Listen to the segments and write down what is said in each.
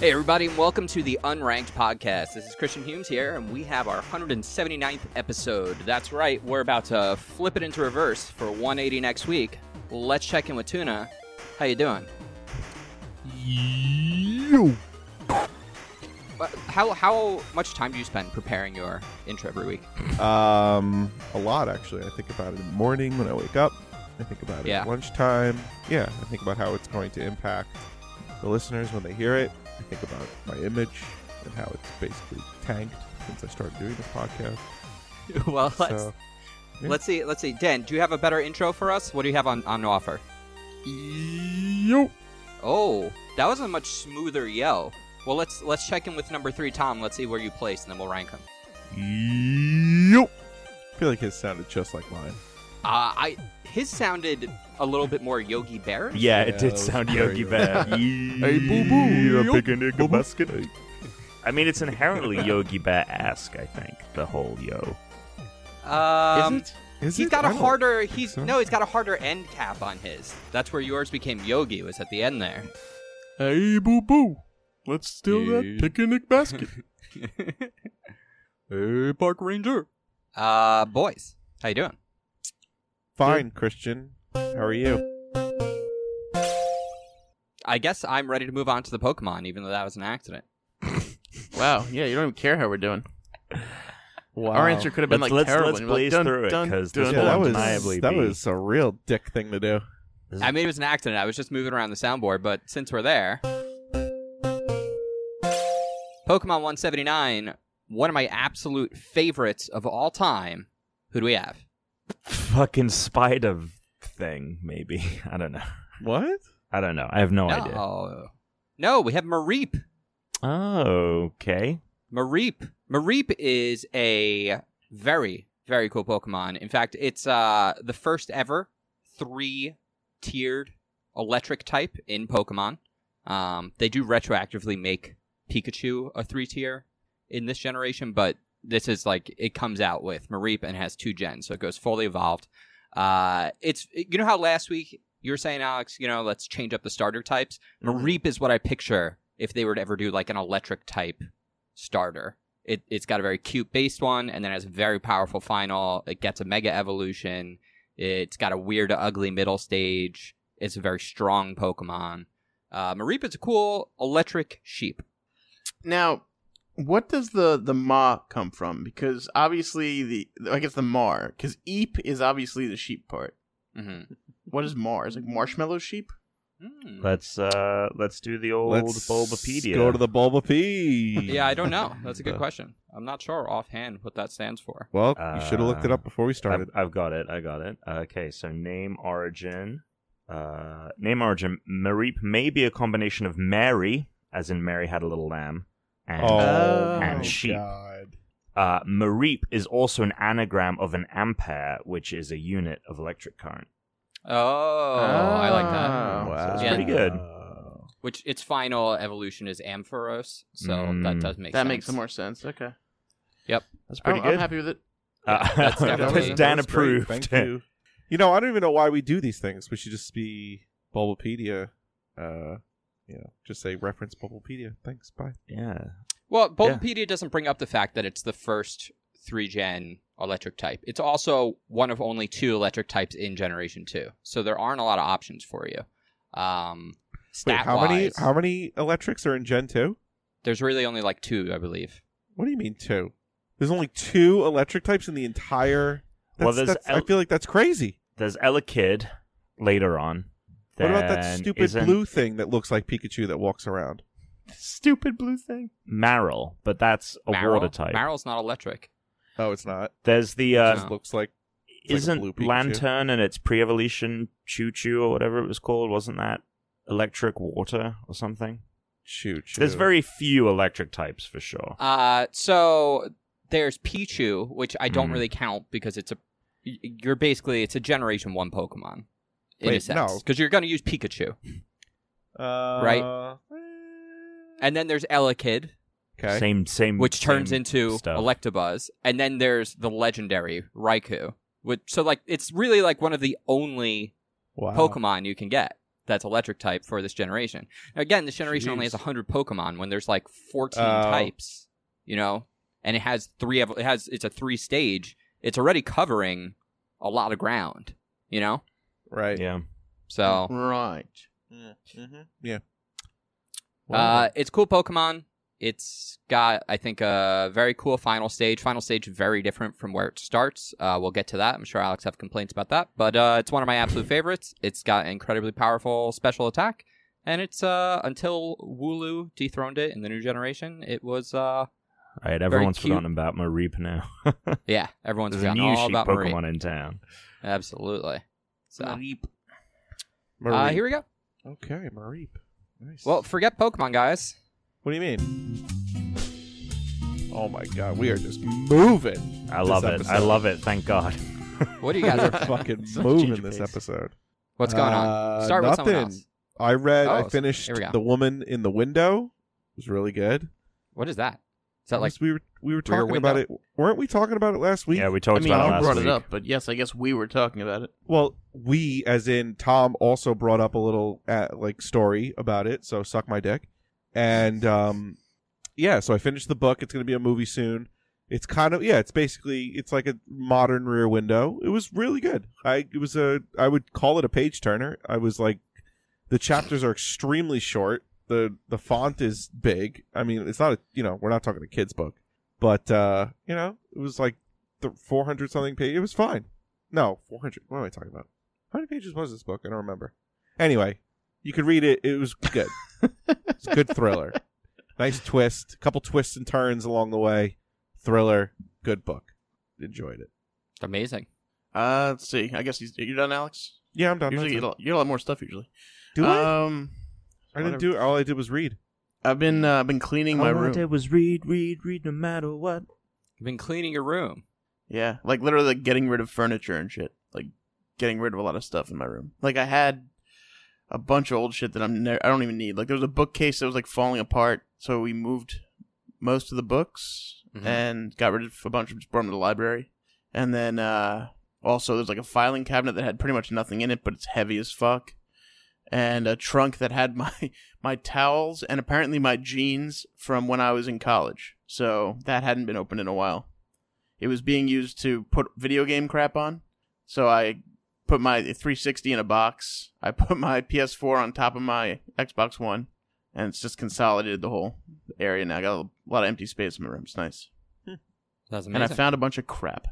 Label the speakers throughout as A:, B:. A: Hey, everybody, and welcome to the Unranked Podcast. This is Christian Humes here, and we have our 179th episode. That's right, we're about to flip it into reverse for 180 next week. Let's check in with Tuna. How you doing?
B: You.
A: Wha- Uh, How, how much time do you spend preparing your intro every week?
B: Um, a lot actually. I think about it in the morning when I wake up. I think about it
A: Yeah.
B: at lunchtime. Yeah, I think about how it's going to impact the listeners when they hear it. I think about my image and how it's basically tanked since I started doing this podcast.
A: well, let's,
B: so yeah.
A: let's see. Let's see. Dan, do you have a better intro for us? What do you have on, on offer?
B: you.
A: Oh, that was a much smoother yell. Well, let's let's check in with number three, Tom. Let's see where you place, and then we'll rank him.
B: You. I feel like his sounded just like mine.
A: Uh, I his sounded a little bit more Yogi Bear.
C: Yeah,
B: Yeah,
C: it
B: it
C: did
B: was
C: sound
B: very
C: Yogi Bear.
B: Hey, boo boo, a picnic basket.
C: I mean, it's inherently Yogi Bear-esque. I think the whole yo.
A: Um,
B: Is it? Is
A: he's
B: it?
A: got
B: I
A: a
B: don't-
A: harder. He's
B: so.
A: no, he's got a harder end cap on his. That's where yours became Yogi. Was at the end there.
D: Hey, boo boo. Let's steal that picnic basket. hey, park ranger.
A: Uh, boys, how you doing?
B: Fine, Christian. How are you?
A: I guess I'm ready to move on to the Pokemon, even though that was an accident.
E: Wow. Yeah, you don't even care how we're doing.
B: Wow.
E: Our answer could have been
C: Let's-
E: like
C: let's-
E: terrible.
C: let's
E: and we're like,
C: blaze
E: dun,
C: through it,
E: dun,
C: 'cause
E: dun,
C: this
B: Yeah,
C: will
B: that
E: dun.
B: was
C: undeniably
B: that
C: be-
B: was a real dick thing to do.
A: I mean, it was an accident. I was just moving around the soundboard, but since we're there, Pokemon 179, one of my absolute favorites of all time. Who do we have?
C: Fucking spider thing, maybe. I don't know.
B: What?
C: I don't know. I have no, idea.
A: No. Oh. No, we have Mareep.
C: Oh, okay.
A: Mareep. Mareep is a very, very cool Pokemon. In fact, it's uh, the first ever three tiered electric type in Pokemon. Um, they do retroactively make Pikachu a three tier in this generation, but this is like it comes out with Mareep and has two gens, so it goes fully evolved. Uh, it's you know how last week you were saying, Alex, you know, let's change up the starter types. Mareep is what I picture if they were to ever do like an electric type starter. It, it's got a very cute based one, and then has a very powerful final. It gets a mega evolution. It's got a weird, ugly middle stage. It's a very strong Pokemon. Uh, Mareep is a cool electric sheep.
E: Now, what does the the ma come from? Because obviously the I guess the mar because eep is obviously the sheep part.
A: Mm-hmm.
E: What is mar? Is like marshmallow sheep? Hmm.
C: Let's uh let's do the old
B: Let's
C: Bulbapedia.
B: Go to the Bulbapedia.
A: Yeah, I don't know. That's a good
C: Uh,
A: question. I'm not sure offhand what that stands for.
B: Well, you should have looked it
C: Uh,
B: up before we started.
C: I've, I've got it. I got it. Okay, so name origin. Uh, name origin. Mareep may be a combination of Mary, as in Mary had a little lamb, and
E: Oh,
C: and sheep. Uh, Mareep is also an anagram of an ampere, which is a unit of electric current.
A: Oh, I like that.
B: Ah.
E: Oh,
C: So it's
A: Yeah.
C: pretty good.
A: Which its final evolution is Ampharos, so
C: Mm.
A: that does make
E: that
A: sense.
E: makes some more sense. Okay,
C: That's pretty
E: I'm,
C: good.
E: I'm happy with it.
C: Uh,
A: That's definitely-
C: Dan
B: That's great.
C: approved.
B: Thank you. You know, I don't even know why we do these things. We should just be Bulbapedia. Uh, you know, just say reference Bulbapedia. Thanks. Bye.
C: Yeah.
A: Well, Bulbapedia doesn't bring up the fact that it's the first three gen electric type. It's also one of only two electric types in Generation 2. So there aren't a lot of options for you. Um,
B: Wait,
A: stat
B: how many?
A: wise,
B: How many electrics are in Gen two?
A: there's really only like two, I believe.
B: What do you mean two? There's only two electric types in the entire. That's,
C: Well, there's
B: that's- I
C: el-
B: feel like that's crazy.
C: There's Elekid later on.
B: what about that
C: Then
B: stupid
C: isn't
B: blue thing that looks like Pikachu that walks around?
C: Stupid blue thing. Maril, but that's a
A: Marill-
C: water type.
A: Marill's not electric.
B: Oh, it's not.
C: There's the
B: It
C: uh,
B: just looks like like a
C: isn't
B: blue Pikachu.
C: Lantern and its pre-evolution Choo Choo or whatever it was called? Wasn't that electric water or something?
B: choo choo.
C: There's very few electric types for sure.
A: Uh, so there's Pichu, which I don't
C: Hmm.
A: really count because it's a y- you're basically it's a Generation 1 Pokemon in a
B: Wait,
A: sense
B: no.
A: because you're going to use Pikachu.
B: uh,
A: right? And then there's Elekid,
B: Okay.
C: Same,
B: Mm,
C: same.
A: which turns
C: same
A: into
C: stuff.
A: Electabuzz, and then there's the legendary Raikou. Which so like it's really like one of the only
B: Wow.
A: Pokemon you can get. that's electric type for this generation. Now, again, this generation only has
B: Jeez.
A: 100 Pokemon when there's like 14
B: Oh.
A: types, you know? And it has three of it has it's a three stage. It's already covering a lot of ground, you know?
B: Right.
C: Yeah.
A: So,
E: Right.
F: Mm-hmm.
A: uh it's cool Pokemon. It's got I think a very cool final stage. Final stage very different from where it starts. Uh, we'll get to that. I'm sure Alex have complaints about that, but uh, it's one of my absolute favorites. It's got an incredibly powerful special attack and it's uh until Wooloo dethroned it in the new generation, it was uh
C: All right, everyone's
A: cute.
C: forgotten about Mareep now.
A: Yeah, everyone's
C: There's a
A: forgotten
C: new
A: all
C: sheep
A: about Marie.
C: Pokemon in town.
A: Absolutely. So
B: Mareep.
A: uh, here we go.
B: okay, Mareep. Nice.
A: Well, forget Pokemon, guys.
B: what do you mean? Oh my god, we are just moving.
C: I love
B: This
C: it. I
B: episode.
C: love it. Thank God.
A: What do you
B: We
A: guys?
B: are
A: Are,
B: fucking
E: Such
B: moving
E: ginger
B: this
E: face.
B: episode.
A: what's going on?
B: Uh,
A: Start with someone
B: nothing.
A: else.
B: I read.
A: Oh,
B: I finished
A: here we go.
B: the woman in the window. It was really good.
A: What is that? Is that like
B: Yes, we were we were
A: Rear
B: talking about it? Weren't we talking about it last week?
C: yeah, we
E: I
C: talked
E: mean,
C: Oh, about it
E: I
C: last
E: brought
C: week.
E: it up, but yes, I guess we were talking about it.
B: Well, we, as in Tom, also brought up a little uh, like story about it. So suck my dick, and um, yeah. So I finished the book. It's going to be a movie soon. It's kind of yeah. It's basically it's like a modern Rear Window. It was really good. I it was a I would call it a page turner. I was like, the chapters are extremely short. the The font is big. I mean, it's not a you know we're not talking a kids book, but uh, you know it was like the four hundred something page. It was fine. No, 400. What am I talking about? How many pages was this book? I don't remember. Anyway, you could read it. It was good. it's a good thriller. Nice twist. couple twists and turns along the way. Thriller. Good book. Enjoyed it.
A: amazing?
E: Uh, let's see. I guess he's, you're done, Alex.
B: Yeah, I'm done.
E: Usually, you
B: That's it.
E: get a, you get a lot more stuff. Usually,
B: do I?
E: um,
B: I didn't do it. All I did was read.
E: I've been uh, been cleaning my room.
C: was read, read, read, no matter what.
A: You've been cleaning your room.
E: Yeah, like literally like, getting rid of furniture and shit. Like getting rid of a lot of stuff in my room. Like I had a bunch of old shit that I'm ne- I don't even need. Like there was a bookcase that was like falling apart, so we moved most of the books
A: Mhm.
E: and got rid of a bunch of just brought them to the library. And then uh also there's like a filing cabinet that had pretty much nothing in it, but it's heavy as fuck. And a trunk that had my my towels and apparently my jeans from when I was in college. So that hadn't been opened in a while. It was being used to put video game crap on. So I put my 360 in a box. I put my PS4 on top of my Xbox One, and it's just consolidated the whole area now. I got a lot of empty space in my room. It's nice.
A: That's amazing.
E: And I found a bunch of crap.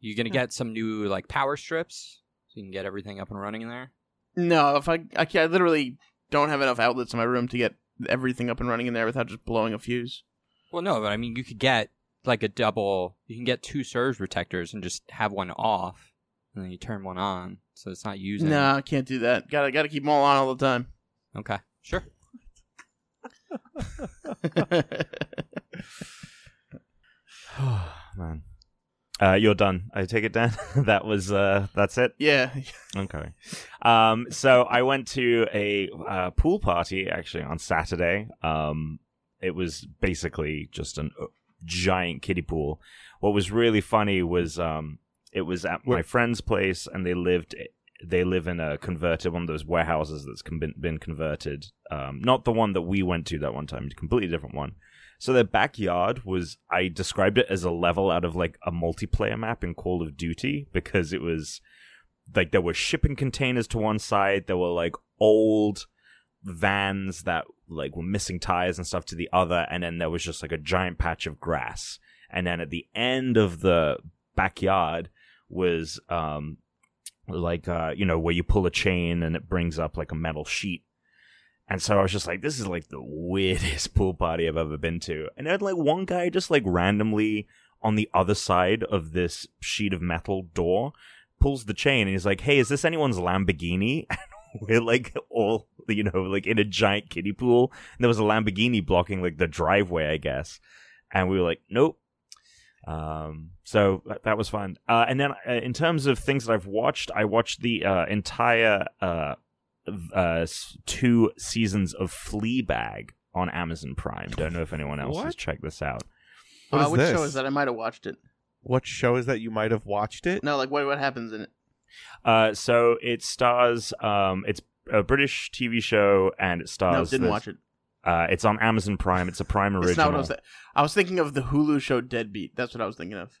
A: you gonna get some new like power strips so you can get everything up and running in there.
E: No, if I I, can't, I literally don't have enough outlets in my room to get everything up and running in there without just blowing a fuse.
A: Well, no, but I mean you could get like a double. You can get two surge protectors and just have one off, and then you turn one on, so it's not using.
E: No, I can't do that. Got to got to keep them all on all the time.
A: Okay. Sure.
C: Man. Uh, you're done. I take it, Dan. that was uh, that's it.
E: yeah,
C: Okay. Um, so I went to a uh, pool party actually on Saturday. Um, it was basically just an uh, giant kiddie pool. What was really funny was um, it was at my
B: What-
C: friend's place, and they lived. They live in a converted one of those warehouses that's con- been, been converted. Um, not the one that we went to that one time, a completely different one. So their backyard was. I described it as a level out of like a multiplayer map in Call of Duty because it was like there were shipping containers to one side there were like old vans that like were missing tires and stuff to the other and then there was just like a giant patch of grass and then at the end of the backyard was um like uh you know where you pull a chain and it brings up like a metal sheet and so I was just like, this is like the weirdest pool party I've ever been to. And I had like one guy just like randomly on the other side of this sheet of metal door pulls the chain and he's like, "Hey, is this anyone's Lamborghini?" And we're like all you know, like in a giant kiddie pool, and there was a Lamborghini blocking like the driveway, I guess. And we were like, "Nope." Um, so that, that was fun. Uh, and then uh, in terms of things that I've watched, I watched the uh, entire uh, uh, s- two seasons of Fleabag on Amazon Prime. Don't know if anyone else has
B: What?
C: checked this out.
B: What
E: uh,
B: is
E: which
B: this?
E: show is that? I might have watched it.
B: What show is that? You might have watched it.
E: No, like what what happens in it?
C: Uh, so it stars. Um, it's a British TV show, and it
E: No,
B: Oh,
C: stars.
E: didn't
C: this-
E: watch it.
C: Uh, it's on Amazon Prime. It's a Prime original.
E: It's not what I was. Th- I was thinking of the Hulu show Deadbeat. That's what I was thinking of.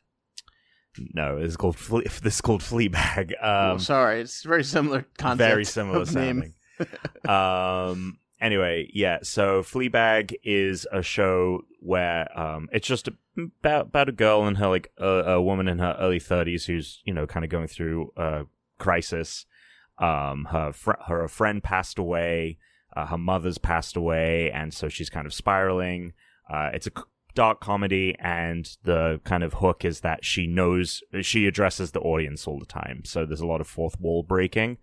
C: no, it's called Fle- this is called Fleabag.
E: Oh,
C: Um,
E: sorry, it's very similar concept.
C: very similar
E: of name.
C: sounding. um. Anyway, yeah. So Fleabag is a show where um, it's just about about a girl and her like a, a woman in her early thirties who's you know kind of going through a crisis. Um, her fr- her friend passed away. Uh, her mother's passed away, and so she's kind of spiraling. Uh, it's a c- dark comedy, and the kind of hook is that she knows she addresses the audience all the time. So there's a lot of fourth wall breaking.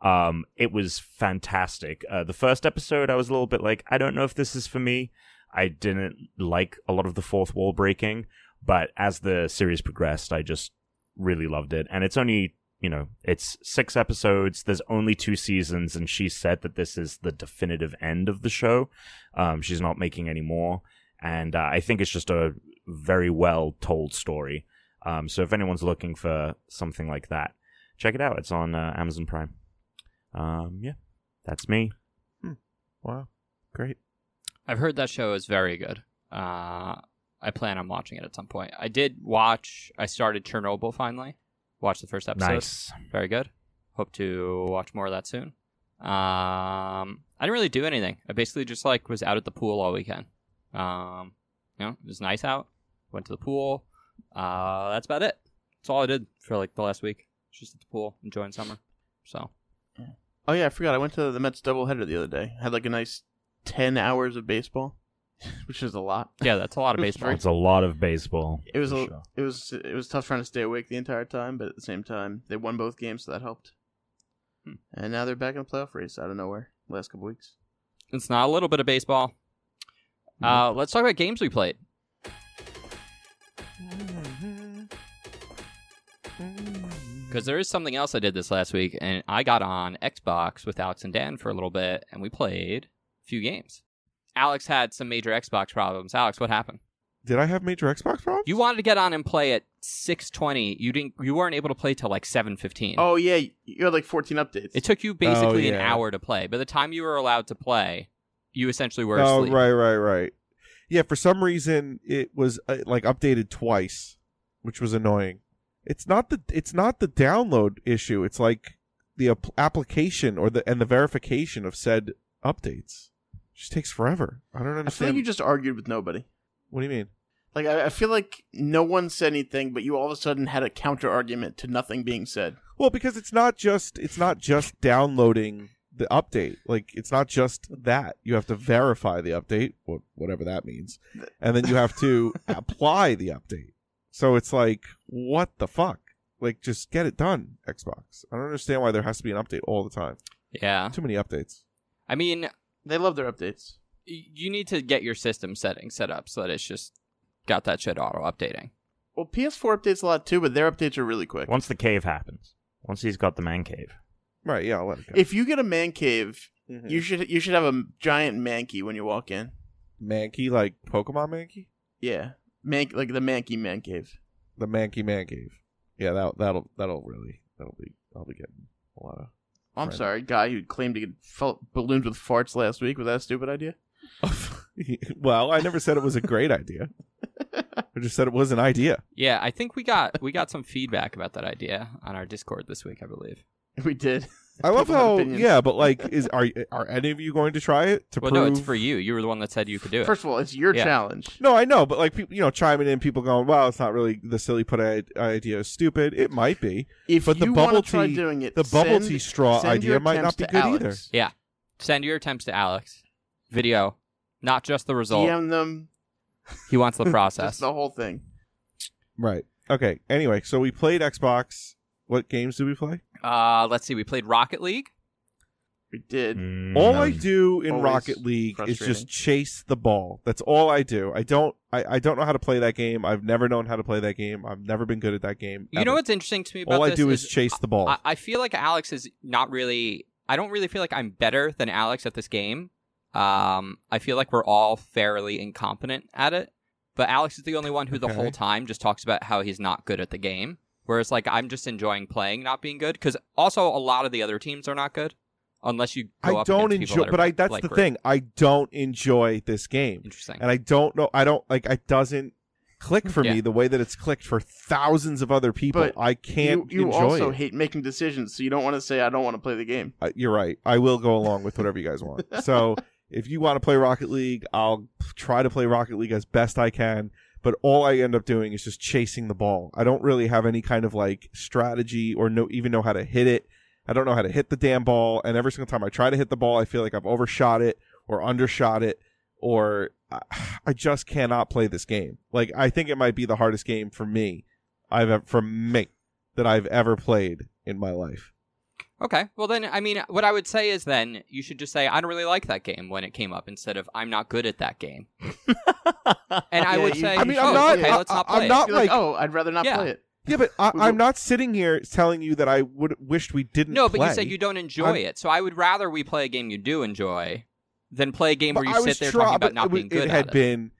C: Um, it was fantastic. Uh, the first episode, I was a little bit like, I don't know if this is for me. I didn't like a lot of the fourth wall breaking, but as the series progressed, I just really loved it. And it's only, you know, it's six episodes. There's only two seasons, and she said that this is the definitive end of the show. Um, she's not making any more, and uh, I think it's just a very well told story. Um, so if anyone's looking for something like that, check it out. It's on uh, Amazon Prime. Um, yeah, that's me.
B: Wow, great.
A: I've heard that show is very good. Uh, I plan on watching it at some point. I did watch. I started Chernobyl finally. Watched the first episode.
C: Nice.
A: Very good. Hope to watch more of that soon. Um, I didn't really do anything. I basically just like was out at the pool all weekend. Um, you know, it was nice out. Went to the pool. Uh, that's about it. That's all I did for like the last week. Just at the pool, enjoying summer. So
E: Oh yeah, I forgot. I went to the Mets doubleheader the other day. Had like a nice ten hours of baseball, which is a lot.
A: yeah, that's a lot of
E: It was
A: baseball.
E: very-
C: It's a lot of baseball.
E: It was
C: for
E: a,
C: sure.
E: it was it was tough trying to stay awake the entire time, but at the same time, they won both games, so that helped.
A: Hmm.
E: And now they're back in the playoff race out of nowhere. Last couple weeks.
A: It's not a little bit of baseball. Uh, let's talk about games we played. Because there is something else I did this last week, and I got on Xbox with Alex and Dan for a little bit, and we played a few games. Alex had some major Xbox problems. Alex, what happened?
B: Did I have major Xbox problems?
A: You wanted to get on and play at 6:20. You didn't. You weren't able to play till like 7:15.
E: Oh yeah, you had like fourteen updates.
A: It took you basically
B: Oh, yeah.
A: an hour to play. By the time you were allowed to play, you essentially were
B: Oh,
A: asleep.
B: right, right, right. Yeah, for some reason it was uh, like updated twice, which was annoying. It's not the it's not the download issue. It's like the ap- application or the and the verification of said updates. just takes forever. I don't
E: I feel
B: understand.
E: like you just argued with nobody.
B: what do you mean?
E: Like I, I feel like no one said anything, but you all of a sudden had a counter argument to nothing being said.
B: Well, because it's not just it's not just downloading the update. Like it's not just that. You have to verify the update, wha- whatever that means, and then you have to apply the update. So it's like, what the fuck? Like, just get it done, Xbox. I don't understand why there has to be an update all the time.
A: Yeah.
B: Too many updates.
A: I mean,
E: They love their updates.
A: y- you need to get your system settings set up so that it's just got that shit auto updating.
E: Well, PS4 updates a lot too, but their updates are really quick.
C: Once the cave happens, once he's got the man cave.
B: Right? Yeah, I'll let it go. Mm-hmm.
E: If you get a man cave,
A: Mm-hmm.
E: you should you should have a giant mankey when you walk in.
B: Mankey, like Pokemon Mankey,
E: Yeah, man like the mankey man cave.
B: the Mankey Man Cave. Yeah, that that'll that'll really that'll be I'll be getting a lot of.
E: I'm
B: Right.
E: sorry, guy who claimed he felt balloons with farts last week. Was that a stupid idea?
B: well, I never said it was a great idea. I just said it was an idea.
A: Yeah, I think we got we got some feedback about that idea on our Discord this week, I believe.
E: We did.
B: I love
E: People have
B: how
E: opinions.
B: yeah, but like, is are are any of you going to try it to
A: Well,
B: prove?
A: no, it's for you. You were the one that said you could do it.
E: First of all, it's your
A: Yeah.
E: challenge.
B: No, I know, but like people, you know, chiming in, people going, "Well, it's not really the silly put i- idea is stupid." It might be
E: If
B: But the
E: you wanna
B: bubble
E: try
B: tea-
E: doing it,
B: the bubble
E: send-
B: tea straw
E: send
B: idea
E: your
B: might not
E: attempts
B: be
E: to
B: good either.
E: Alex.
A: Send your attempts to Alex. Video, not just the result.
E: DM them
A: He wants the
E: just
A: process.
E: the whole thing.
B: right. Okay. Anyway, so we played Xbox. What games did we play?
A: Uh, let's see. We played Rocket League.
E: We did.
A: Mm.
C: Mm,
B: All I do in
E: Mm-hmm. Always
B: Rocket League is
E: frustrating.
B: just chase the ball. That's all I do. I don't. I, I don't know how to play that game. I've never known how to play that game. I've never been good at that game.
A: You
B: ever.
A: know what's interesting to me about
B: All I
A: this
B: do is chase the ball.
A: I, I feel like Alex is not really. I don't really feel like I'm better than Alex at this game. Um, I feel like we're all fairly incompetent at it. But Alex is the only one who the
B: Okay.
A: whole time just talks about how he's not good at the game. Whereas, like, I'm just enjoying playing, not being good. Because also, a lot of the other teams are not good. unless you. Go
B: I
A: up
B: don't
A: against people
B: enjoy,
A: that are,
B: but I that's
A: like,
B: the
A: great.
B: thing. I don't enjoy this game,
A: Interesting.
B: and I don't know. I don't like. It doesn't click for
A: Yeah.
B: me the way that it's clicked for thousands of other people.
E: But
B: I can't
E: you you
B: enjoy
E: also
B: it.
E: hate making decisions, so you don't want to say I don't want to play the game.
B: I- you're right. I will go along with whatever you guys want. So if you want to play Rocket League, I'll try to play Rocket League as best I can. But all I end up doing is just chasing the ball. I don't really have any kind of like strategy or no even know how to hit it. I don't know how to hit the damn ball. And every single time I try to hit the ball, I feel like I've overshot it or undershot it or I, I just cannot play this game. Like I think it might be the hardest game for me I've ever, for me that I've ever played in my life.
A: Okay. Well, then, I mean, what I would say is then you should just say, I don't really like that game when it came up instead of, I'm not good at that game. and I
E: Yeah,
A: would
E: you-
A: say,
E: I
B: mean,
A: oh,
B: I'm not-
A: okay,
B: I-
A: let's not
B: I- I'm
A: play. it."
B: not-
E: You're like,
B: like-
E: oh, I'd rather not
A: Yeah.
E: play it.
B: Yeah, but I,
E: We will-
B: I'm not sitting here telling you that I would wished we didn't.
A: No, but
B: play.
A: you said you don't enjoy
B: I'm-
A: it. So I would rather we play a game you do enjoy than play a game
B: But
A: where
B: I
A: you
B: was
A: sit there
B: try-
A: talking
B: but
A: about not
B: it, was-
A: being good
B: It had
A: at it.
B: been,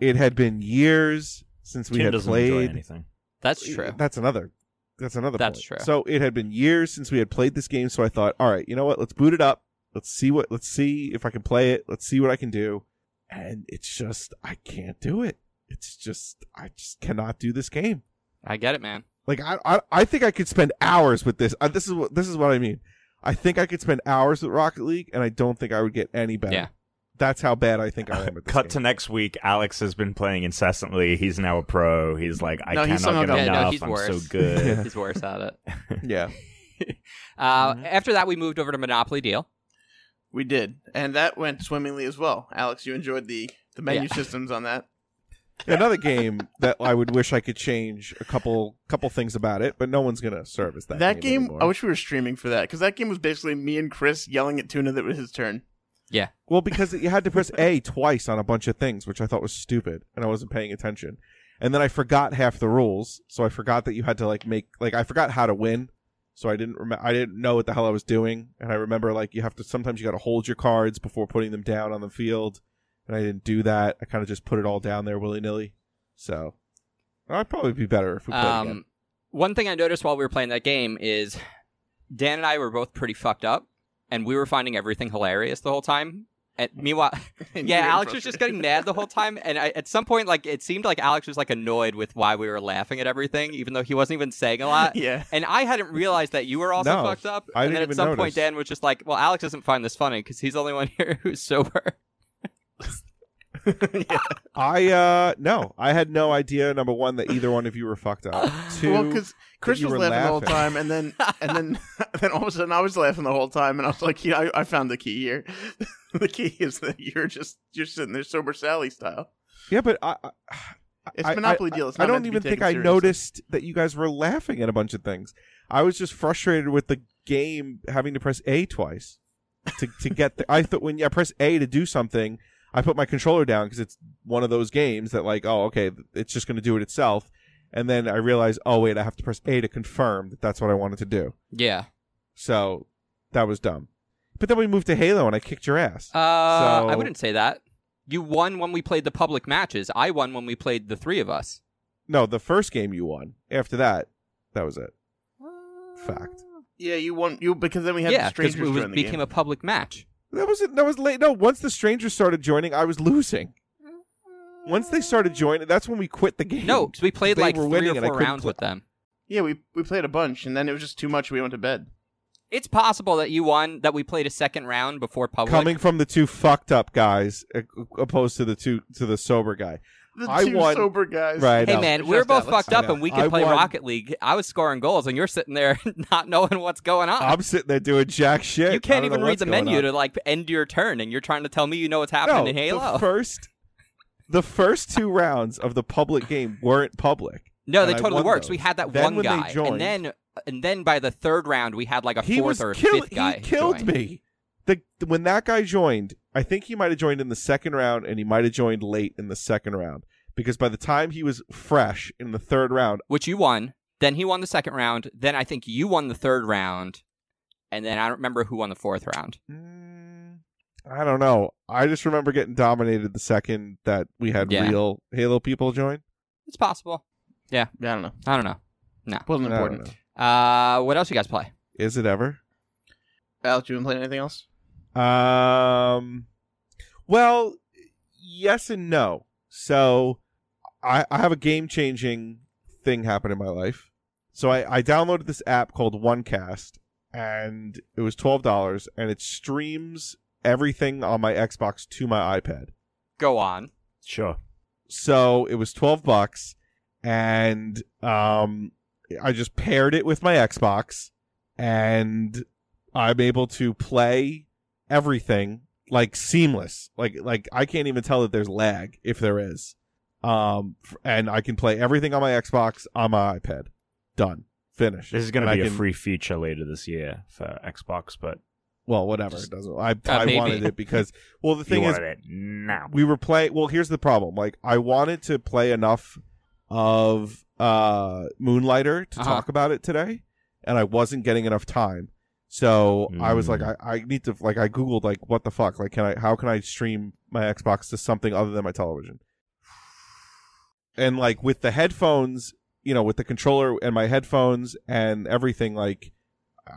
B: it had been years since we
C: Tim
B: had
C: doesn't enjoy
B: played.
C: anything.
A: That's true.
B: That's another. That's another.
A: That's
B: point.
A: true.
B: So it had been years since we had played this game. So I thought, all right, you know what? Let's boot it up. Let's see what. Let's see if I can play it. Let's see what I can do. And it's just I can't do it. It's just I just cannot do this game.
A: I get it, man.
B: Like I, I, I think I could spend hours with this. Uh, this is what this is what I mean. I think I could spend hours with Rocket League, and I don't think I would get any better.
A: Yeah.
B: That's how bad I think I am. At this
C: Cut to
B: game.
C: next week. Alex has been playing incessantly. He's now a pro. He's like, I
E: No, he
C: cannot
E: somehow
C: get
E: got-
A: Yeah,
C: enough.
A: no, he's
C: I'm
A: worse.
C: so good.
B: Yeah.
A: He's worse at it.
B: yeah,
A: Uh, After that, we moved over to Monopoly Deal.
E: We did, and that went swimmingly as well. Alex, you enjoyed the the menu
A: Yeah.
E: systems on that.
B: another game that I would wish I could change a couple couple things about it, but no one's gonna service that.
E: That, game,
B: anymore.
E: I wish we were streaming for that because that game was basically me and Chris yelling at Tuna that it was his turn.
B: Well, because you had to press A twice on a bunch of things, which I thought was stupid, and I wasn't paying attention. And then I forgot half the rules, so I forgot that you had to like make like I forgot how to win, so I didn't remember I didn't know what the hell I was doing. And I remember like you have to sometimes you got to hold your cards before putting them down on the field, and I didn't do that. I kind of just put it all down there willy nilly. So I'd probably be better if we played again.
A: Um, one thing I noticed while we were playing that game is Dan and I were both pretty fucked up, and we were finding everything hilarious the whole time. And meanwhile,
E: And
A: yeah,
E: you were
A: Alex was just
E: frustrated.
A: getting mad the whole time, and I, at some point, like it seemed like Alex was like annoyed with why we were laughing at everything, even though he wasn't even saying a lot.
E: yeah,
A: And I hadn't realized that you were also
B: No,
A: fucked up.
B: I
A: and
B: didn't
A: then at
B: even
A: some
B: notice.
A: point, Dan was just like, "Well, Alex doesn't find this funny because he's the only one here who's sober."
B: I uh no, I had no idea. Number one, that either one of you were fucked up. Two,
E: well, because Chris
B: you
E: was
B: were
E: laughing, the whole
B: laughing.
E: time, and then and then then all of a sudden I was laughing the whole time, and I was like, yeah, I, I found the key here. the key is that you're just you're sitting there sober Sally style.
B: yeah, but I. I
E: It's
B: I- I-
E: Monopoly Deal. It's
B: I
E: not
B: don't
E: meant to be
B: even think
E: taken
B: I
E: seriously.
B: noticed that you guys were laughing at a bunch of things. I was just frustrated with the game having to press A twice to, to get. The, I thought when I press A to do something, I put my controller down because it's one of those games that like, oh, okay, it's just going to do it itself. And then I realized, oh wait, I have to press A to confirm that that's what I wanted to do.
A: yeah.
B: So that was dumb. But then we moved to Halo, and I kicked your ass.
A: Uh, I
B: So-
A: wouldn't say that. You won when we played the public matches. I won when we played the three of us.
B: no, the first game you won. After that, that was it. Fact.
E: Yeah, you want you because then we had
A: yeah,
E: the
A: because
E: strangers
A: it was-
E: join the
A: became
E: game.
A: a public match.
B: That was that was late. No, once the strangers started joining, I was losing. Once they started joining, that's when we quit the game.
A: No, because we played
B: They
A: like
B: were
A: three
B: winning
A: or
B: and I
A: four
B: couldn't
A: rounds
B: cl-
A: with them.
E: yeah, we we played a bunch, and then it was just too much. We went to bed.
A: It's possible that you won that we played a second round before public.
B: coming from the two fucked up guys, a- opposed to the two to the sober guy.
E: The
B: I
E: two
B: won-
E: sober guys.
B: Right, I
A: Hey
B: know.
A: man,
E: Just
A: we were both
E: Alex.
A: fucked up
B: I know.
A: and we could
B: I
A: play
B: won.
A: Rocket League. I was scoring goals and you're sitting there not knowing what's going on.
B: I'm sitting there doing jack shit.
A: Uh, you
B: I
A: can't
B: don't
A: even
B: know
A: read
B: what's
A: the
B: going
A: menu
B: on.
A: to like end your turn and you're trying to tell me you know what's happening
B: no,
A: in Halo.
B: The first, the first two rounds of the public game weren't public.
A: No,
B: and
A: they
B: I
A: totally
B: won
A: worked.
B: those.
A: We had that
B: Then
A: one
B: when they
A: guy,
B: joined-
A: and then and then by the third round, we had like a
B: he
A: fourth
B: was
A: or a
B: killed.
A: fifth guy.
B: he killed
A: join.
B: me. The when that guy joined, I think he might have joined in the second round, and he might have joined late in the second round because by the time he was fresh in the third round,
A: which you won. Then he won the second round. Then I think you won the third round, and then I don't remember who won the fourth round.
B: Mm, I don't know. I just remember getting dominated the second that we had
A: Yeah.
B: real Halo people join.
A: It's possible.
E: I don't know.
A: I don't know.
E: Wasn't
B: I don't
E: important.
B: know.
A: Uh, what else you guys play?
B: Is it ever?
E: Alex, you been playing anything else?
B: Um, well, yes and no. So, I, I have a game changing thing happen in my life. So I, I downloaded this app called OneCast, and it was twelve dollars, and it streams everything on my Xbox to my iPad.
A: Go on.
C: Sure.
B: So it was twelve bucks, and um, I just paired it with my Xbox, and I'm able to play everything like seamless. Like like I can't even tell that there's lag if there is. Um, f- and I can play everything on my Xbox on my iPad. Done. Finish.
C: This is going
B: And
C: to
B: I
C: be a
B: can-
C: free feature later this year for Xbox, but
B: Well, whatever.
C: Just- Uh,
B: it doesn't. I I
A: maybe.
B: wanted it because well the
C: you
B: thing is
C: wanted it now.
B: we were playing well here's the problem like i wanted to play enough of uh moonlighter to
A: Uh-huh.
B: talk about it today and i wasn't getting enough time so i was like I, I need to like i googled like what the fuck like can i how can i stream my xbox to something other than my television and like with the headphones you know with the controller and my headphones and everything like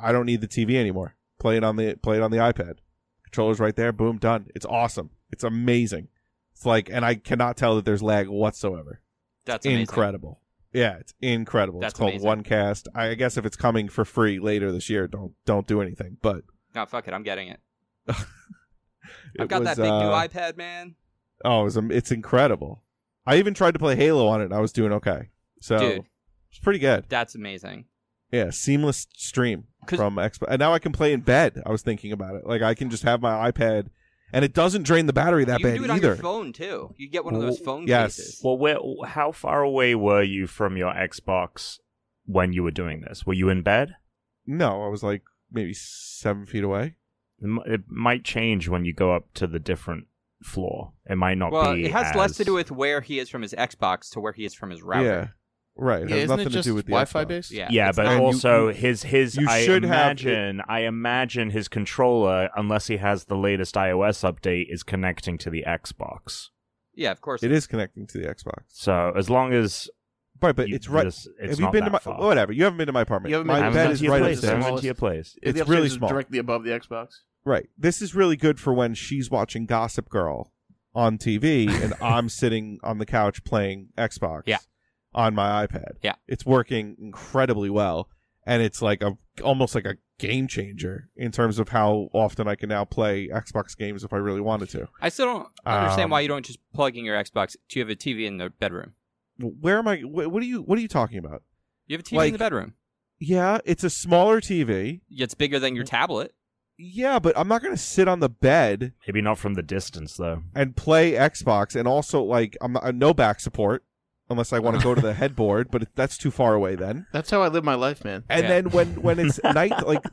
B: i don't need the tv anymore play it on the play it on the ipad controller's right there boom done it's awesome it's amazing it's like and i cannot tell that there's lag whatsoever
A: That's amazing.
B: incredible yeah it's incredible
A: That's
B: it's called
A: amazing.
B: onecast I, I guess if it's coming for free later this year don't don't do anything but
A: No, fuck it. I'm getting it.
B: it
A: I've got
B: was,
A: that big new
B: uh,
A: iPad, man.
B: oh it was am- it's incredible i even tried to play halo on it and i was doing okay so
A: Dude.
B: it's pretty good
A: That's amazing.
B: yeah seamless stream
A: 'Cause-
B: from xbox and now i can play in bed i was thinking about it like i can just have my ipad and it doesn't drain the battery that
A: you can
B: bad
A: do it
B: either
A: on your phone too. You get one of those
B: Well,
A: phone
B: yes.
A: cases.
C: Well, where, how far away were you from your Xbox when you were doing this? Were you in bed?
B: No, I was like maybe seven feet away.
C: It mi- It might change when you go up to the different floor. It might not
A: Well,
C: be.
A: it has
C: as...
A: less to do with where he is from his Xbox to where he is from his router.
B: Yeah, right. It
E: Yeah,
B: has
E: isn't
B: nothing
E: it just
B: to do with the
E: Wi-Fi
B: Xbox.
E: based?
A: Yeah,
C: Yeah,
A: it's
C: but
A: not-
B: And you-
C: also
B: you-
C: his his.
B: you
C: I
B: should have it-
C: imagine. I imagine his controller, unless he has the latest iOS update, is connecting to the Xbox.
A: yeah, of course.
B: It is connecting to the Xbox.
C: So as long as
B: Right, but
C: you-
B: it's right.
C: this- it's
B: have you
C: not
B: been to
C: that
B: my
C: far.
B: whatever? You haven't been to my apartment.
E: You haven't
B: my
E: been
C: I
E: to
B: bed
E: my
C: went
B: is
C: to your
B: right
C: place.
E: upstairs.
C: I
B: upstairs.
C: went to your place.
E: The
B: It's
E: upstairs
B: really
E: is
B: small.
E: Directly above the Xbox.
B: Right. This is really good for when she's watching Gossip Girl on TV and I'm sitting on the couch playing Xbox
A: Yeah.
B: on my iPad.
A: Yeah.
B: It's working incredibly well and it's like a almost like a game changer in terms of how often I can now play Xbox games if I really wanted to.
A: I still don't understand
B: Um,
A: why you don't just plug in your Xbox. Do you have a TV in the bedroom?
B: Where am I wh- what are you what are you talking about?
A: You have a TV in
B: Like-
A: the bedroom.
B: Yeah, it's a smaller TV.
A: It's bigger than your tablet.
B: Yeah, but I'm not going to sit on the bed
C: Maybe not from the distance though.
B: and play Xbox and also like I'm not, no back support unless I want to go to the headboard, but that's too far away then.
E: That's how I live my life, man.
B: And
A: Yeah.
B: then when when it's night like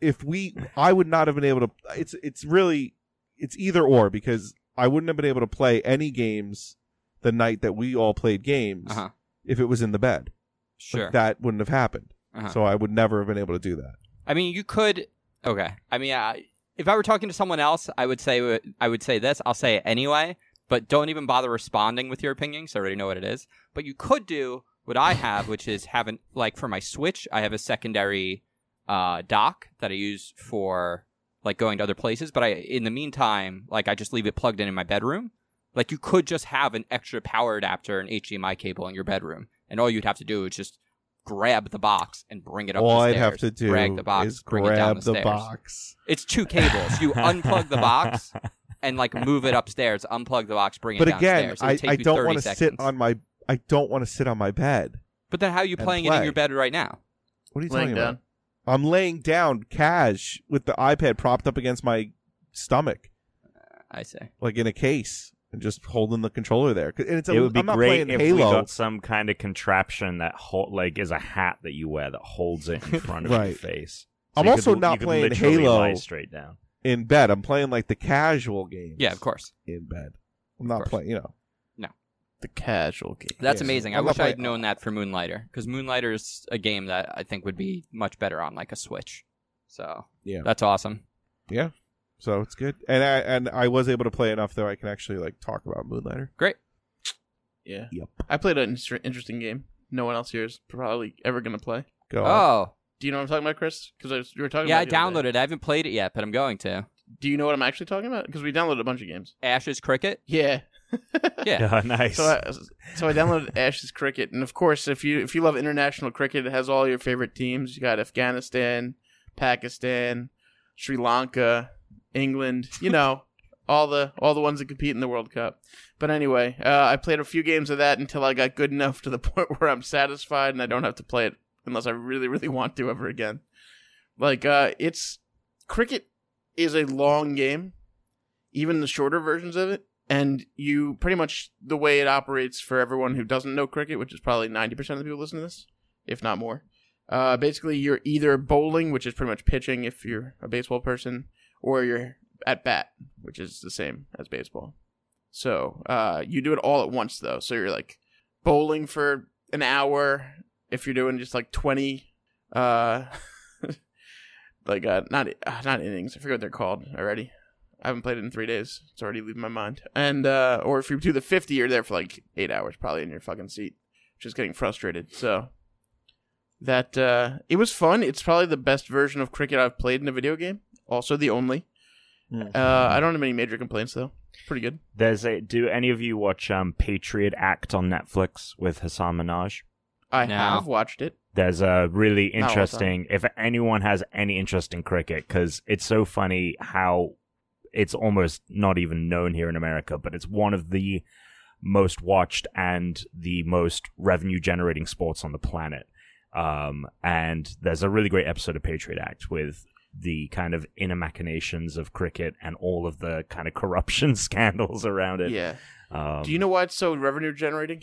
B: if we I would not have been able to it's it's really it's either or because I wouldn't have been able to play any games the night that we all played games
A: Uh huh.
B: if it was in the bed. Like,
A: Sure.
B: that wouldn't have happened.
A: Uh-huh.
B: So I would never have been able to do that.
A: I mean, you could. Okay. I mean, I, if I were talking to someone else, I would say I would say this. I'll say it anyway, but don't even bother responding with your opinion. 'cause I already know what it is. But you could do what I have, which is having like for my Switch, I have a secondary uh, dock that I use for like going to other places. But I, in the meantime, like I just leave it plugged in in my bedroom. Like you could just have an extra power adapter and HDMI cable in your bedroom, and all you'd have to do is just grab the box and bring it up.
B: All
A: the
B: I'd have to
A: stairs,
B: do
A: drag the box,
B: is
A: bring
B: grab
A: it down the,
B: the,
A: stairs.
B: box.
A: It's two cables. You unplug the box and like move it upstairs. Unplug the box, bring
B: But
A: it
B: again,
A: downstairs. It'll take
B: I, I
A: you
B: don't
A: 30
B: want to sit
A: seconds.
B: on my I don't want to sit on my bed.
A: But then, how are you
B: and
A: playing it in
B: play.
A: your bed right now?
B: What are you
E: Laying
B: talking
E: down.
B: about? I'm laying down, cash, with the iPad propped up against my stomach,
A: I say.
B: like in a case, and just holding the controller there. 'Cause- And it's a,
C: it would be
B: I'm not
C: great
B: playing
C: if we
B: Halo.
C: got some kind of contraption that hold, like is a hat that you wear that holds it in front of your
B: Right.
C: face. So
B: I'm
C: you
B: also
C: could,
B: not
C: you could
B: playing
C: literally
B: Halo.
C: Lie straight down.
B: in bed. I'm playing like the casual games.
A: Yeah, of course.
B: In bed, I'm
A: Of
B: not
A: course.
B: playing. You know,
E: The casual game.
A: That's
B: Yeah.
A: amazing. I
B: I'm
A: wish
B: not
A: I had
B: playing-
A: known that for Moonlighter because Moonlighter is a game that I think would be much better on like a Switch. So
B: Yeah.
A: that's awesome.
B: yeah. So it's good, and I and I was able to play enough that I can actually like talk about Moonlighter.
E: Yeah.
B: Yep.
E: I played an inter- interesting game. No one else here is probably ever going to play.
B: Go. on.
A: Oh,
E: Do you know what I'm talking about, Chris? Because you were talking
A: yeah, I
E: about it the other day.
A: downloaded it. I haven't played it yet, but I'm going to.
E: Do you know what I'm actually talking about? Because we downloaded a bunch of games.
A: Ash's Cricket.
E: Yeah.
A: Yeah.
C: Yeah, nice.
E: So I, so I downloaded Ash's Cricket, and of course, if you if you love international cricket, it has all your favorite teams. You got Afghanistan, Pakistan, Sri Lanka, England. You know, all the all the ones that compete in the World Cup. But anyway, uh, I played a few games of that until I got good enough to the point where I'm satisfied and I don't have to play it unless I really really want to ever again. Like uh, it's cricket is a long game, even the shorter versions of it. And you pretty much the way it operates for everyone who doesn't know cricket, which is probably ninety percent of the people listening to this, if not more. Uh, basically, you're either bowling, which is pretty much pitching if you're a baseball person, or you're at bat, which is the same as baseball. So uh, you do it all at once, though. So you're like bowling for an hour if you're doing just like twenty, uh, like uh, not uh, not innings. I forget what they're called already. I haven't played it in three days. It's already leaving my mind. And uh, or if you do the fifty, you're there for like eight hours, probably in your fucking seat, just getting frustrated. So that uh, it was fun. It's probably the best version of cricket I've played in a video game. Also the only. Uh, I don't have any major complaints though. Pretty good.
C: There's a. Do any of you watch um, Patriot Act on Netflix with Hassan Minaj?
E: I
A: No.
E: have watched it.
C: There's a really
E: Not all the
C: interesting. If anyone has any interest in cricket, because it's so funny how it's almost not even known here in America, but it's one of the most watched and the most revenue generating sports on the planet. Um, and there's a really great episode of Patriot Act with the kind of inner machinations of cricket and all of the kind of corruption scandals around it.
E: Yeah.
C: Um,
E: Do you know why it's so revenue generating?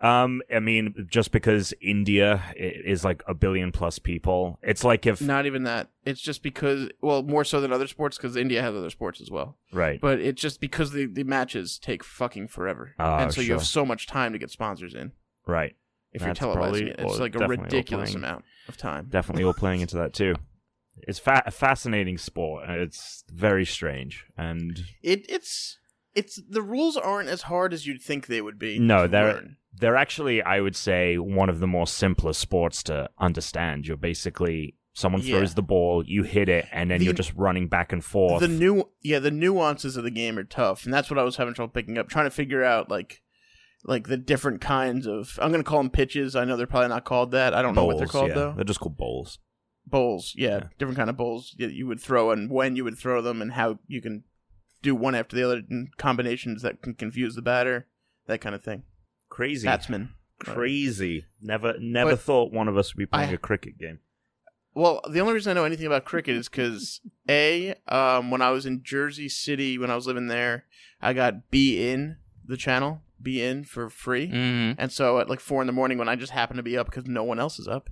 C: Um, I mean, just because India i- is like a billion plus people, it's like if
E: Not even that. It's just because, well, more so than other sports, because India has other sports as well.
C: right.
E: But it's just because the, the matches take fucking forever,
C: Ah,
E: and so you
C: sure.
E: have so much time to get sponsors in
C: Right.
E: if
C: That's
E: you're
C: probably-
E: televising it. It's
C: well,
E: like a
C: definitely all
E: ridiculous
C: playing.
E: amount of time.
C: Definitely all playing into that too. It's fa- a fascinating sport. and It's very strange. And
E: It it's it's the rules aren't as hard as you'd think they would be.
C: No,
E: to
C: they're-
E: learn.
C: they're actually, I would say, one of the more simpler sports to understand. You're basically someone
E: Yeah.
C: throws the ball, you hit it, and then
E: The-
C: you're just running back and forth.
E: The new yeah, the nuances of the game are tough, and that's what I was having trouble picking up, trying to figure out like like the different kinds of I'm gonna call them pitches. I know they're probably not called that. I don't know what they're
C: Bowls,
E: called
C: yeah.
E: though.
C: They're just called bowls.
E: Bowls, yeah,
C: Yeah.
E: different kind of bowls that you would throw and when you would throw them and how you can do one after the other in combinations that can confuse the batter, that kind of thing.
C: Crazy.
E: Batsman.
C: crazy. Never, never
E: But-
C: thought one of us would be playing
E: I-
C: a cricket game.
E: Well, the only reason I know anything about cricket is because a um, when I was in Jersey City when I was living there, I got B in the channel B in for free,
A: Mm.
E: and so at like four in the morning when I just happen to be up because no one else is up,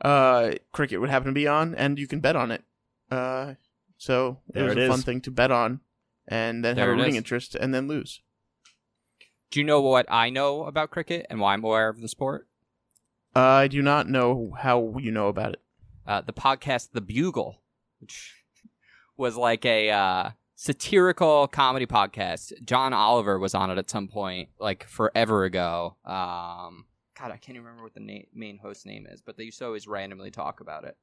E: uh, cricket would happen to be on, and you can bet on it. Uh, so
C: There
E: it was
C: it
E: a fun
C: is.
E: thing to bet on, and then
A: There it
E: have a rooting
A: is.
E: interest, and then lose.
A: Do you know what I know about cricket and why I'm aware of the sport?
E: I do not know how you know about it.
A: Uh, the podcast The Bugle, which was like a uh, satirical comedy podcast. John Oliver was on it at some point, like forever ago. Um, God, I can't even remember what the na- main host name is, but they used to always randomly talk about it,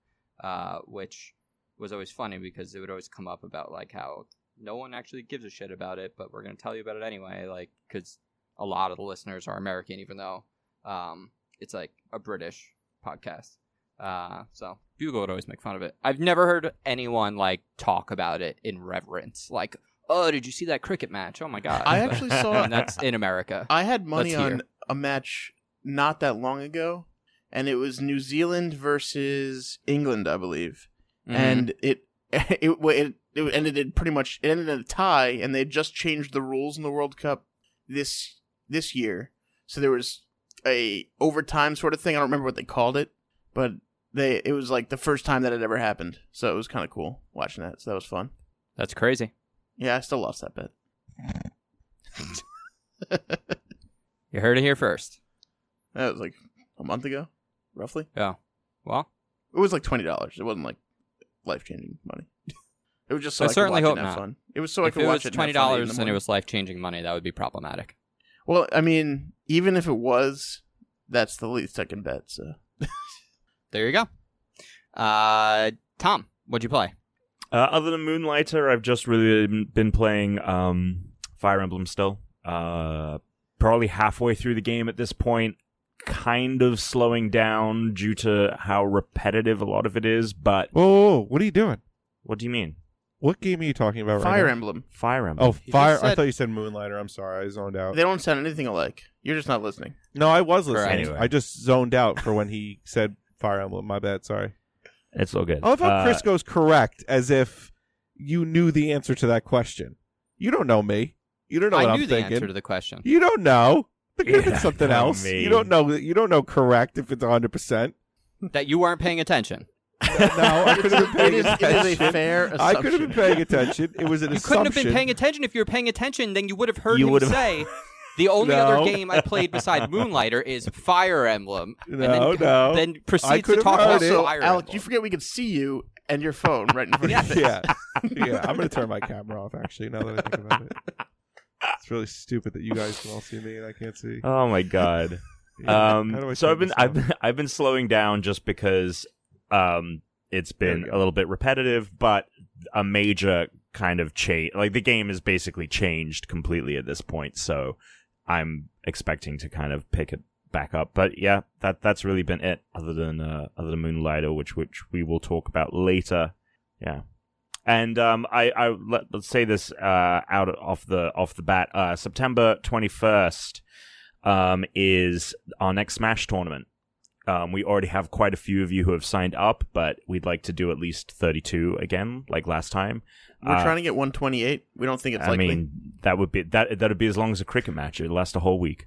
A: uh, which was always funny because it would always come up about like how no one actually gives a shit about it, but we're gonna tell you about it anyway, like because a lot of the listeners are American, even though um, it's like a British podcast. Uh, so Bugle would always make fun of it. I've never heard anyone like talk about it in reverence, like, "Oh, did you see that cricket match? Oh my god!"
E: I actually saw
A: But- and that's in America.
E: I had money
A: Let's hear.
E: on a match not that long ago, and it was New Zealand versus England, I believe,
A: Mhm.
E: and it it, it it ended in pretty much it ended in a tie, and they had just changed the rules in the World Cup this this year, so there was a overtime sort of thing. I don't remember what they called it, but they it was like the first time that had ever happened, so it was kind of cool watching that. So that was fun.
A: that's crazy.
E: Yeah, I still lost that bet.
A: You heard it here first.
E: That was like a month ago, roughly.
A: Well,
E: It was like twenty dollars. It wasn't like life changing money. It was just so
A: I
E: I, could
A: certainly
E: watch it
A: hope
E: and have
A: not.
E: fun. It was so I
A: if
E: could
A: it
E: watch
A: was
E: it.
A: twenty dollars and it was life changing money, that would be problematic.
E: well, I mean, even if it was, that's the least I can bet. So
A: There you go. Uh, Tom, what'd you play?
C: Uh, other than Moonlighter, I've just really been playing um, Fire Emblem still. Uh, probably halfway through the game at this point, kind of slowing down due to how repetitive a lot of it is. But
B: Whoa, whoa, whoa, what are you doing?
C: what do you mean?
B: What game are you talking about
E: Fire
B: right
E: Emblem.
C: Fire
B: now?
C: Emblem.
B: Oh,
A: just
B: fire! I
A: said-
B: thought you said Moonlighter. I'm sorry, I zoned
C: Oh.
B: out.
E: They don't sound anything alike. You're just not listening.
B: No, I was listening.
C: Anyway.
B: I just zoned out for when he said Fire Emblem. My bad. Sorry. Oh,
C: It's all good.
B: I love how
C: Uh,
B: Chris goes correct as if you knew the answer to that question. You don't know me. You don't know
A: I
B: what
A: knew
B: I'm
A: the
B: thinking.
A: answer to the question.
B: You don't know. There could have been
C: Yeah,
B: something
C: not
B: else.
C: me.
B: You don't know. You don't know correct if it's 100. percent
A: That you weren't paying attention.
B: No, I could have been
E: It
B: paying
E: is, it is a
B: attention.
E: fair assumption.
B: I could have been paying attention. It was an
A: You
B: assumption.
A: couldn't have been paying attention. If you were paying attention, then you would have heard
C: You
A: him
C: would've-
A: say, "The only other
B: No.
A: game I played beside Moonlighter is Fire Emblem."
B: No,
A: and then,
B: no.
A: Then
B: I
A: proceeds to
B: could've
A: talk
B: heard
A: about
B: it.
E: also,
A: Fire
E: Alec,
A: Emblem.
E: you forget we could see you and your phone right in front of you.
B: yeah, yeah. I'm gonna turn my camera off. Actually, now that I think about it, it's really stupid that you guys can all see me and I can't see.
C: Oh my god.
B: Yeah. How do I
C: um, so
B: turn
C: I've been
B: this
C: I've
B: off?
C: been, I've been slowing down just because um, it's
B: There
C: been
B: we go.
C: a little bit repetitive, but a major kind of change. Like the game is basically changed completely at this point, so I'm expecting to kind of pick it back up. But yeah, that that's really been it. Other than uh, other than Moonlighter, which which we will talk about later. Yeah. And um, I, I let, let's say this uh, out off the off the bat. Uh, September twenty first, um, is our next Smash tournament. Um, we already have quite a few of you who have signed up, but we'd like to do at least 32 again, like last time.
E: We're
C: Uh,
E: trying to get 128. We don't think it's
C: I
E: likely.
C: mean, that would be that that'd be as long as a cricket match. It'd last a whole week.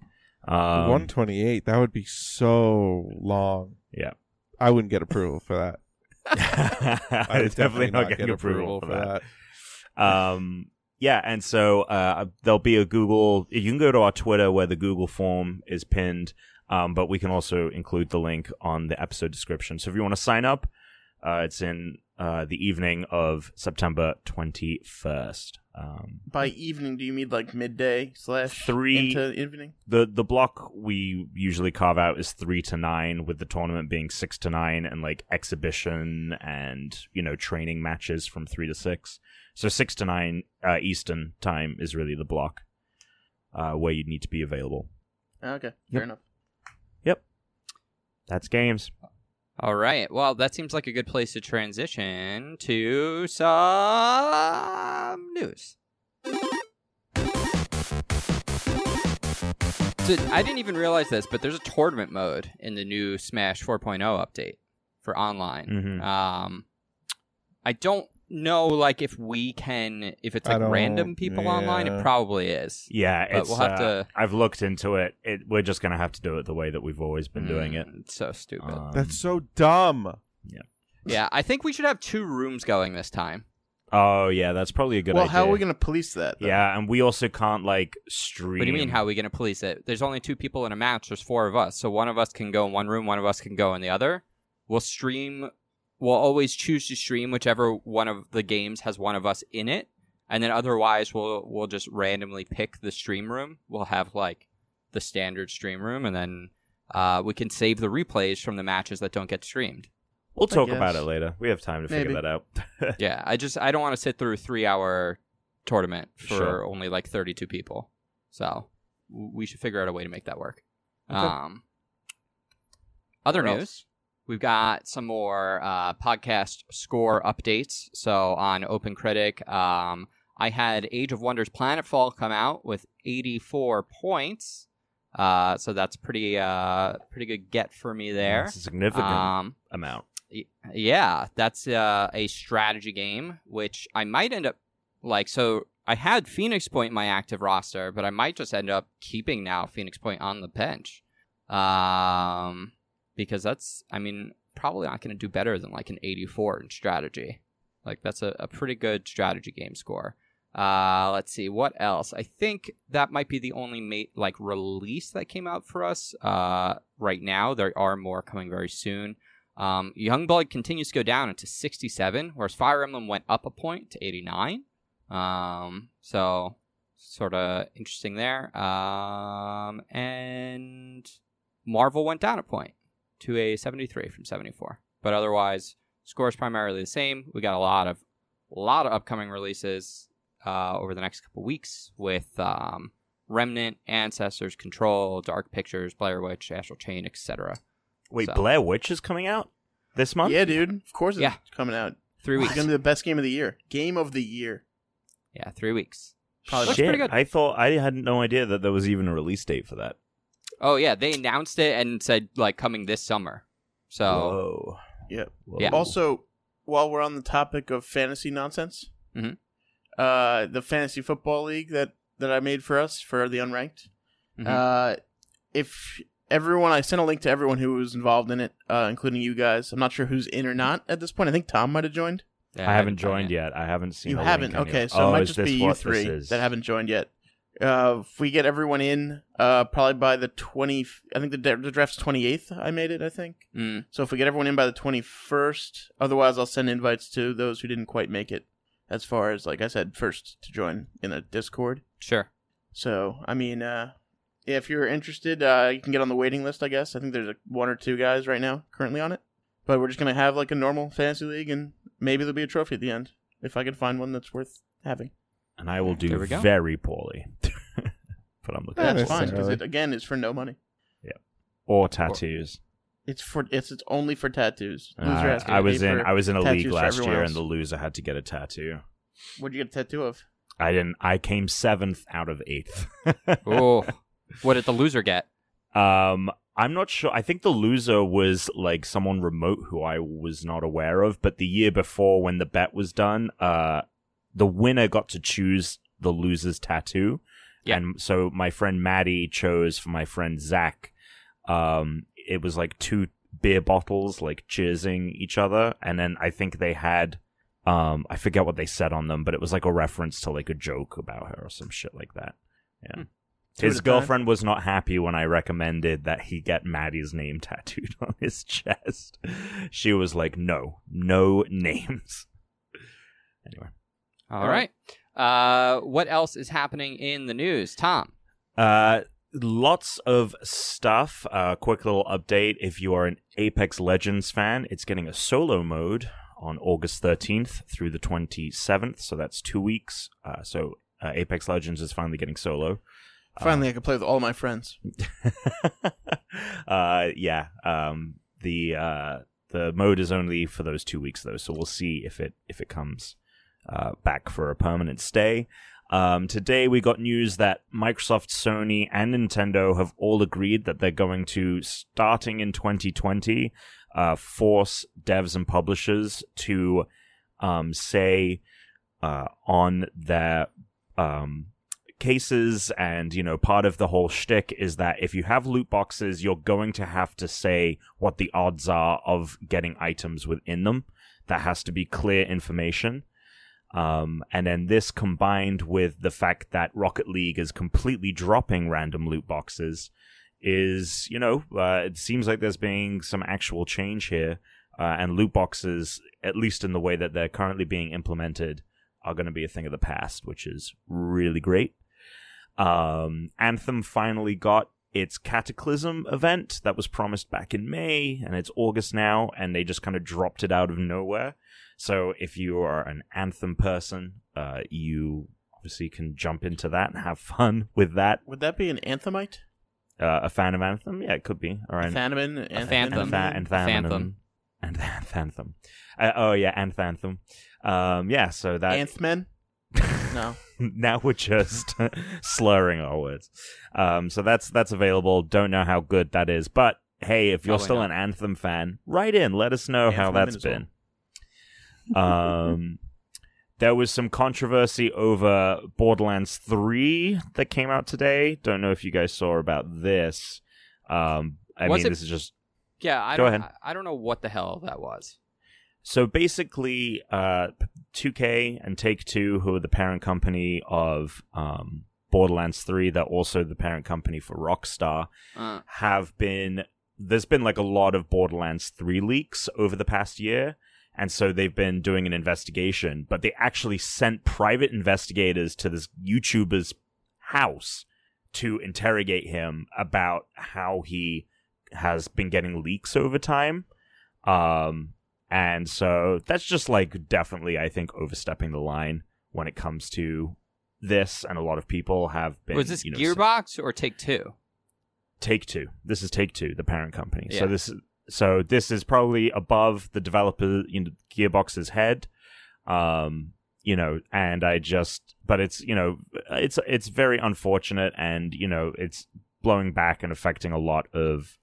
C: Um,
B: 128. That would be so long.
C: Yeah.
B: I wouldn't get approval for that. I would
C: it's definitely not getting approval for that. Um, yeah, and so uh, there'll be a Google. You can go to our Twitter where the Google form is pinned, um, but we can also include the link on the episode description. So if you want to sign up, uh, it's in uh, the evening of September twenty first. Um,
E: By evening, do you mean like midday slash
C: Three-
E: into evening?
C: the the block we usually carve out is three to nine, with the tournament being six to nine, and like exhibition and you know training matches from three to six. So six to nine uh, Eastern time is really the block uh, where you need to be available.
E: Ah, Okay,
C: Yep.
E: fair enough.
C: That's games.
A: All right. Well, that seems like a good place to transition to some news. So I didn't even realize this, but there's a tournament mode in the new Smash 4.0 update for online.
C: Mhm.
A: Um, I don't know, like if we can, if it's
B: I
A: like
B: don't-
A: random people online. It
B: yeah.
A: probably is.
C: Yeah,
A: But
C: it's.
A: we'll have
C: uh,
A: to-
C: I've looked into it. it. We're just gonna have to do it the way that we've always been doing it.
A: Mm, so stupid.
C: Um,
B: That's so dumb.
A: yeah, I think we should have two rooms going this time.
C: Oh yeah, that's probably a good
E: well,
C: idea.
E: how are we going to police that? though?
C: Yeah, and we also can't like stream.
A: What do you mean? How are we going to police it? There's only two people in a match. There's four of us. So one of us can go in one room, one of us can go in the other. We'll stream. We'll always choose to stream whichever one of the games has one of us in it, and then otherwise we'll we'll just randomly pick the stream room. We'll have like the standard stream room, and then uh, we can save the replays from the matches that don't get streamed.
C: We'll
E: I
C: talk about
E: guess.
C: it later. We have time to
E: Maybe.
C: figure that out.
A: yeah, I just I don't want to sit through a three hour tournament for
C: Sure.
A: only like thirty two people. So w- we should figure out a way to make that work. Um, other
E: What else?
A: news, we've got some more uh, podcast score updates. So on Open Critic, um, I had Age of Wonders Planetfall come out with eighty four points. Uh, so that's pretty uh pretty good get for me there.
C: That's a significant
A: Um,
C: amount.
A: Y- yeah that's uh, a strategy game which i might end up like so i had phoenix point in my active roster but i might just end up keeping now phoenix point on the bench um because that's i mean probably not going to do better than like an 84 in strategy like that's a, a pretty good strategy game score uh let's see what else i think that might be the only ma- like release that came out for us uh right now there are more coming very soon um, Youngblood continues to go down into 67, whereas Fire Emblem went up a point to 89. Um, so sort of interesting there. Um, and Marvel went down a point to a 73 from 74. But otherwise, Score's primarily the same. We got a lot of lot of upcoming releases uh, over the next couple weeks with um, Remnant, Ancestors, Control, Dark Pictures, Blair Witch, Astral Chain, etc.
C: Wait,
A: So-
C: Blair Witch is coming out this month.
E: Yeah, dude. Of course it's
A: Yeah.
E: coming out.
A: Three
E: It's
A: weeks.
E: going to be the best game of the year. Game of the year.
A: Yeah, three weeks.
E: Probably-
A: Looks
C: Shit,
A: pretty good.
C: I thought I had no idea that there was even a release date for that.
A: Oh yeah, they announced it and said like coming this summer. So
C: Whoa.
E: Yep.
C: Whoa.
A: Yeah.
E: Also, while we're on the topic of fantasy nonsense,
A: Mhm.
E: uh, the fantasy football league that that I made for us for the unranked.
A: Mhm.
E: Uh, if everyone, I sent a link to everyone who was involved in it, uh, including you guys. I'm not sure who's in or not at this point. I think Tom might have joined.
A: yeah,
C: I haven't
A: done
C: joined
A: it.
C: yet. I haven't seen.
E: you
C: a link
E: haven't.
C: anywhere.
E: Okay, so
C: Oh,
E: it might
C: is
E: just
C: this
E: be you
C: what this
E: three
C: is?
E: that haven't joined yet. Uh, if we get everyone in, uh, probably by the twenty. I think the, dra- the draft's twenty eighth. I made it. I think.
A: Mm,
E: So if we get everyone in by the 21st, otherwise I'll send invites to those who didn't quite make it. As far as like I said, first to join in a Discord.
A: sure.
E: So I mean, uh, yeah, if you're interested, uh, you can get on the waiting list. I guess I think there's like, one or two guys right now currently on it. But we're just gonna have like a normal fantasy league, and maybe there'll be a trophy at the end if I can find one that's worth having.
C: And I will
A: There
C: do
A: we go.
C: very poorly. but I'm looking
B: Not
E: That's fine because
B: necessarily.
E: it again is for no money.
C: or tattoos.
E: It's for it's it's only for tattoos.
C: Uh,
E: Loser has to
C: I
E: pay
C: was in
E: for-
C: I was in a
E: tattoos
C: league
E: for
C: last
E: everyone
C: year,
E: else.
C: and the loser had to get a tattoo.
E: What'd you get a tattoo of?
C: I didn't. I came seventh out of eighth.
A: Oh, what did the loser get?
C: um, I'm not sure. I think the loser was like someone remote who I was not aware of. But the year before, when the bet was done, uh, the winner got to choose the loser's tattoo.
A: Yeah.
C: And so my friend Maddie chose for my friend Zach. Um, it was like two beer bottles, like cheersing each other, and then I think they had. Um, I forget what they said on them, but it was like a reference to like a joke about her or some shit like that. Yeah.
A: Hmm.
E: Two at
C: His
E: a time.
C: girlfriend was not happy when I recommended that he get Maddie's name tattooed on his chest. She was like, "No, no names." Anyway,
A: All right. Uh, what else is happening in the news, Tom?
C: Uh, lots of stuff. Uh, quick little update. If you are an Apex Legends fan, it's getting a solo mode on August 13th through the 27th. So that's two weeks. Uh, so uh, Apex Legends is finally getting solo.
E: Finally, I can play with all my friends.
C: uh, yeah. Um, the uh, the mode is only for those two weeks though, so we'll see if it if it comes uh, back for a permanent stay. Um, today we got news that Microsoft, Sony, and Nintendo have all agreed that they're going to starting in 2020 uh, force devs and publishers to um, say uh, on their um, cases and you know part of the whole shtick is that if you have loot boxes, you're going to have to say what the odds are of getting items within them. That has to be clear information. Um, and then this combined with the fact that Rocket League is completely dropping random loot boxes is, you know, uh, it seems like there's being some actual change here. Uh, and loot boxes, at least in the way that they're currently being implemented, are going to be a thing of the past, which is really great. Um, Anthem finally got its Cataclysm event that was promised back in May, and it's August now, and they just kind of dropped it out of nowhere. So if you are an Anthem person, uh, you obviously can jump into that and have fun with that.
E: Would that be an anthemite?
C: Uh, a fan of Anthem? Yeah, it could be. Or an,
E: Thanamin,
A: A
C: and
A: phantom.
C: tha- and Thanamin.
A: Phantom.
C: And tha- Phantom. Uh, oh, yeah, and Phantom. Um, yeah, so that.
E: Anthmen? No.
C: now we're just slurring our words. Um, so that's that's available. Don't know how good that is, but hey, if you're
A: Probably
C: still
A: not.
C: an Anthem fan, write in. Let us know how
E: Anthem
C: that's
E: is all.
C: been. Um, there was some controversy over Borderlands Three that came out today. Don't know if you guys saw about this. Um, I
A: Was
C: mean,
A: it-
C: this is just
A: Yeah, I
C: Go
A: don't.
C: ahead.
A: I, I don't know what the hell that was.
C: So basically, uh, 2K and Take Two, who are the parent company of um, Borderlands 3, they're also the parent company for Rockstar,
A: Uh,
C: have been. There's been like a lot of Borderlands 3 leaks over the past year. And so they've been doing an investigation, but they actually sent private investigators to this YouTuber's house to interrogate him about how he has been getting leaks over time. Um, And so that's just like definitely, I think, overstepping the line when it comes to this. And a lot of people have been.
A: Was this
C: you know,
A: Gearbox or Take Two?
C: Take Two. This is Take Two, the parent company.
A: Yeah.
C: So this is so this is probably above the developer you know, Gearbox's head. Um, you know, and I just but it's you know it's it's very unfortunate and you know it's blowing back and affecting a lot of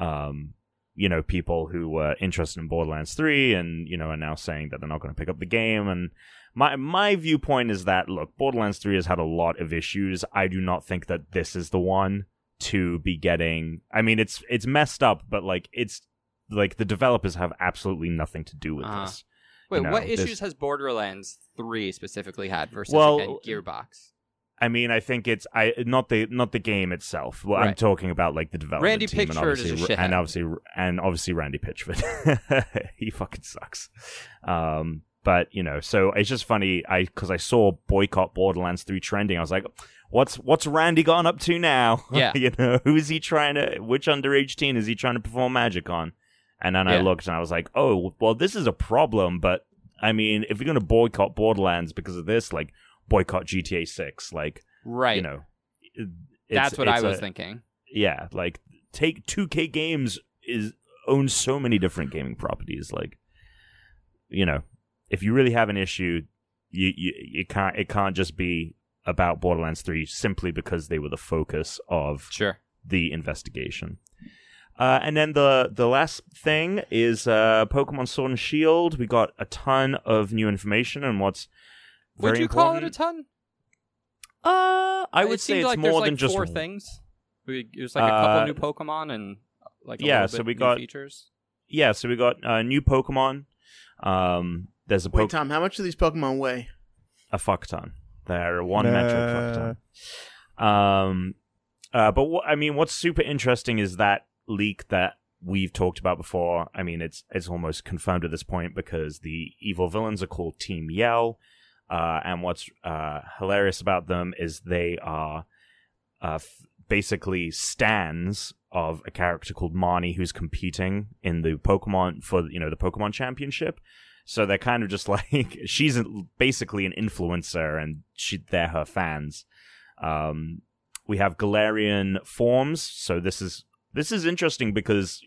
C: um you know people who were interested in Borderlands 3 and you know are now saying that they're not going to pick up the game and my my viewpoint is that look Borderlands 3 has had a lot of issues I do not think that this is the one to be getting I mean it's it's messed up but like it's like the developers have absolutely nothing to do with
A: Uh-huh.
C: this
A: Wait,
C: No,
A: what
C: this-
A: issues has Borderlands Three specifically had versus
C: Well,
A: again, Gearbox?
C: I mean, I think it's I not the not the game itself. Well, I'm
A: Right.
C: talking about like the development
A: Randy
C: team and
A: Pitchford is
C: obviously,
A: a shithead.
C: and obviously and obviously Randy Pitchford. he fucking sucks. Um, but you know, so it's just funny. I because I saw boycott Borderlands three trending. I was like, what's what's Randy gone up to now?
A: Yeah.
C: you know, who is he trying to? Which underage teen is he trying to perform magic on? And then I
A: Yeah.
C: looked and I was like, oh, well, this is a problem. But I mean, if you're going to boycott Borderlands because of this, like boycott GTA six, like
A: Right.
C: you know it- it's-
A: That's what
C: it's
A: I was
C: a-
A: thinking.
C: yeah like take 2k games is owns so many different gaming properties like you know if you really have an issue you, you it can't it can't just be about borderlands 3 simply because they were the focus of
A: Sure.
C: the investigation. Uh, and then the the last thing is uh, Pokemon Sword and Shield. We got a ton of new information and what's very
A: Would you call it a
C: important.
A: ton?
C: uh, I would
A: it
C: say
A: seemed
C: it's
A: like there's
C: more
A: like
C: than just
A: four
C: one.
A: things. We, there's like a couple
C: Uh,
A: new Pokemon and like a
C: yeah,
A: little
C: so
A: bit
C: we
A: new
C: got-
A: features.
C: Yeah, so we got uh, new Pokemon. Um, there's a
E: Wait,
C: Pokemon.
E: Tom, how much do these Pokemon weigh?
C: a fuck ton. They're one
B: Nah.
C: metric fuck ton. Um, uh, but what I mean, what's super interesting is that leak that we've talked about before. I mean, it's it's almost confirmed at this point because the evil villains are called Team Yell, uh, and what's uh, hilarious about them is they are uh, f- basically stands of a character called Marnie who's competing in the Pokemon for you know the Pokemon Championship. So they're kind of just like she's basically an influencer, and she, they're her fans. Um, we have Galarian forms, so this is this is interesting because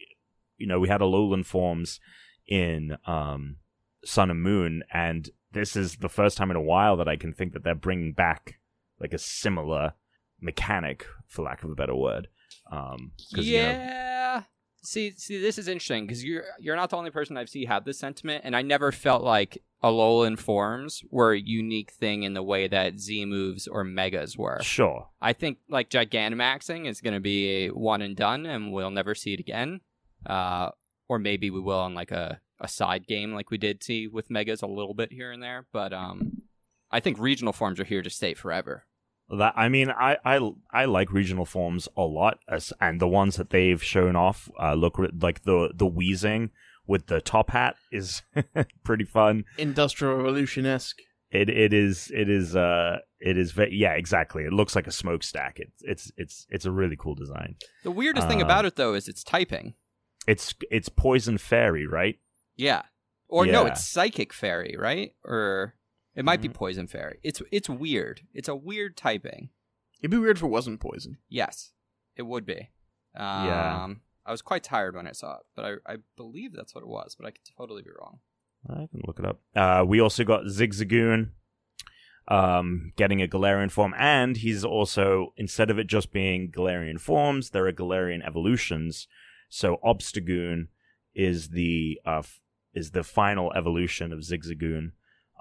C: you know we had Alolan forms in um, Sun and Moon, and this is the first time in a while that I can think that they're bringing back like a similar mechanic, for lack of a better word. Um, 'cause, you know,
A: Yeah. See, see, this is interesting because you're you're not the only person I've seen have this sentiment, and I never felt like Alolan forms were a unique thing in the way that Z moves or megas were.
C: sure.
A: I think like Gigantamaxing is going to be a one and done, and we'll never see it again. Uh, or maybe we will on like a, a side game, like we did see with megas a little bit here and there. But um, I think regional forms are here to stay forever.
C: That I mean, I I I like regional forms a lot, as, and the ones that they've shown off uh, look re- like the the wheezing with the top hat is pretty fun.
E: Industrial Revolution esque.
C: It it is it is uh it is ve- yeah exactly. It looks like a smokestack. It's it's it's it's a really cool design.
A: The weirdest thing
C: Uh,
A: about it though is it's typing.
C: It's it's poison fairy, right?
A: Yeah. Or no,
C: Yeah. Mm-hmm.
A: it's psychic fairy, right? Or it might be poison fairy. It's it's weird. It's a weird typing.
E: It'd be weird if it wasn't poison.
A: Yes, it would be. Um,
C: Yeah.
A: I was quite tired when I saw it, but I, I believe that's what it was, but I could totally be wrong.
C: I can look it up. Uh, we also got Zigzagoon um, getting a Galarian form, and he's also instead of it just being Galarian forms, there are Galarian evolutions. So Obstagoon is the uh, f- is the final evolution of Zigzagoon,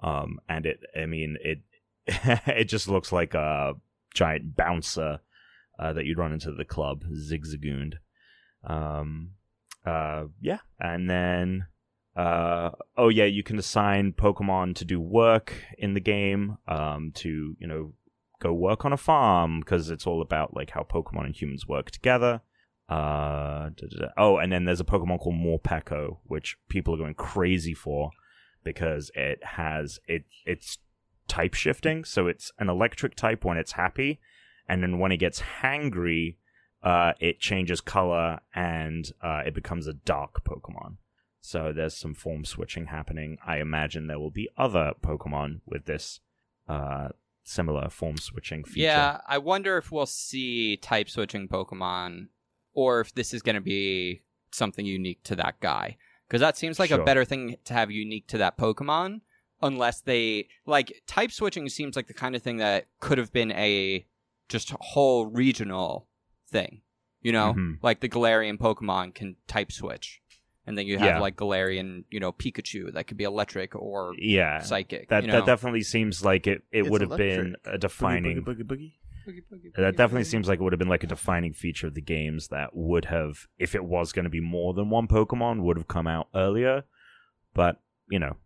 C: um, and it I mean it it just looks like a giant bouncer uh, that you'd run into the club, Zigzagoon. Um, uh, yeah, and then. Uh, oh yeah, you can assign Pokemon to do work in the game, um, to you know go work on a farm because it's all about like how Pokemon and humans work together. Uh, da, da, da. oh, and then there's a Pokemon called Morpeko, which people are going crazy for because it has it it's type shifting, so it's an electric type when it's happy, and then when it gets hangry, uh, it changes color and uh, it becomes a dark Pokemon. So there's some form switching happening. I imagine there will be other Pokemon with this uh, similar form switching feature.
A: Yeah, I wonder if we'll see type switching Pokemon or if this is going to be something unique to that guy. Because that seems like a
C: Sure.
A: better thing to have unique to that Pokemon, unless they. Like, type switching seems like the kind of thing that could have been a just whole regional thing. You know?
C: Mhm.
A: Like, the Galarian Pokemon can type switch. And then you have,
C: Yeah.
A: like, Galarian, you know, Pikachu that could be electric or
C: Yeah.
A: psychic.
C: That
A: you know?
C: that definitely seems like it, it
E: It's
C: would have been
E: electric.
C: a defining
E: Boogie, boogie, boogie,
C: that definitely seems like it would have been like a defining feature of the games that would have if it was going to be more than one pokemon would have come out earlier but you know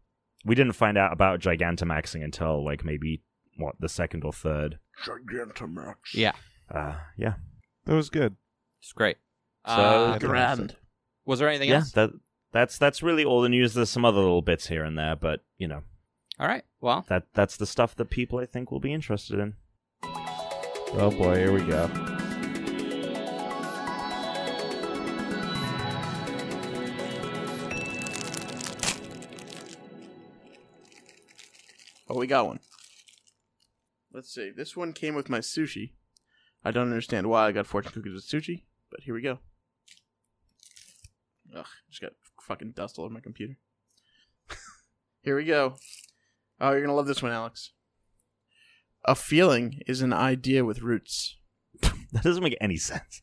C: we didn't find out about gigantamaxing until like maybe what the second or third
E: boogie. Gigantamax.
A: Yeah,
C: uh yeah
B: That was good.
A: it's great.
C: So-
A: Uh,
E: Grand.
A: Was there anything
C: yeah
A: else?
C: that that's that's really all the news there's some other little bits here and there but you know
A: All right. Well,
C: that that's the stuff that people i think will be interested in
B: Oh boy, here we go.
E: Oh, we got one. Let's see. This one came with my sushi. I don't understand why I got fortune cookies with sushi, but here we go. Ugh, just got fucking dust all over my computer. here we go. Oh, you're gonna love this one, Alex. A feeling is an idea with roots.
C: that doesn't make any sense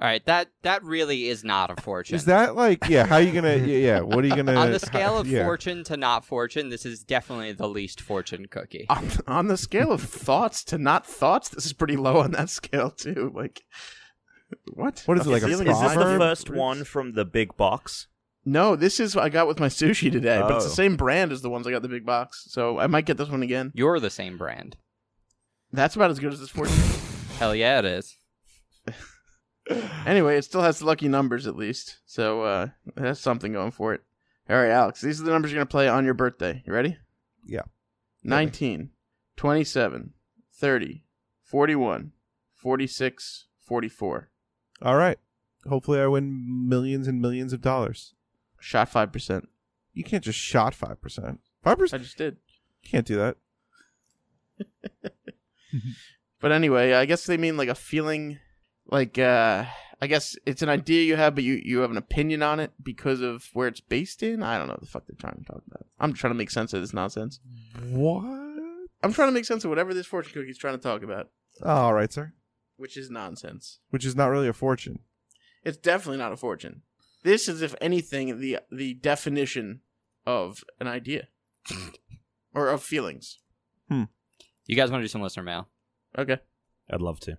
A: all right. That that really is not a fortune.
B: Is that like yeah? How you gonna yeah? yeah, What are you gonna
A: on the scale of
B: yeah.
A: fortune to not fortune? This is definitely the least fortune cookie.
E: on, on the scale of thoughts to not thoughts, this is pretty low on that scale too. Like, what?
B: What is it like?
C: is,
B: A
C: this the
B: proverb?
C: first one from the big box
E: No, this is what I got with my sushi today, but it's the
C: Oh.
E: same brand as the ones I got in the big box, so I might get this one again.
A: You're the same brand.
E: That's about as good as this fortune.
A: Hell yeah, it is.
E: anyway, it still has the lucky numbers at least, so uh, it has something going for it. All right, Alex, these are the numbers you're going to play on your birthday. You ready?
B: Yeah.
E: 19, 27, 30, 41, 46, 44.
B: All right. Hopefully, I win millions and millions of dollars.
E: Shot 5%.
B: You can't just shot five percent. Five
E: I
B: percent.
E: just did.
B: You can't do that.
E: But anyway, I guess they mean like a feeling like uh I guess it's an idea you have but you you have an opinion on it because of where it's based in. I don't know what the fuck they're trying to talk about. I'm trying to make sense of this nonsense.
B: What?
E: I'm trying to make sense of whatever this fortune cookie's trying to talk about,
B: all right, sir.
E: which is nonsense.
B: Which is not really a fortune.
E: It's definitely not a fortune. This is if anything the the definition of an idea or of feelings.
A: You guys want to do some listener mail?
E: Okay.
C: i'd love to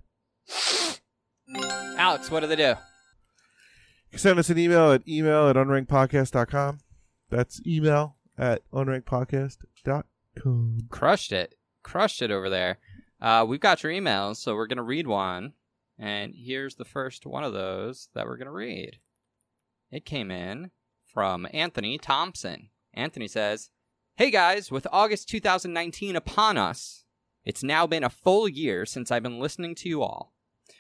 A: Alex, what do they do?
B: You can send us an email at email at unrankedpodcast.com. That's email at unrankedpodcast.com.
A: Crushed it. Crushed it over there. Uh, we've got your emails, so we're gonna read one. And here's the first one of those that we're gonna read. It came in from Anthony Thompson. Anthony says, Hey guys, with August 2019 upon us, it's now been a full year since I've been listening to you all.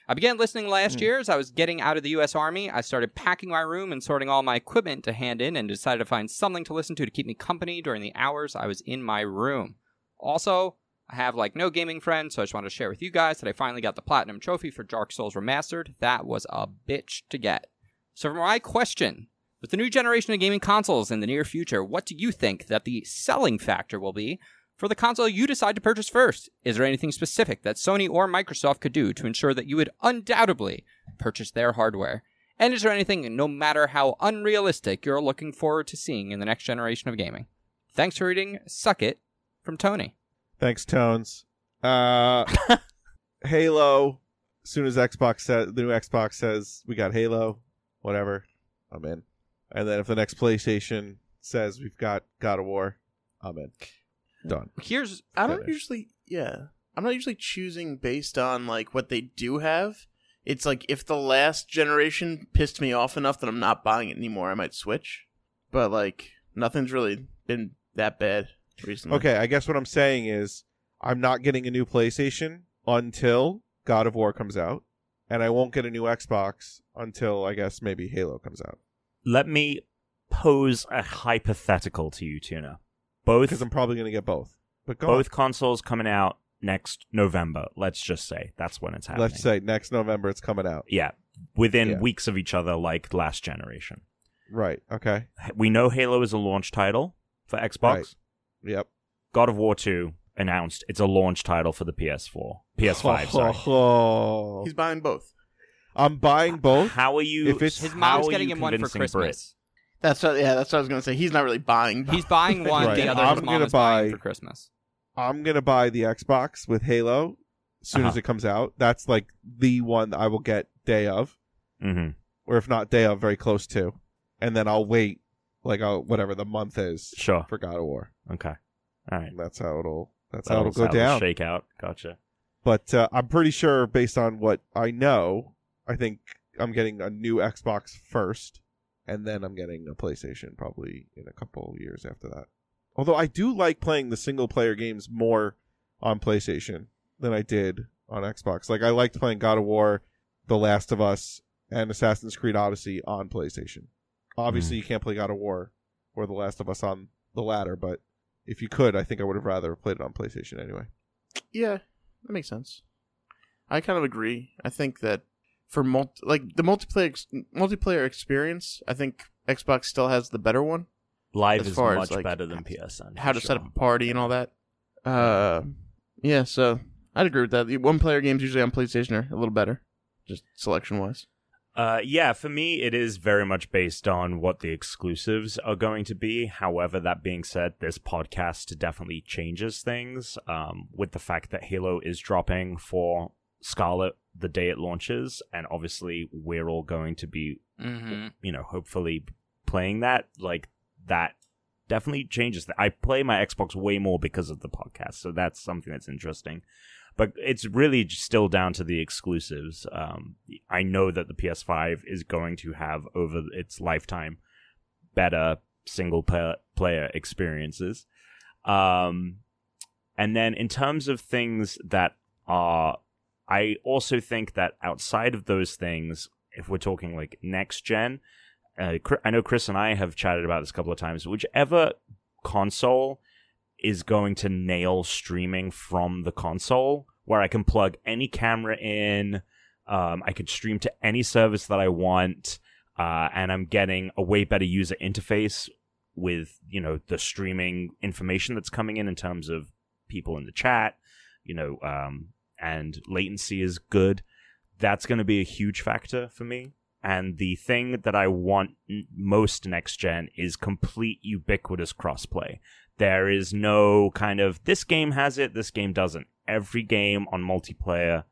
A: I began listening last year as I was getting out of the US Army. I started packing my room and sorting all my equipment to hand in and decided to find something to listen to to keep me company during the hours I was in my room. Also, I have like no gaming friends, so I just wanted to share with you guys that I finally got the platinum trophy for Dark Souls Remastered. That was a bitch to get. So, for my question, with the new generation of gaming consoles in the near future, what do you think that the selling factor will be for the console you decide to purchase first? Is there anything specific that Sony or Microsoft could do to ensure that you would undoubtedly purchase their hardware? And is there anything, no matter how unrealistic, you're looking forward to seeing in the next generation of gaming? Thanks for reading Suck It from Tony.
B: Thanks, Tones. Uh, Halo. As soon as Xbox says the new Xbox says we got Halo, whatever, I'm in. And then if the next PlayStation says we've got God of War, I'm in. Done.
A: Here's
E: I don't
B: finish.
E: usually yeah. I'm not usually choosing based on like what they do have. It's like if the last generation pissed me off enough that I'm not buying it anymore, I might switch. But like nothing's really been that bad
C: Hmm.
E: recently.
B: Okay, I guess what I'm saying is I'm not getting a new PlayStation until God of War comes out, and I won't get a new Xbox until I guess maybe Halo comes out.
C: let me pose a hypothetical to you, Tuna. Both
B: because I'm probably going to get both. But go
C: both consoles coming out next November. Let's just say that's when it's
B: on.
C: happening.
B: Let's say next November it's coming out.
C: yeah, within
B: Yeah.
C: weeks of each other, like last generation.
B: Right. Okay.
C: We know Halo is a launch title for Xbox.
B: Right. Yep.
C: God of War Two announced it's a launch title for the PS4, PS5. sorry.
B: Oh,
E: He's buying both.
B: I'm buying both.
C: How are you?
B: oh. If it's-
A: His
C: how
A: mom's
C: are
A: getting
C: you
A: him one for
C: convincing Brit?
A: Christmas.
E: That's what, yeah. That's what I was gonna say. He's not really buying. both.
A: He's buying one.
B: Right.
A: The other
B: I'm
A: his mom
B: gonna
A: is buying
B: buy-
A: for Christmas.
B: I'm gonna buy the Xbox with Halo as soon as
C: Uh-huh.
B: it comes out. That's like the one that I will get day of,
C: Mhm.
B: or if not day of, very close to, and then I'll wait like i whatever the month is
C: Sure.
B: for God of War.
C: Okay. All right.
B: And that's how it'll. That's
C: That'll-
B: how it'll go
C: that'll
B: down.
C: Shake out. Gotcha.
B: But uh, I'm pretty sure, based on what I know, I think I'm getting a new Xbox first, and then I'm getting a PlayStation probably in a couple years after that. Although I do like playing the single player games more on PlayStation than I did on Xbox. Like I liked playing God of War, The Last of Us, and Assassin's Creed Odyssey on PlayStation. Obviously, you can't play God of War or The Last of Us on the latter, but if you could, I think I would have rather played it on PlayStation anyway.
E: Yeah, that makes sense. I kind of agree. I think that for multi- like the multiplayer ex- multiplayer experience, I think Xbox still has the better one.
C: Live
E: As
C: is
E: far as,
C: much
E: like,
C: better than
E: h-
C: PSN.
E: How
C: for
E: to set up
C: sure.
E: a party and all that. Uh, yeah. So I'd agree with that. The one player games usually on PlayStation are a little better, just selection wise.
C: Uh, yeah, for me, it is very much based on what the exclusives are going to be. However, that being said, this podcast definitely changes things um, with the fact that Halo is dropping for Scarlet the day it launches, and obviously, we're all going to be,
A: Mm-hmm.
C: you know, hopefully playing that. Like, that definitely changes. Th- I play my Xbox way more because of the podcast, so that's something that's interesting. But it's really j- still down to the exclusives. Um, I know that the PS5 is going to have over its lifetime better single pa- player experiences. Um, and then in terms of things that are, I also think that outside of those things, if we're talking like next gen, uh, Chri- I know Chris and I have chatted about this a couple of times. Whichever console is going to nail streaming from the console, where I can plug any camera in, um, I could stream to any service that I want, uh, and I'm getting a way better user interface with you know the streaming information that's coming in in terms of people in the chat, you know, um, and latency is good. That's going to be a huge factor for me. And the thing that I want n- most next gen is complete ubiquitous crossplay. There is no kind of this game has it, this game doesn't. Every game on multiplayer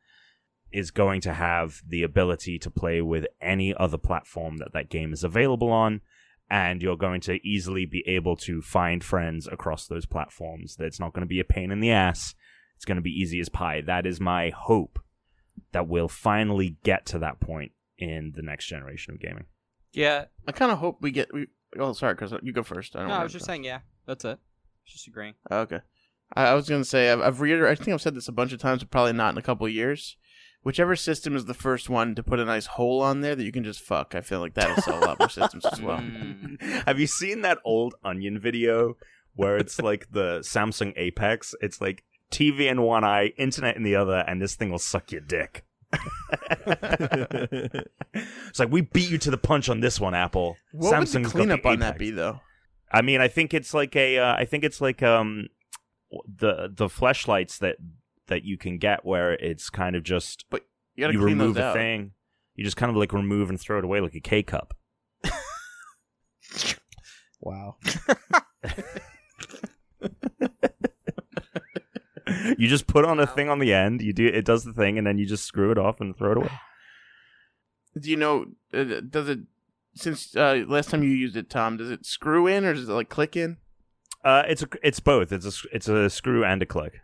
C: is going to have the ability to play with any other platform that that game is available on. And you're going to easily be able to find friends across those platforms. That's not going to be a pain in the ass. It's going to be easy as pie. That is my hope that we'll finally get to that point in the next generation of gaming.
A: Yeah.
E: I kind of hope we get. We, oh, sorry, Chris. You go first. I don't
A: No, I
E: wanna-
A: was just saying. Yeah, that's it. Just agreeing.
E: Oh, okay. I, I was gonna say I've, I've reiterated. I think I've said this a bunch of times, but probably not in a couple of years. Whichever system is the first one to put a nice hole on there that you can just fuck, I feel like that'll sell a lot more systems as well.
A: Mm.
C: Have you seen that old Onion video where it's like the Samsung Apex? It's like TV in one eye, internet in the other, and this thing will suck your dick. it's like we beat you to the punch on this one, Apple.
E: What
C: Samsung's
E: would
C: got
E: the cleanup on that
C: Apex.
E: be, though?
C: I mean, I think it's like a, uh, I think it's like um, the the flashlights that that you can get where it's kind of just
E: You gotta
C: you
E: clean
C: remove
E: those
C: a
E: out.
C: thing. You just kind of like remove and throw it away like a K cup.
B: Wow.
C: you just put on a thing on the end. You do it does the thing, and then you just screw it off and throw it away.
E: Do you know? Uh, does it? Since uh, last time you used it, Tom, does it screw in or does it like click in?
C: Uh, it's a, it's both. It's a s- it's a screw and a click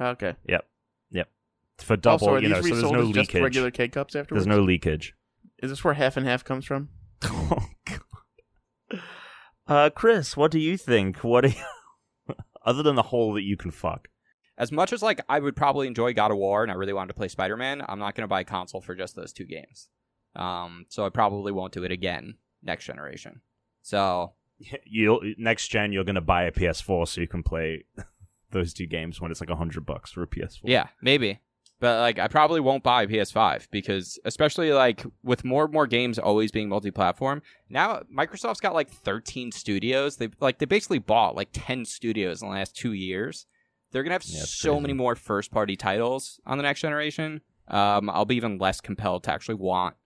E: Okay.
C: for double.
E: also, are
C: you
E: Oh, these
C: know, so there's
E: resold
C: no
E: as just
C: leakage.
E: regular K cups afterwards?
C: There's no leakage.
E: Is this where half and half comes from?
C: Oh god. Uh, Chris, what do you think? What are you- other than the hole that you can fuck?
A: As much as like I would probably enjoy God of War and I really wanted to play Spider Man, I'm not going to buy a console for just those two games. Um, so I probably won't do it again next generation. So
C: You'll next gen, you're gonna buy a PS4 so you can play those two games when it's like hundred bucks for a PS4.
A: yeah, maybe. But like, I probably won't buy PS5 because, especially like with more and more games always being multi-platform. Now Microsoft's got like 13 studios. They like they basically bought like 10 studios in the last two years. They're gonna have
C: Yeah, it's
A: so
C: crazy.
A: many more first-party titles on the next generation. Um, I'll be even less compelled to actually want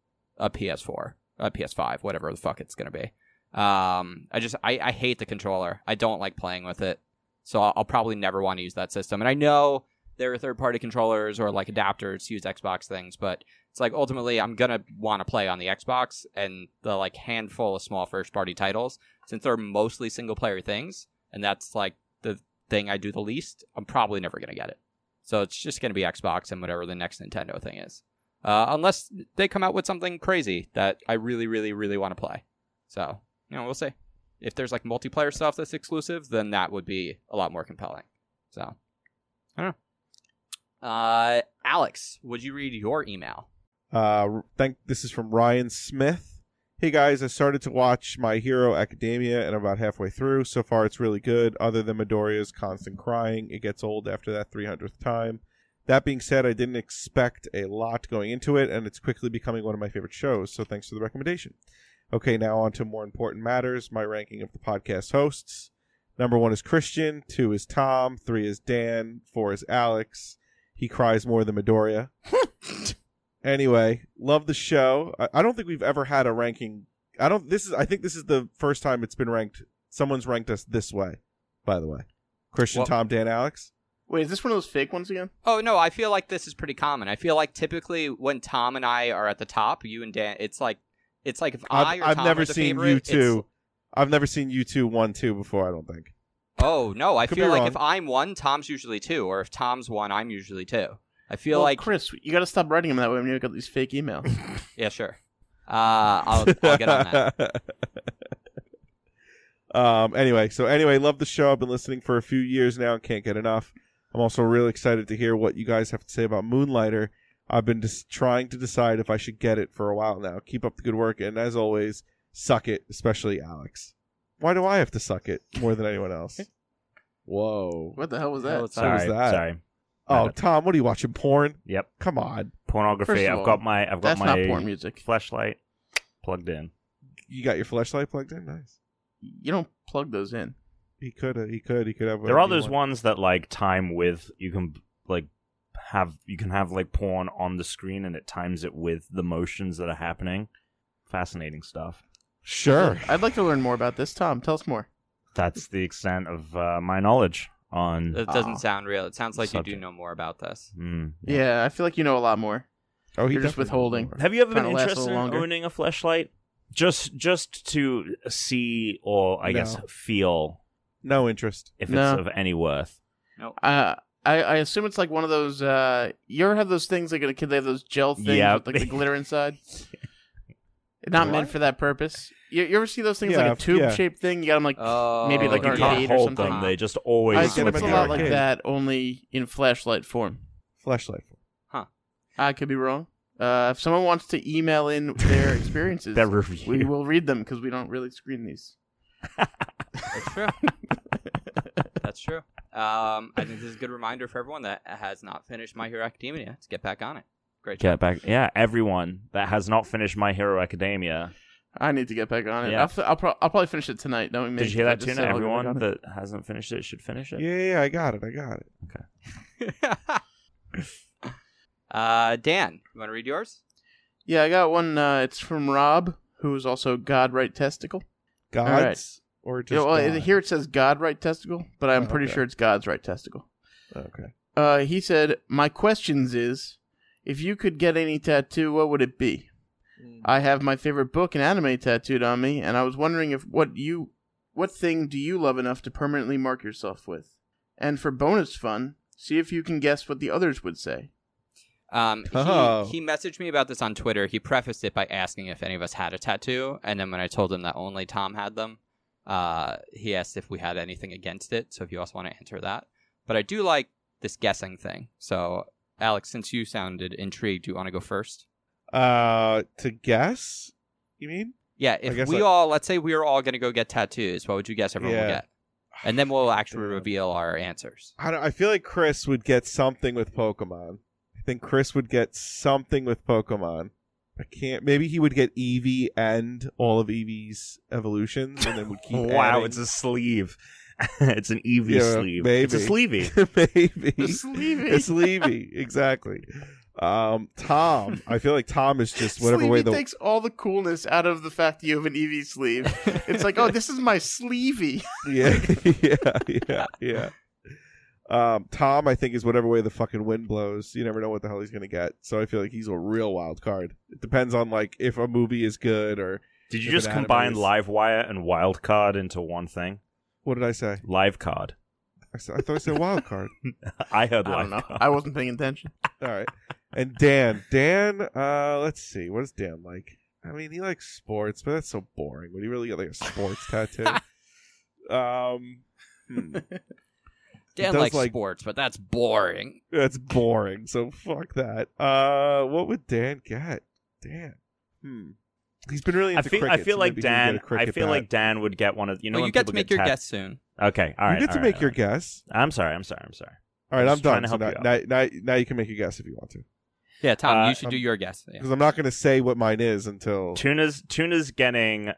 A: a PS4, a PS5, whatever the fuck it's gonna be. Um, I just I, I hate the controller. I don't like playing with it, so I'll, I'll probably never want to use that system. And I know there are third-party controllers or like adapters to use Xbox things, but it's like ultimately I'm gonna want to play on the Xbox and the like handful of small first-party titles since they're mostly single-player things, and that's like the thing I do the least. I'm probably never gonna get it, so it's just gonna be Xbox and whatever the next Nintendo thing is, uh, unless they come out with something crazy that I really, really, really want to play. So you know, we'll see. If there's like multiplayer stuff that's exclusive, then that would be a lot more compelling. So, I don't know. Uh, Alex, would you read your email?
B: Uh, thank. This is from Ryan Smith. Hey guys, I started to watch My Hero Academia and I'm about halfway through. So far, it's really good. Other than Midoriya's constant crying, it gets old after that 300th time. That being said, I didn't expect a lot going into it, and it's quickly becoming one of my favorite shows. So thanks for the recommendation. Okay, now on to more important matters. My ranking of the podcast hosts. Number one is Christian. Two is Tom. Three is Dan. Four is Alex. He cries more than Midoriya. Anyway, love the show. I, I don't think we've ever had a ranking. I don't. This is. I think this is the first time it's been ranked. Someone's ranked us this way. By the way, Christian,
A: Well-
B: Tom, Dan, Alex.
E: Wait, is this one of those fake ones again?
A: Oh no, I feel like this is pretty common. I feel like typically when Tom and I are at the top, you and Dan, it's like it's like if I
B: I've,
A: or
B: I've
A: Tom
B: never
A: are the
B: seen
A: favorite,
B: you
A: it's-
B: two. I've never seen you two one two before. I don't think.
A: Oh no, I
B: Could
A: feel
B: be
A: like
B: wrong.
A: if I'm one, Tom's usually two, or if Tom's one, I'm usually two. I feel
E: Well,
A: like
E: Chris, you got to stop writing them that way when you got these fake emails.
A: yeah, sure. Uh, I'll, I'll get on that.
B: um. Anyway, so anyway, love the show. I've been listening for a few years now and can't get enough. I'm also really excited to hear what you guys have to say about Moonlighter. I've been just trying to decide if I should get it for a while now. Keep up the good work, and as always, suck it, especially Alex. Why do I have to suck it more than anyone else? Whoa!
E: what the hell was
A: Hell,
E: that?
A: it's not-
B: What was
C: Sorry,
B: that?
C: sorry.
B: Oh, Tom, what are you watching? Porn?
C: Yep,
B: Come on,
E: First
C: pornography.
E: of
C: I've
E: all,
C: got my I've got
E: That's
C: my
E: not porn music.
C: flashlight plugged in.
B: you got your flashlight plugged in? Nice.
E: You don't plug those in.
B: He could. He could. He could have.
C: there
B: whatever
C: are
B: he
C: those
B: wants.
C: ones that like time with you can like have you can have like porn on the screen and it times it with the motions that are happening. Fascinating stuff.
B: Sure.
E: I'd like to learn more about this. Tom, tell us more.
C: That's the extent of uh, my knowledge on.
A: That doesn't
E: Aw.
A: sound real. It sounds like you
C: Subject.
A: do know more about this.
C: Mm.
E: Yeah. I feel like you know a lot more.
B: Oh, he
E: You're
B: definitely
E: just
B: knows
E: withholding.
B: more.
C: Have you ever been
E: Kinda lasts a
C: interested in
E: little longer.
C: owning a flashlight? Just just to see or I guess
B: No.
C: feel
B: No interest.
C: if
E: No.
C: it's of any worth.
E: Uh, I, I assume it's like one of those. Uh, you ever have those things like at a kid? They have those gel things
C: Yeah.
E: with like the glitter inside. Not meant
B: What?
E: for that purpose. You, you ever see those things
B: Yeah,
E: like a
B: I've-
E: tube
B: yeah.
E: shaped thing? You got them like.
A: Oh, Uh-huh.
E: Maybe
C: Like
E: like
C: you
E: arcade
C: can't
E: or
C: hold
E: something.
C: them; they just
E: I
C: always
E: assume
B: get
E: it's
C: look
E: a
B: them at
E: lot
B: the
E: like
B: arcade.
E: that, only in flashlight form.
B: Flashlight.
E: I could be wrong. Uh, if someone wants to email in their experiences,
C: that review.
E: we will read them because we don't really screen these.
A: That's true. That's true. Um, I think this is a good reminder for everyone that has not finished My Hero Academia to get back on it. Great job.
C: Get back. Yeah, everyone that has not finished My Hero Academia.
E: I need to get back on it.
C: Yeah.
E: I'll, f- I'll, pro- I'll probably finish it tonight. Knowing me,
C: Did you hear
E: I
C: that
E: just
C: tune?
E: said I'll get back
C: Everyone
E: on it.
C: that hasn't finished it should finish it.
B: Yeah, yeah, I got it. I got it.
A: uh, Dan, you want to read yours?
E: Yeah, I got one. Uh, it's from Rob, who is also God Right Testicle.
B: Gods or just
E: Yeah, well,
B: God?
E: it- here it says God Right Testicle, but I'm
B: Oh,
E: pretty
B: okay.
E: sure it's God's Right Testicle.
B: Okay.
E: Uh, he said, "My questions is, if you could get any tattoo, what would it be? I have my favorite book and anime tattooed on me, and I was wondering if what you, what thing do you love enough to permanently mark yourself with? And for bonus fun, see if you can guess what the others would say.
A: Um, he,
B: Oh.
A: he messaged me about this on Twitter. He prefaced it by asking if any of us had a tattoo, and then when I told him that only Tom had them, uh, he asked if we had anything against it. So if you also want to answer that, but I do like this guessing thing. So Alex, since you sounded intrigued, do you want to go first?
B: Uh, to guess, you mean?
A: Yeah,
B: I
A: if
B: guess
A: we
B: I-
A: all let's say we are all gonna go get tattoos, what would you guess everyone will
B: Yeah.
A: get? And then we'll actually
B: Yeah.
A: reveal our answers.
B: I, don't, I feel like Chris would get something with Pokemon. I think Chris would get something with Pokemon. I can't. Maybe he would get Eevee and all of Eevee's evolutions, and then would keep.
C: wow,
B: adding-
C: it's a sleeve. it's an EV
B: Yeah,
C: sleeve. It's a
B: maybe.
C: sleevey.
B: maybe
E: It's Levy.
B: It's Levy, exactly. Um, Tom, I feel like Tom is just whatever
E: Sleevey
B: way the
E: takes all the coolness out of the fact that you have an EV sleeve. it's like, oh, this is my sleevey.
B: yeah, yeah, yeah, yeah. Um, Tom, I think is whatever way the fucking wind blows. You never know what the hell he's gonna get. So I feel like he's a real wild card. It depends on like if a movie is good or
C: Did you
B: If
C: just
B: an anime
C: combine
B: is-
C: Livewire and Wildcard into one thing?
B: what did I say?
C: Livecard.
B: I, s- I thought I said wild card.
C: I
B: Oh
C: heard
E: I don't know.
C: Livecard.
E: I wasn't paying attention.
B: All right. And Dan, Dan, uh, let's see, what is Dan like? I mean, he likes sports, but that's so boring. Would he really get like a sports tattoo? Um, hmm.
A: Dan
B: does
A: likes
B: like-
A: sports, but that's boring.
B: That's boring. So fuck that. Uh, what would Dan get? Dan. Hmm. He's been really
C: I
B: into
C: feel, I
B: cricket,
C: feel
B: so
C: like
B: maybe he would get
C: Dan.
B: a
C: I
B: cricket
C: feel
B: bat.
C: like Dan would get one of you know.
A: well,
C: when
A: you get to
C: people
A: make your
C: tat-
A: guess soon.
C: Okay, all right.
B: you get to
C: all right,
B: make
C: all
B: your
C: right.
B: guess.
C: I'm sorry. I'm sorry. I'm sorry.
B: All right,
C: I'm
B: I'm
C: just trying
B: done.
C: to
B: So now,
C: help you
B: now, now, now you can make your guess if you want to,
A: Yeah, Tom,
C: Uh,
A: you should do
B: um,
A: your guess. Yeah.
B: because I'm not going to say what mine is until.
C: Tuna's Tuna's getting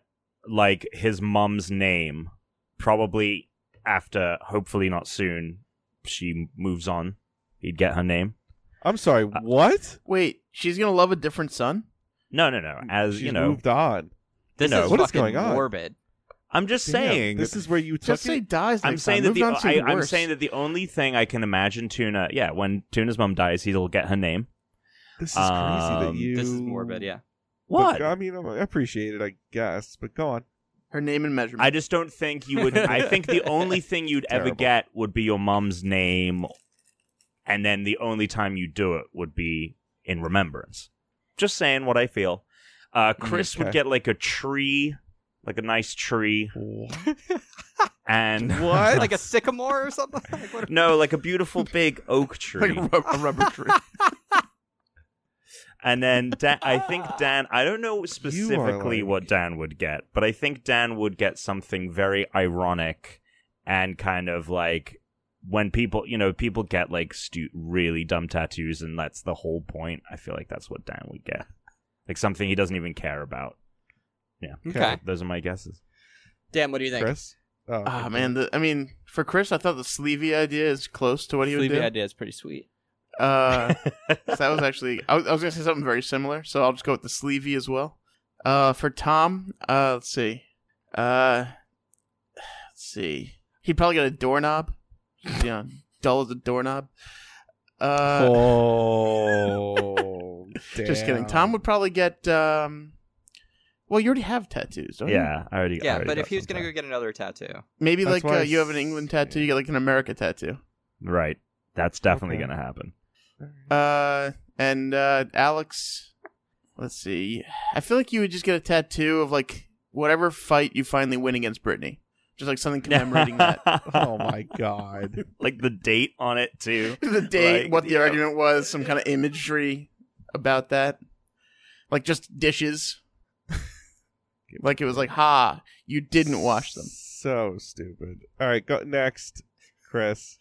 C: like his mom's name, probably after. Hopefully not soon. She moves on. He'd get her name.
B: I'm sorry.
C: Uh,
B: What?
E: Wait, she's gonna love a different son.
C: No, no, no. As
B: Mm, She's
C: you know,
B: moved on.
A: This
C: know,
A: is
B: what is
A: fucking
B: going on?
A: morbid.
C: I'm just
B: Damn,
C: saying.
B: this is where you took
E: Just say
B: it.
E: dies.
C: I'm
E: next
C: saying
E: time.
C: that the,
E: Moved on to
C: I,
E: the
C: I'm
E: worst.
C: saying that the only thing I can imagine Tuna, yeah, when Tuna's mom dies, he'll get her name.
B: This is crazy
C: Um,
B: that you.
A: This is morbid. Yeah.
B: But,
C: What?
B: I mean, I appreciate it, I guess, but go on.
E: her name and measurement.
C: I just don't think you would. I think the only thing you'd ever
B: Terrible.
C: get would be your mom's name, and then the only time you do it would be in remembrance. Just saying what I feel. Uh, Chris would
B: Okay.
C: get like a tree, like a nice tree, and
B: What?
A: like a sycamore or something. Like, what-
C: no, like a beautiful big oak tree.
E: like a rub- a rubber tree.
C: And then Dan, I think Dan, I don't know specifically
B: like-
C: what Dan would get, but I think Dan would get something very ironic and kind of like when people, you know, people get like stu- really dumb tattoos, and that's the whole point. I feel like that's what Dan would get, like something he doesn't even care about. Yeah,
A: okay.
C: those are my guesses.
A: Dan, what do you think?
B: Chris? Oh,
E: Ah man, the, I mean, for Chris, I thought the sleevey idea is close to what he would
A: Sleepy
E: do.
A: idea is pretty sweet.
E: Uh, so that was actually I was, I was gonna say something very similar, so I'll just go with the sleevey as well. Uh, for Tom, uh, let's see, uh, let's see, he'd probably get a doorknob. Yeah, dull as a doorknob. Uh,
B: oh
E: just kidding.
B: damn.
E: Tom would probably get. Um, well, you already have tattoos, don't you?
C: Yeah, I already. I
A: Yeah,
C: already
A: but
C: got
A: if he was gonna go
C: something.
A: get another tattoo,
E: Maybe
B: That's
E: like
B: why
E: uh,
B: I
E: you have an
B: s-
E: England tattoo, you get like an America tattoo.
C: right, that's definitely
B: Okay.
C: gonna happen.
E: Uh, and uh, Alex, let's see. I feel like you would just get a tattoo of like whatever fight you finally win against Brittany, just like something commemorating that.
B: oh my god.
C: Like the date on it too.
E: The date,
C: Like,
E: what the
C: yeah.
E: argument was, some kind of imagery about that, like just dishes. like it was like, ha, you didn't wash them.
B: So stupid. All right, go next, Chris.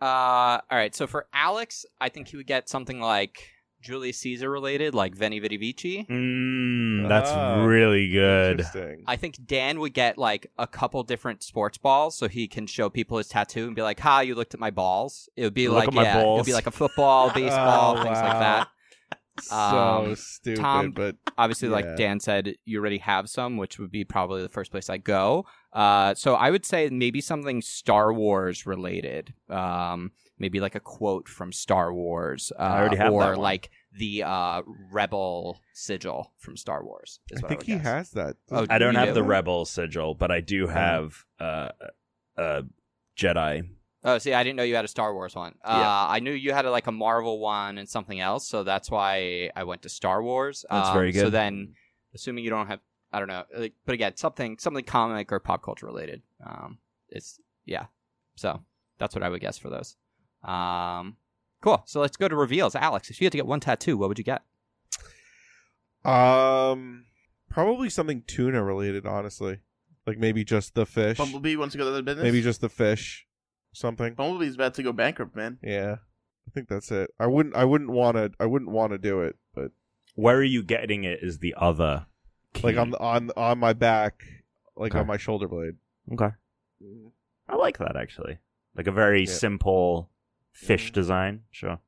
A: Uh, all right. So for Alex, I think he would get something like Julius Caesar related, like Veni Vidi Vici.
C: Mm, that's
B: Ah.
C: really good.
B: Interesting.
A: I think Dan would get like a couple different sports balls, so he can show people his tattoo and be like, "Ha, you looked at my balls." It would be
C: Look
A: like,
C: at my
A: yeah, it would
C: balls.
A: be like a football, baseball,
B: Oh,
A: things like
B: wow.
A: that.
B: so
A: um,
B: stupid,
A: Tom-
B: but
A: Obviously,
B: Yeah.
A: like Dan said, you already have some, which would be probably the first place I go. Uh, so I would say maybe something Star Wars related. Um, maybe like a quote from Star Wars. Uh,
C: already have
A: or
C: that one.
A: like the uh, Rebel sigil from Star Wars. Is
B: I
A: what
B: think
A: would
B: he
A: guess.
B: has that.
A: Oh,
C: I don't
A: You
C: have
A: do?
C: the rebel sigil, but I
E: Uh-huh.
C: do have uh, uh, Jedi.
A: Oh, see, I didn't know you had a Star Wars one.
C: Yeah.
A: Uh, I knew you had like a Marvel one and something else, so that's why I went to Star Wars.
C: That's
E: Ah,
A: Um,
C: very
A: So
C: good.
A: then, assuming you don't have, I don't know, like, but again, something something comic or pop culture related. Um, it's yeah. So that's what I would guess for those. Um, cool. So let's go to reveals. Alex, if you had to get one tattoo, what would you get?
B: Um, Probably something tuna related, honestly. Like maybe just the fish.
E: Bumblebee wants to go to the business.
B: Maybe just the fish. Something.
E: Bumblebee's about to go bankrupt, man.
B: Yeah. I think that's it. I wouldn't I wouldn't want to I wouldn't want to do it, but
C: Where are you getting it? Is the other key.
B: like on the- on on my back, like on
C: Okay.
B: my shoulder blade. Mm-hmm.
C: okay. I like that actually. Like a very
B: Yeah.
C: simple fish
B: Mhm.
C: design. Sure.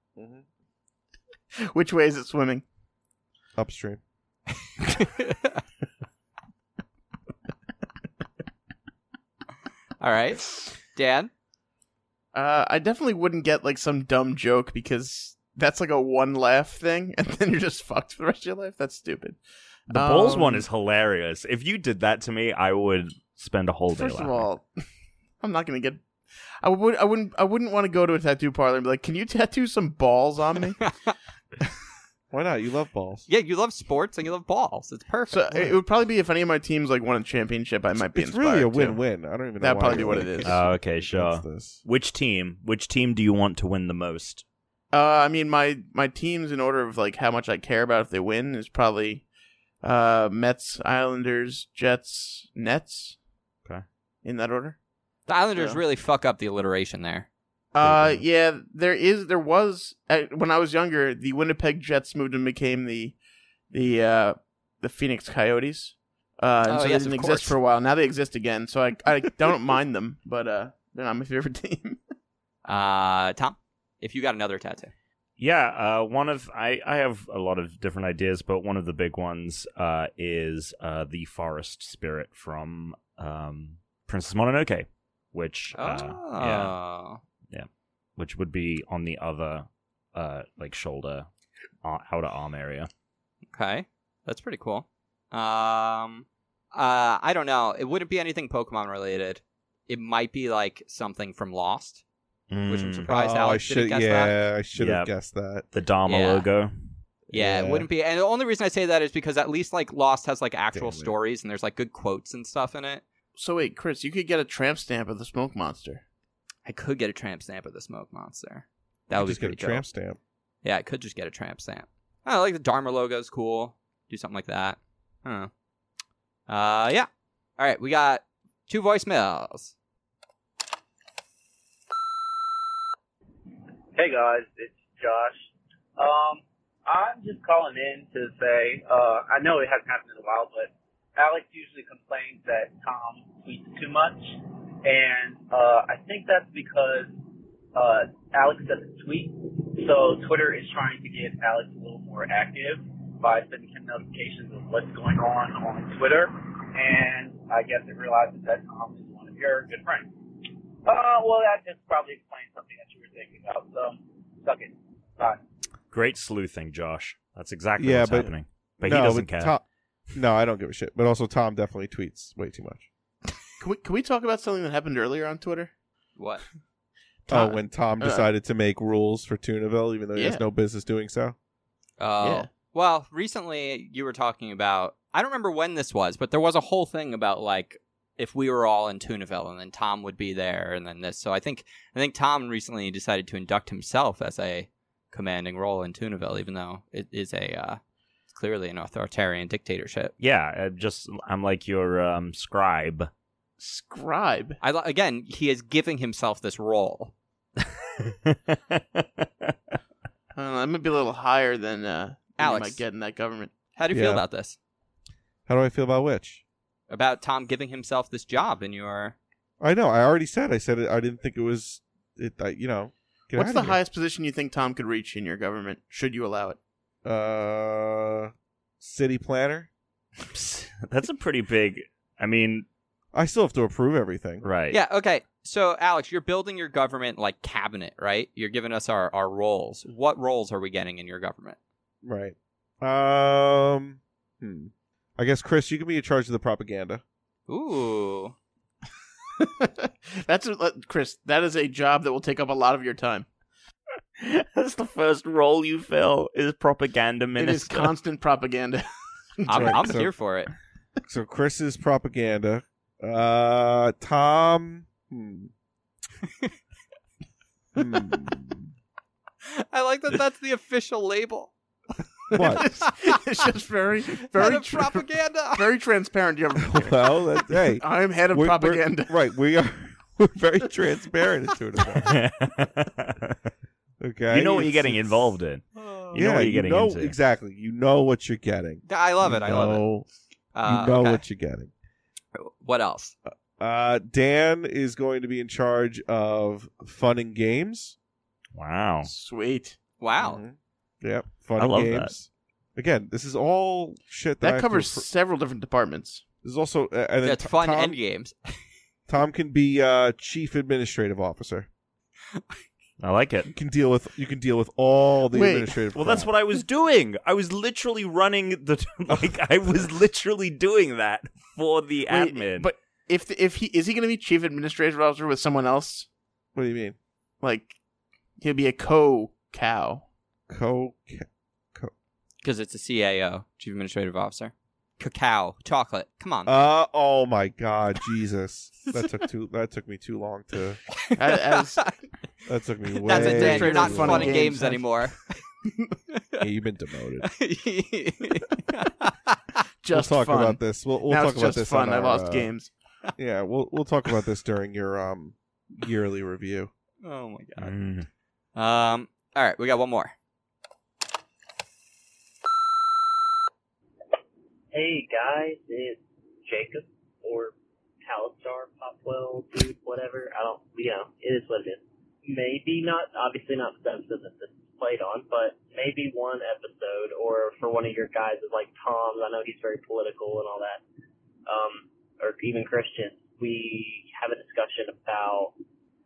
E: Which way is it swimming?
B: Upstream.
A: All right, Dan.
E: Uh, I definitely wouldn't get like some dumb joke because that's like a one laugh thing, and then you're just fucked for the rest of your life. That's stupid.
C: The balls one
E: Um,
C: is hilarious. If you did that to me, I would spend a whole day.
E: First of
C: laughing.
E: all, I'm not gonna get. I would. I wouldn't. I wouldn't want to go to a tattoo parlor and be like, "Can you tattoo some balls on me?"
B: Why not? You love balls.
A: Yeah, you love sports and you love balls. It's perfect.
E: so it would probably be if any of my teams like won a championship, I might be.
B: it's really a
E: inspired, too.
B: win-win. I don't even know
E: That'd
B: why
E: probably
B: I
E: be what
B: like
E: it is.
B: it.
C: Oh, okay,
B: Against
C: sure.
B: this.
C: Which team? Which team do you want to win the most?
E: Uh, I mean, my my teams in order of like how much I care about if they win is probably uh, Mets, Islanders, Jets, Nets.
C: Okay.
E: In that order.
A: the Islanders
E: Yeah.
A: really fuck up the alliteration there.
E: Uh,
C: Mhm.
E: yeah, there is. There was uh, when I was younger, the Winnipeg Jets moved and became the the uh, the Phoenix Coyotes. Uh, and
A: Oh,
E: so
A: yes,
E: they didn't
A: of
E: exist
A: course.
E: for a while. Now they exist again. So I I don't mind them, but uh, they're not my favorite team.
A: Uh, Tom, if you got another tattoo,
C: Yeah, uh, one of I, I have a lot of different ideas, but one of the big ones uh, is uh, the forest spirit from um, Princess Mononoke, which
A: oh,
C: uh, yeah, which would be on the other uh, like shoulder uh, outer arm area.
A: okay, that's pretty cool. Um, uh, I don't know. It wouldn't be anything Pokemon related. It might be like something from Lost, which I'm
C: Mm,
A: surprised
B: Oh, I
A: Alex didn't
B: should.
A: guess
B: Yeah,
A: that.
B: I should have
C: Yep.
B: guessed that.
C: the Dharma
A: Yeah.
C: logo.
A: Yeah,
B: Yeah.
A: it wouldn't be. And the only reason I say that is because at least like Lost has like actual
B: Damn it.
A: stories and there's like good quotes and stuff in it.
E: So wait, Chris, you could get a tramp stamp of the Smoke Monster.
A: I could get a tramp stamp of the smoke monster. That would be
B: just get
A: pretty
B: a
A: dope.
B: tramp stamp.
A: Yeah, I could just get a tramp stamp. I like the Dharma logo's cool. Do something like that. I don't know. Uh, yeah. All right, we got two voicemails.
F: Hey guys, it's Josh. Um, I'm just calling in to say, uh, I know it hasn't happened in a while, but Alex usually complains that Tom tweets too much, and uh, I think that's because uh, Alex doesn't tweet, so Twitter is trying to get Alex a little more active by sending him notifications of what's going on on Twitter, and I guess it realizes that Tom is one of your good friends. Uh, well, that just probably explains something that you were thinking about. So, suck it. Bye.
C: Great sleuthing, Josh. That's exactly
B: Yeah,
C: what's
B: but-
C: happening. But
B: No,
C: he doesn't care.
B: Tom- no, I don't give a shit. But also, Tom definitely tweets way too much.
E: Can we can we talk about something that happened earlier on Twitter?
A: What?
B: oh, when Tom
E: uh,
B: decided to make rules for Tunaville, even though he
E: Yeah.
B: has no business doing so.
A: Oh.
E: Yeah.
A: Well, recently you were talking about. I don't remember when this was, but there was a whole thing about like if we were all in Tunaville and then Tom would be there and then this. So I think I think Tom recently decided to induct himself as a commanding role in Tunaville, even though it is a uh, it's clearly an authoritarian dictatorship.
C: Yeah, uh, just I'm like your um, scribe.
E: Scribe.
A: I li- again, he is giving himself this role.
E: I don't know. I might be a little higher than uh, than you
A: Alex.
E: might get in that government.
A: How do you
B: Yeah.
A: feel about this?
B: How do I feel about which?
A: About Tom giving himself this job in your
B: I know. I already said. I said it. I didn't think it was. It. I, you know. Get
E: What's
B: outta
E: the
B: here.
E: highest position you think Tom could reach in your government? Should you allow it?
B: Uh, city planner.
C: Psst, That's a pretty big. I mean,
B: I still have to approve everything.
C: right?
A: Yeah, okay. So, Alex, you're building your government like cabinet, right? You're giving us our, our roles. What roles are we getting in your government?
B: Right. Um. Hmm. I guess Chris, you can be in charge of the propaganda.
A: Ooh.
E: That's a, uh, Chris. That is a job that will take up a lot of your time.
C: That's the first role you fill is propaganda
E: It is
C: minister.
E: constant propaganda.
A: I'm,
B: Right,
A: I'm
B: so-
A: here for it.
B: So Chris is propaganda. Uh, Tom. Hmm. Hmm.
A: I like that that's the official label.
B: What?
E: it's just very, very, tr-
A: propaganda.
E: very transparent. You ever hear.
B: well, that's, hey,
E: I'm head of
B: we're- we're-
E: propaganda.
B: right, we are we're very transparent into it. about it, Okay,
C: you know what you're
B: It's-
C: getting involved in.
B: yeah,
C: You know what you're
B: you
C: getting
B: know
C: into.
B: exactly. You know what you're getting.
A: I love
B: You
A: it. I love it.
B: know-
A: Uh,
B: you know
A: okay.
B: what you're getting.
A: What else?
B: Uh, Dan is going to be in charge of fun and games. Oh.
C: Wow.
E: Sweet.
A: Wow.
B: Mhm. Yep. Fun
C: I
B: and
C: love that.
B: games. Again, this is all shit that, I
E: That
B: have
E: covers
B: To,
E: several different departments.
B: this is also uh, and then
A: That's
B: T-
A: fun
B: Tom,
A: end games.
B: Tom can be uh, chief administrative officer.
C: I like it.
B: You can deal with you can deal with all the
E: Wait.
B: administrative.
C: Well, that's
B: crap.
C: what I was doing. I was literally running the like. I was literally doing that for the
E: Wait,
C: admin.
E: But if the, if he is he going to be chief administrative officer with someone else?
B: What do you mean?
E: Like he'll be a co cow.
B: Co.
A: Because it's a CAO, Chief Administrative Officer. Cacao, chocolate. Come on.
B: Uh oh my God, Jesus! That took too. That took me too long to.
E: As,
B: That took me way.
A: That's it, Dan. You're
E: Straight
A: not
E: up
B: too
A: fun,
E: fun
B: long.
A: and
E: and
A: games,
E: games.
A: anymore.
B: Yeah, you've been demoted.
E: just
B: we'll talk
E: fun.
B: about this. We'll, we'll
E: now
B: talk
E: it's
B: about
E: just
B: this.
E: fun.
B: on
E: I
B: our,
E: lost
B: uh,
E: games.
B: Yeah, we'll we'll talk about this during your um yearly review.
A: oh my god.
C: Mm.
A: Um. All right, we got one more.
F: Hey guys, it's Jacob or Palstar Popwell, dude, whatever. I don't, you know, it is what it is. Maybe not, obviously not the episode that this is played on, but maybe one episode or for one of your guys is like Tom's. I know he's very political and all that, um, or even Christian. We have a discussion about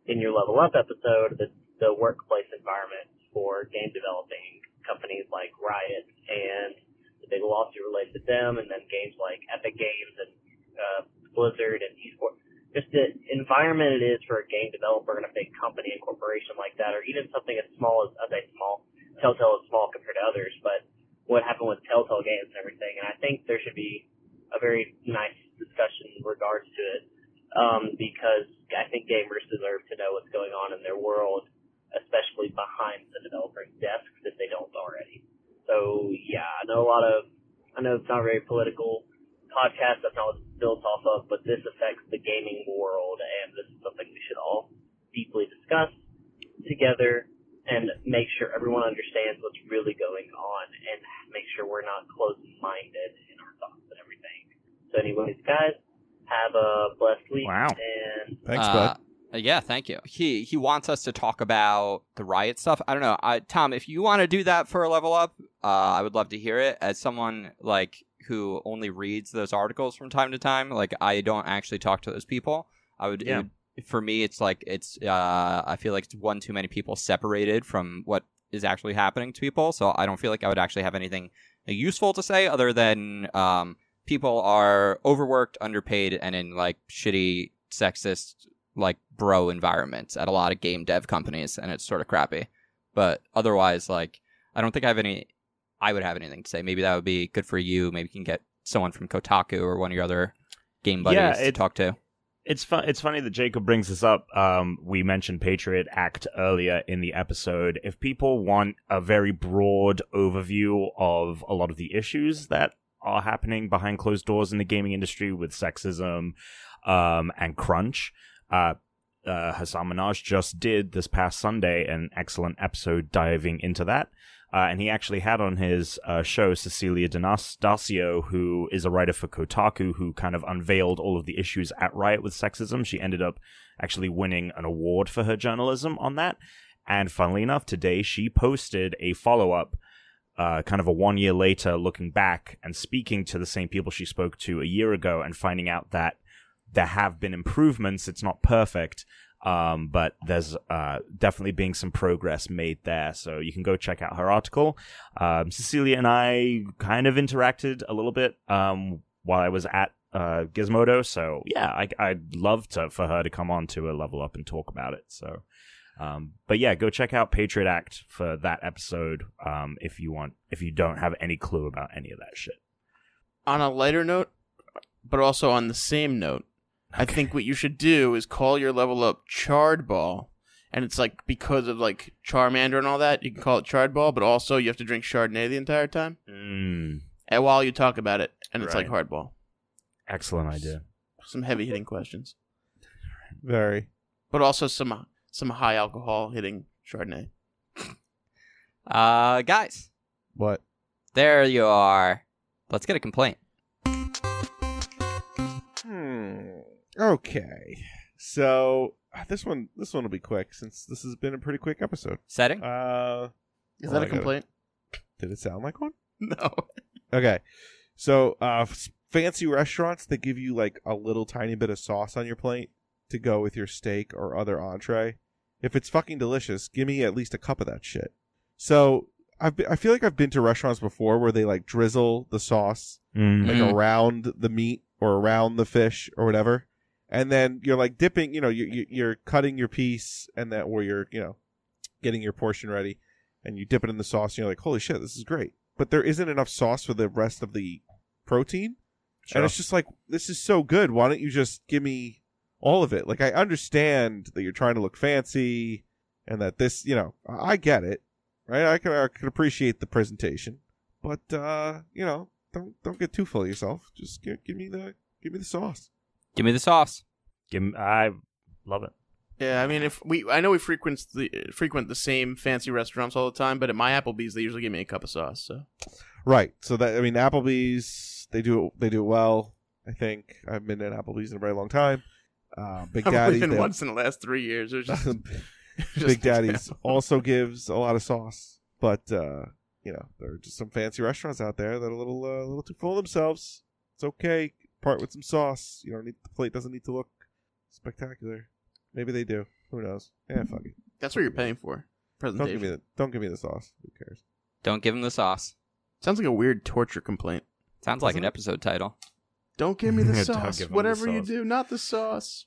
F: in your level up episode the, the workplace environment for game developing companies like Riot and the big lawsuit related to them, and then games like Epic Games and uh, Blizzard and esports. Just the environment it is for a game developer in a big company and corporation like that, or even something as small as I say small, Telltale is small compared to others, but what happened with Telltale games and everything, and I think there should be a very nice discussion in regards to it, um, because I think gamers deserve to know what's going on in their world, especially behind the developer's desks if they don't already. So yeah, I know a lot of, I know it's not very political podcast. That's not what it's built off of, but this affects the gaming world, and this is something we should all deeply discuss together and make sure everyone understands what's really going on, and make sure we're not closed-minded in our thoughts and everything. So, anyways, guys, have a blessed week.
C: Wow.
F: And
B: Thanks,
A: uh,
B: bud.
A: Yeah, thank you. He he wants us to talk about the riot stuff. I don't know, I, Tom. If you want to do that for a level up, uh, I would love to hear it. As someone like who only reads those articles from time to time, like I don't actually talk to those people. I would. it
C: Yeah.
A: would- for me, it's like it's. Uh, I feel like it's one too many people separated from what is actually happening to people. So I don't feel like I would actually have anything useful to say other than um, people are overworked, underpaid, and in like shitty, sexist, like bro environments at a lot of game dev companies, and it's sort of crappy. But otherwise, like I don't think I have any. I would have anything to say. Maybe that would be good for you. Maybe you can get someone from Kotaku or one of your other game buddies
C: Yeah,
A: to
C: it-
A: talk to.
C: It's fun. It's funny that Jacob brings this up. Um, we mentioned Patriot Act earlier in the episode. If people want a very broad overview of a lot of the issues that are happening behind closed doors in the gaming industry with sexism, um, and crunch, uh, uh, Hassan Minaj just did this past Sunday an excellent episode diving into that. Uh, and he actually had on his uh, show Cecilia D'Anastasio, who is a writer for Kotaku, who kind of unveiled all of the issues at Riot with sexism. She ended up actually winning an award for her journalism on that. And funnily enough, today she posted a follow up, uh, kind of a one year later looking back and speaking to the same people she spoke to a year ago and finding out that there have been improvements. It's not perfect, um, but there's uh, definitely being some progress made there. So you can go check out her article. Um, Cecilia and I kind of interacted a little bit um, while I was at uh, Gizmodo. So yeah, I, I'd love to for her to come on to a level up and talk about it. So. Um, but yeah, go check out Patriot Act for that episode um, if you want. If you don't have any clue about any of that shit,
E: On a lighter note, but also on the same note, I think what you should do is call your level up Chard Ball and it's like because of like Charmander and all that, you can call it Chard Ball, but also you have to drink Chardonnay the entire time,
C: Mm,
E: and while you talk about it, and it's like
C: Right.
E: hardball.
C: excellent idea.
E: Some heavy hitting questions,
B: Very.
E: but also some some high alcohol hitting Chardonnay.
A: Uh, guys,
B: What?
A: there you are. Let's get a complaint.
B: Hmm. Okay. So ah, this one, this one will be quick since this has been a pretty quick episode.
A: Setting.
B: Uh,
E: Is
B: Well,
E: that
B: I got
E: a
B: it.
E: complaint?
B: did it sound like one?
E: No.
B: Okay. So, uh, f- fancy restaurants that give you like a little tiny bit of sauce on your plate to go with your steak or other entree. If it's fucking delicious, give me at least a cup of that shit. So, I've been, I feel like I've been to restaurants before where they like drizzle the sauce
C: Mm.
B: like
E: Mhm.
B: around the meat or around the fish or whatever, and then you're like dipping. You know, you, you you're cutting your piece and that, or you're you know, getting your portion ready, and you dip it in the sauce. and You're like, holy shit, this is great. But there isn't enough sauce for the rest of the protein, and it's just like this is so good. Why don't you just give me all of it? Like I understand that you're trying to look fancy, and that this, you know, I I get it, right? I can I can appreciate the presentation, but uh, you know, don't don't get too full of yourself. Just give, give me the give me the sauce.
A: Give me the sauce.
C: Give me- I love it.
E: Yeah, I mean, if we, I know we frequent the frequent the same fancy restaurants all the time, but at my Applebee's, they usually give me a cup of sauce. So
B: Right. So that I mean, Applebee's they do it, they do it well. I think I've been at Applebee's in a very long time. Uh, Big
E: I've
B: Daddy,
E: only been
B: they-
E: once in the last three years. It was just, just
B: Big Daddy's also gives a lot of sauce, but uh, you know there are just some fancy restaurants out there that are a little uh, a little too full of themselves. It's okay, part with some sauce. You don't need the plate doesn't need to look spectacular. Maybe they do. Who knows? Yeah, fuck it.
E: That's what you're paying for.
B: Don't give me
E: Presentation.
B: the don't give me the sauce. Who cares?
A: Don't give him the sauce.
E: Sounds like a weird torture complaint.
A: Sounds like
B: Doesn't
A: an
B: it?
A: episode title.
E: Don't give me the
C: Don't
E: sauce.
C: give 'em the
E: Whatever you
C: sauce.
E: do, not the sauce.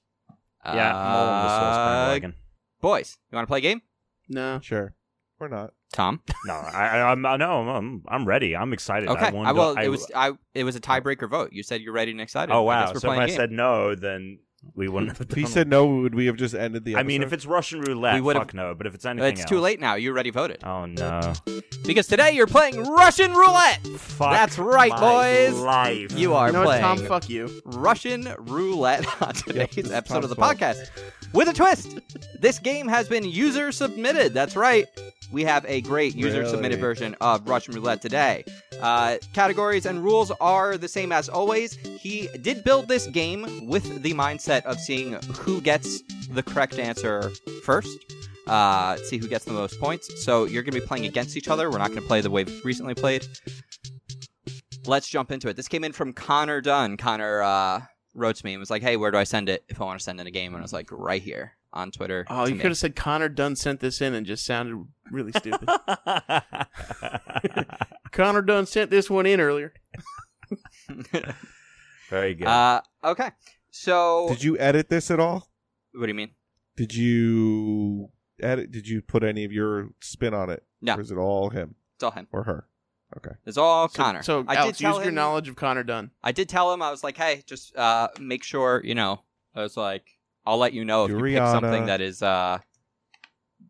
C: Yeah, I'm all on the sauce bandwagon.
A: Uh, Boys, you want to play a game?
E: No.
B: Sure, or not.
A: Tom.
C: No, I, I, I'm, I know, I'm, I'm, I'm ready. I'm excited.
A: Okay.
C: I
A: I,
C: wanted
A: well,
C: to- I-
A: it was I. It was a tiebreaker vote. You said you're ready and excited.
C: Oh
A: I
C: wow!
A: guess we're
C: so if
A: playing
C: I
A: a game.
C: said no, then we wouldn't have
B: If
C: done
B: he
C: it.
B: said no, would we have just ended the?
C: I
B: Episode?
C: mean, if it's Russian
A: We
C: roulette,
A: would've-
C: fuck no. But if it's
A: But
C: anything
A: it's too
C: else-
A: late now. You already voted
C: Oh no!
A: because today you're playing Russian roulette.
C: Fuck
A: That's right,
C: my
A: boys.
C: Life.
A: You are
E: You know what,
A: playing
E: Tom? Fuck you.
A: Russian roulette on today's
B: it's
A: episode of the
B: Tom's fault.
A: podcast. With a twist, this game has been user submitted. That's right. We have a great user submitted
B: Really?
A: version of Russian roulette today. Uh, categories and rules are the same as always. He did build this game with the mindset of seeing who gets the correct answer first. Uh, see who gets the most points. So you're going to be playing against each other. We're not going to play the way we've recently played. Let's jump into it. This came in from Connor Dunn. Connor uh, wrote to me and was like, "Hey, where do I send it if I want to send in a game?" And I was like, "Right here on Twitter."
E: Oh,
A: to
E: you
A: me."
E: could have said Connor Dunn sent this in and just sounded really stupid. Connor Dunn sent this one in earlier.
C: Very good.
A: Uh, okay. So,
B: did you edit this at all?
A: what do you mean?
B: Did you edit? Did you put any of your spin on it?
A: No.
B: Or is it all him
A: It's all him.
B: or her?
A: It's all
E: So-
A: Oh, Connor.
E: So,
A: I
E: Alex,
A: did tell
E: use your
A: him-
E: knowledge of Connor Dunn.
A: I did tell him I was like, "Hey, just uh, make sure you know." I was like, "I'll let you know if you pick
B: Duriana.
A: something that is uh,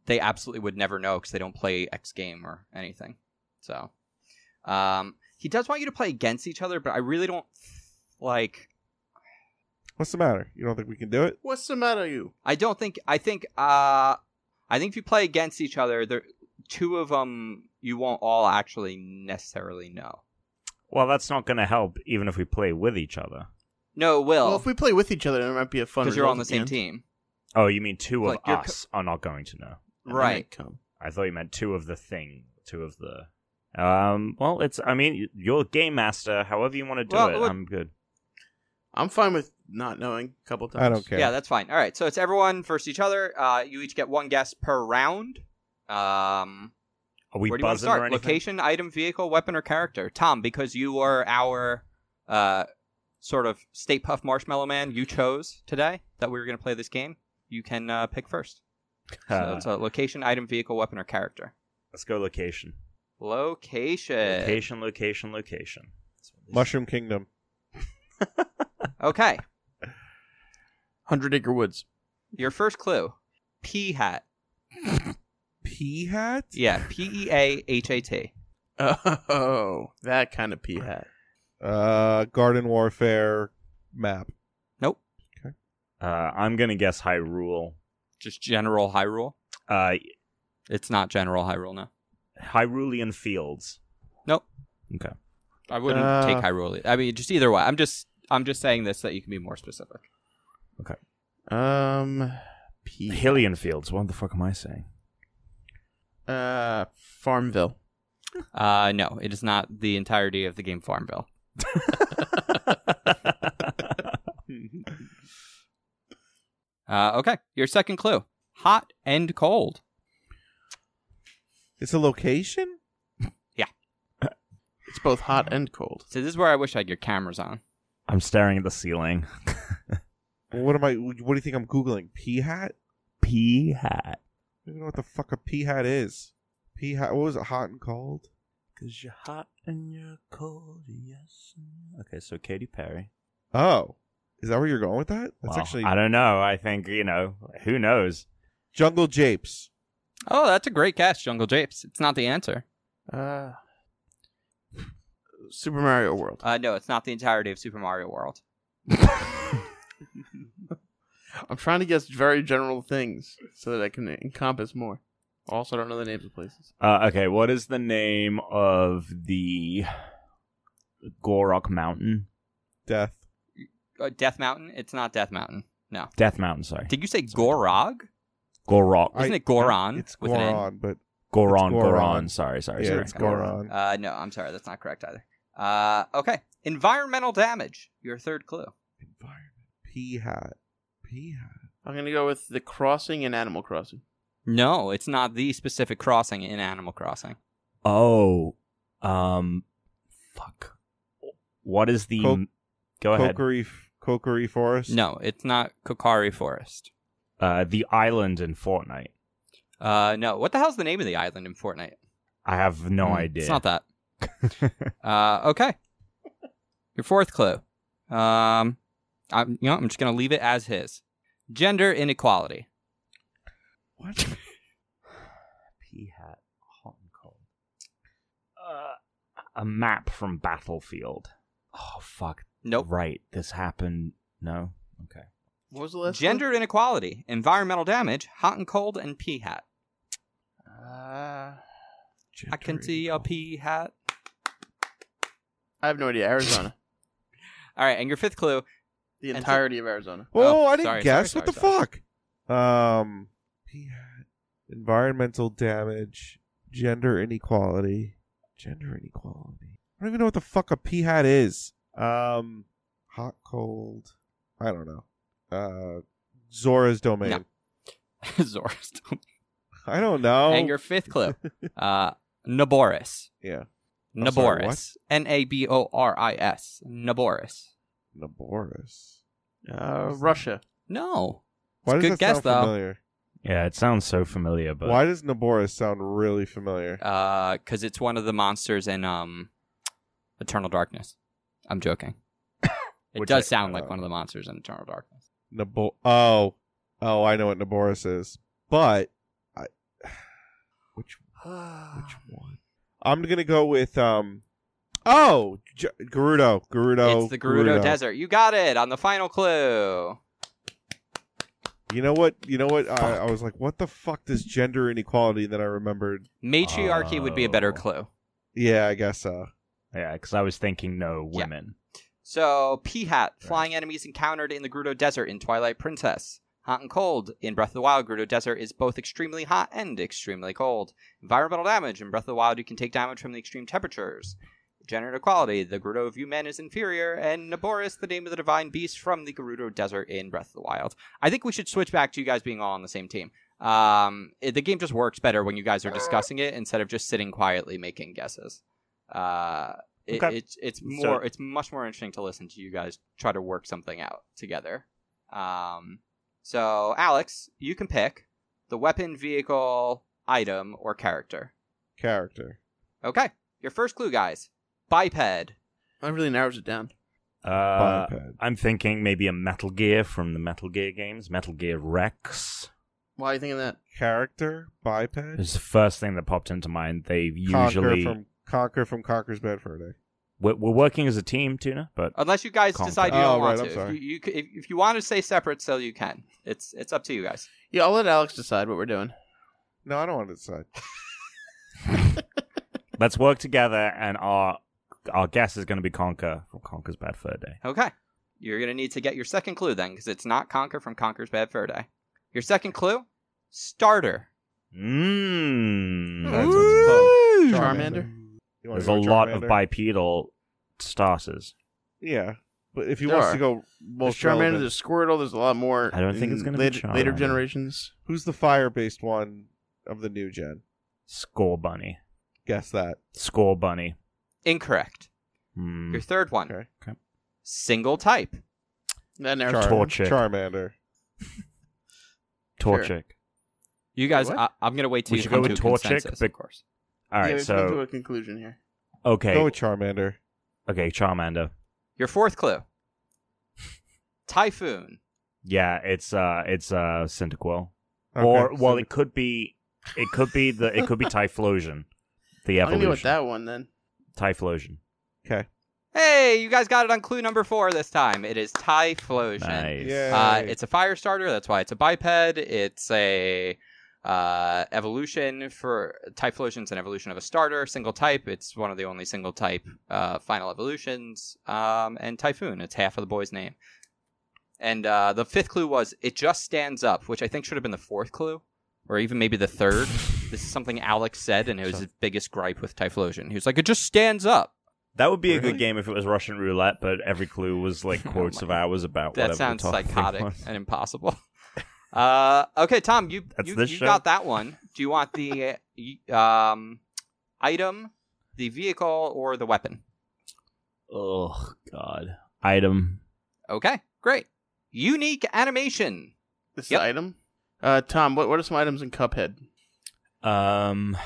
A: they absolutely would never know because they don't play X game or anything." So, um, he does want you to play against each other, but I really don't like.
B: What's the matter? You don't think we can do it?
E: What's the matter, you?
A: I don't think. I think. Uh, I think if you play against each other, there two of them you won't all actually necessarily know.
C: well, that's not going to help, even if we play with each other.
A: No, it
E: Well,
A: will
E: if we play with each other, it might be a fun.
A: because you're
E: result
A: on the
E: at
A: same
E: end.
A: team,
C: Oh, you mean two
A: Like,
C: of
A: you're
C: us are not going to know?
E: And I
A: right?
E: might come.
C: I thought you meant two of the thing, two of the. Um. Well, it's. I mean, you're game master. However you want to do
A: Well,
C: it,
A: look-
C: I'm good.
E: I'm fine with not knowing a couple times.
B: I don't care.
A: Yeah, that's fine. All right, so it's everyone versus each other. Uh, you each get one guess per round. Um,
C: Are we
A: where do you want to
C: buzzing or
A: start?
C: anything?
A: Location, item, vehicle, weapon, or character? Tom, because you were our uh, sort of State Puff Marshmallow Man, you chose today that we were going to play this game. You can uh, pick first. So
C: Uh,
A: it's a location, item, vehicle, weapon, or character.
C: let's go location.
A: Location.
C: Location, location, location.
B: Mushroom Kingdom.
A: Okay.
E: Hundred Acre Woods.
A: Your first clue. P hat.
B: Pea hat?
A: Yeah, P E A H A T.
E: Oh, that kind of pea hat.
B: Uh, garden warfare map.
C: Uh, I'm gonna guess Hyrule.
A: Just general Hyrule.
C: Uh,
A: It's not general Hyrule, no.
C: Hyrulean fields.
A: I wouldn't
E: Uh,
A: take Hyrule. I mean, just either way. I'm just I'm just saying this so that you can be more specific.
E: Um, pea.
C: Hillian fields. What the fuck am I saying?
E: Uh, Farmville.
A: Uh, no, it is not the entirety of the game Farmville.
C: Mm-hmm.
A: Uh, okay, your second clue: hot and cold.
B: It's a location?
E: It's both hot and cold.
A: So this is where I wish I had your cameras on.
C: I'm staring at the ceiling.
B: What am I? What do you think I'm googling? Pea hat?
C: P hat.
B: I don't even know what the fuck a pea hat is. Pea hat. What was it? Hot and cold.
C: Cause you're hot and you're cold. Yes. Okay, so Katy Perry.
B: Oh, is that where you're going with that? That's
C: Well,
B: actually
C: I don't know. I think you know. Who knows?
B: Jungle Japes.
A: Oh, that's a great catch, Jungle Japes. It's not the answer.
E: Uh, Super Mario World.
A: Uh, no, it's not the entirety of Super Mario World. Uh,
E: I'm trying to guess very general things so that I can encompass more. Also, I don't know the names of places.
C: Uh, okay, what is the name of the Gorok Mountain?
B: Death.
A: Uh, Death Mountain. It's not Death Mountain. No.
C: Death Mountain. Sorry,
A: Did you say Gorog?
C: Gorok.
B: I-
A: Isn't it Goron?
B: It's
A: with an N?
B: Goron, but Goron.
C: Goron. Goron. Sorry. Sorry.
B: yeah,
C: sorry.
B: it's Goron.
A: Uh, no, I'm sorry, that's not correct either. Uh, okay, environmental damage. Your third clue.
B: Environment. Pea hat. Pea hat.
E: I'm gonna go with the Crossing and Animal Crossing.
A: No, it's not the specific crossing in Animal Crossing.
C: Oh, um, fuck. What is the?
B: Co-
C: go ahead.
B: Kokory. Kokory Forest.
A: No, it's not Kokari Forest.
C: Uh, the island in Fortnite.
A: Uh, no, what the hell's the name of the island in Fortnite?
C: I have no
A: Mm,
C: idea.
A: It's not that. uh, okay. Your fourth clue. Um, I'm, you know, I'm just gonna leave it as his. Gender inequality.
B: What?
C: P hat hot and cold. Uh, a map from Battlefield. Oh fuck.
A: Nope.
C: Right. This happened. No. Okay.
E: What was the last
A: Gender inequality, environmental damage, hot and cold, and pea hat.
E: One? Uh,
A: I can see a pea hat.
E: I have no idea. Arizona.
A: All right, and your fifth clue.
E: the
A: And so-
E: entirety of Arizona.
B: Oh,
A: Oh,
B: I didn't
A: sorry,
B: guess.
A: sorry,
B: what
A: sorry,
B: the fuck? Um, pea hat. Environmental damage. Gender inequality. Gender inequality. I don't even know what the fuck a pea hat is. Um, hot, cold. I don't know. Uh, Zora's domain.
A: No. Zor's
B: I don't know.
A: And your fifth clue. Uh, Naboris.
B: Yeah.
C: Oh,
B: I'm sorry,
A: Naboris. N A B O R I S. Naboris.
B: Naboris.
E: Uh, Russia.
A: No.
B: Why
A: It's a
B: does that
A: good guess,
B: sound
A: though.
B: familiar?
C: Yeah, it sounds so familiar, but
B: Why does Naboris sound really familiar?
A: Because Uh, it's one of the monsters in um, Eternal Darkness. I'm joking. it
C: Which
A: does
C: I-
A: sound like
B: uh,
A: one of the monsters in Eternal Darkness.
B: Nabo- oh, oh, I know what Naboris is, but I, which which one? I'm gonna go with um. Oh, J- Gerudo, Gerudo,
A: it's the Gerudo, Desert. You got it on the final clue.
B: You know what? You know what? I, I was like, what the fuck does gender inequality? And then I remembered.
A: Matriarchy would be a better
C: Oh.
A: clue.
B: Yeah, I guess uh, so.
C: yeah, because I was thinking no
A: Yeah.
C: women.
A: So, P Hat, flying enemies encountered in the Gerudo Desert in Twilight Princess. Hot and cold. In Breath of the Wild, Gerudo Desert is both extremely hot and extremely cold. Environmental damage. In Breath of the Wild, you can take damage from the extreme temperatures. Gender inequality. The Gerudo of Human is inferior, and Naboris, the name of the divine beast from the Gerudo Desert in Breath of the Wild. I think we should switch back to you guys being all on the same team. Um, it- the game just works better when you guys are discussing it instead of just sitting quietly making guesses. Uh, it,
C: Okay.
A: it's it's
C: So-
A: more it's much more interesting to listen to you guys try to work something out together. Um, so Alex, you can pick the weapon, vehicle, item, or character.
B: Character.
A: Okay, your first clue, guys. Biped.
E: That really narrows it down.
C: Uh,
B: Biped.
C: I'm thinking maybe a Metal Gear from the Metal Gear games, Metal Gear Rex.
E: Why are you thinking that?
B: Character biped.
C: It's the first thing that popped into mind. They
B: Conquer
C: usually
B: from Conquer from Conquer's Bad Fur Day.
C: we're, we're working as a team, Tuna, but
A: Unless you guys
C: Conquer.
A: decide you don't
B: Oh,
A: want
B: right, I'm
A: to.
B: sorry.
A: If you, you c- if, if you want to stay separate, so you can. It's it's up to you guys.
E: Yeah, I'll let Alex decide what we're doing.
B: No, I don't want to decide.
C: let's work together. And our our guess is going to be Conquer from Conquer's Bad Fur Day.
A: Okay. You're going to need to get your second clue then, because it's not Conquer from Conquer's Bad Fur Day. Your second clue? Starter.
C: Mmm.
B: That's what it's called.
E: Charmander.
B: You wanna
C: There's a
B: go
C: lot of
B: Charmander?
C: bipedal starters.
B: Yeah, but if he
E: There
B: wants
E: are.
B: to go
E: There's
B: most
E: Charmander,
B: relevant,
E: there's Squirtle, there's a lot more.
C: I don't think it's
E: in
C: gonna be
E: later, later
C: Charmander.
E: generations.
B: who's the fire based one of the new gen?
C: Score bunny.
B: Guess that.
C: Score bunny.
A: Incorrect.
C: Hmm.
A: Your third one.
B: Okay.
C: Okay.
A: Single type.
E: That narrows
B: Char-
C: Torchic.
B: Charmander.
C: Torchic.
E: Sure.
A: You guys,
E: what?
A: I, I'm going to wait till
C: We
A: you
C: should
A: come
C: go
A: to
C: with
A: a
C: Torchic,
A: consensus,
C: but-
A: of course.
C: All right.
E: yeah, we can come to
C: so
E: a conclusion here.
C: okay.
B: Go with Charmander.
C: okay. Charmander.
A: Your fourth clue. Typhoon.
C: Yeah. It's uh. It's uh. Cyndaquil.
B: Okay,
C: or well,
B: so-
C: it could be. It could be the. It could be Typhlosion. The
E: I'm gonna go with
C: evolution.
E: that one then.
C: Typhlosion.
B: okay.
A: Hey, you guys got it on clue number four this time. It is Typhlosion.
C: Nice.
B: Yeah.
A: Uh,
B: Yay.
A: it's a fire starter. That's why it's a biped. It's a uh, evolution for Typhlosion's an evolution of a starter, single type. It's one of the only single type uh, final evolutions. Um, and Typhoon. It's half of the boy's name. And uh, the fifth clue was it just stands up, which I think should have been the fourth clue, or even maybe the third. this is something Alex said, and it was his biggest gripe with Typhlosion. He was like, "It just stands up."
C: That would be a
B: Really?
C: good game if it was Russian roulette, but every clue was like
A: Oh
C: quotes of
A: my-
C: hours about whatever.
A: That
C: the
A: sounds
C: top thing
A: psychotic
C: was.
A: and impossible. Uh, okay, Tom, you
C: That's
A: you,
C: this
A: you
C: show?
A: got that one. Do you want the uh, y- um, item, the vehicle, or the weapon?
C: Oh God. Item.
A: Okay, great. Unique animation.
E: This
A: Yep.
E: is the item. Uh, Tom, what what are some items in Cuphead?
C: Um.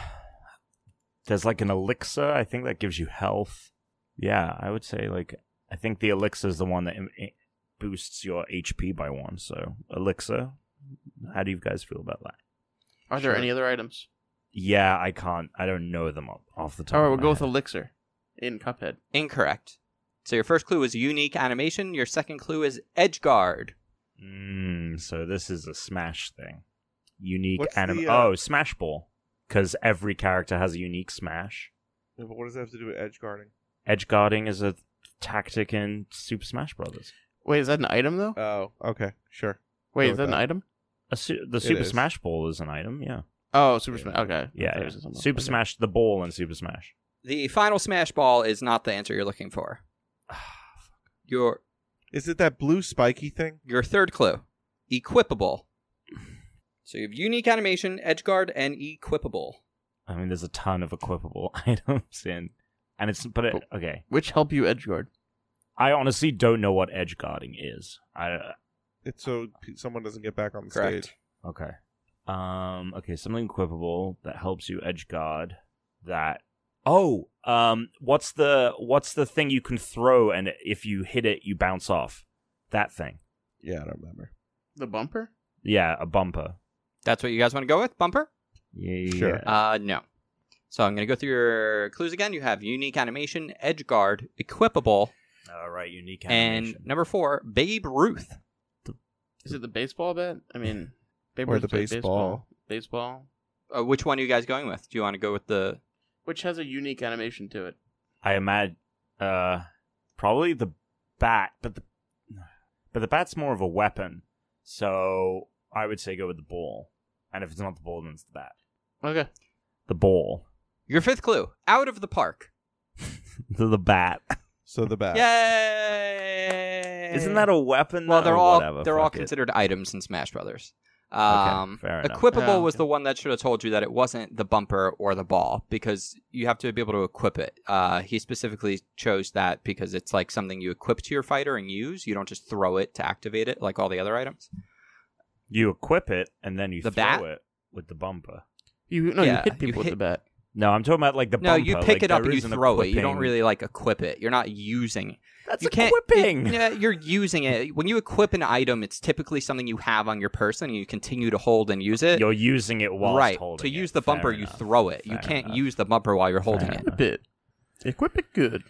C: There's like an elixir. I think that gives you health. Yeah, I would say like I think the elixir is the one that im- i- boosts your HP by one. So elixir. How do you guys feel about that?
E: Are there
B: Sure.
E: any other items?
C: Yeah, I can't. I don't know them off- off the top.
E: All right,
C: of
E: we'll
C: my
E: go with
C: head.
E: Elixir in Cuphead.
A: Incorrect. So your first clue is unique animation. Your second clue is edge guard.
C: Mm, so this is a Smash thing. Unique
B: What's
C: anime.
B: the, uh,
C: Oh, Smash Ball. Because every character has a unique Smash.
B: Yeah, but what does that have to do with edge guarding?
C: Edge guarding is a tactic in Super Smash Brothers.
E: Wait, is that an item though?
C: Uh,
B: Oh, okay, sure.
E: Wait,
B: go
E: is
B: with
E: that an
B: that.
E: item?
C: A su- the
B: It
C: Super
B: is.
C: Smash Ball is an item. Yeah,
E: Oh, Super
B: Yeah.
E: Smash. Okay, I
C: yeah.
E: thought it
C: yeah.
E: was something else.
C: Super
E: Okay.
C: Smash, the ball in Super Smash.
A: The final smash ball is not the answer you're looking for. Your
B: Is it that blue spiky thing?
A: Your third clue, equipable. So you have unique animation, edge guard, and equipable.
C: I mean, there's a ton of equipable items in, and it's but it, okay.
E: Which help you edge guard?
C: I honestly don't know what edge guarding is. I
B: It's so p- someone doesn't get back on the
A: Correct.
B: stage.
C: Okay. Um. Okay. Something equipable that helps you edge guard. That. Oh. Um. What's the What's the thing you can throw and if you hit it, you bounce off? That thing.
B: Yeah, I don't remember.
E: The bumper?
C: Yeah. A bumper.
A: That's what you guys want to go with, bumper?
C: Yeah.
B: Sure.
A: Uh, no. So I'm going to go through your clues again. You have unique animation, edge guard, equipable,
C: All right. Unique
A: and
C: animation.
A: number four, Babe Ruth.
E: Is it the baseball bat? I mean, Babe
B: Or
E: Ruth
B: the
E: played
B: baseball.
E: Baseball,
A: Uh, which one are you guys going with? Do you want to go with the?
E: which has a unique animation to it.
C: I imagine. Uh. Probably the bat, but the but the bat's more of a weapon. So I would say go with the ball. And if it's not the ball, then it's the bat.
E: Okay.
C: The ball.
A: Your fifth clue, out of the park.
C: the the bat.
B: So the
C: Uh,
B: bat.
A: Yay!
C: Isn't that a weapon?
A: Well,
C: though?
A: they're
C: Or
A: all
C: whatever,
A: they're all
C: fuck it.
A: considered items in Smash Brothers. Um,
C: fair enough.
A: equipable
E: Yeah,
A: was
E: okay.
A: the one that should have told you that it wasn't the bumper or the ball because you have to be able to equip it. Uh, he specifically chose that because it's like something you equip to your fighter and use. You don't just throw it to activate it like all the other items.
C: You equip it and then you
A: The
C: throw
A: bat?
C: it with the bumper.
E: You no,
A: Yeah,
E: you hit people
A: you
E: with
A: hit-
E: the bat.
C: No, I'm talking about like the
A: No,
C: bumper.
A: you pick
C: like,
A: it up
C: there
A: and you
C: is an
A: throw it. You don't
C: equipping.
A: really like equip it. You're not using.
C: That's
A: you can't.
C: equipping.
A: You, yeah, you're using it. When you equip an item, it's typically something you have on your person, and you continue to hold and use it.
C: You're using it while
A: right.
C: holding
A: To
C: it.
A: use the
C: Fair
A: bumper, you
C: enough.
A: throw it. you
C: Fair
A: can't
C: enough.
A: use the bumper while you're holding
C: Fair
A: it.
E: A bit. Equip it good.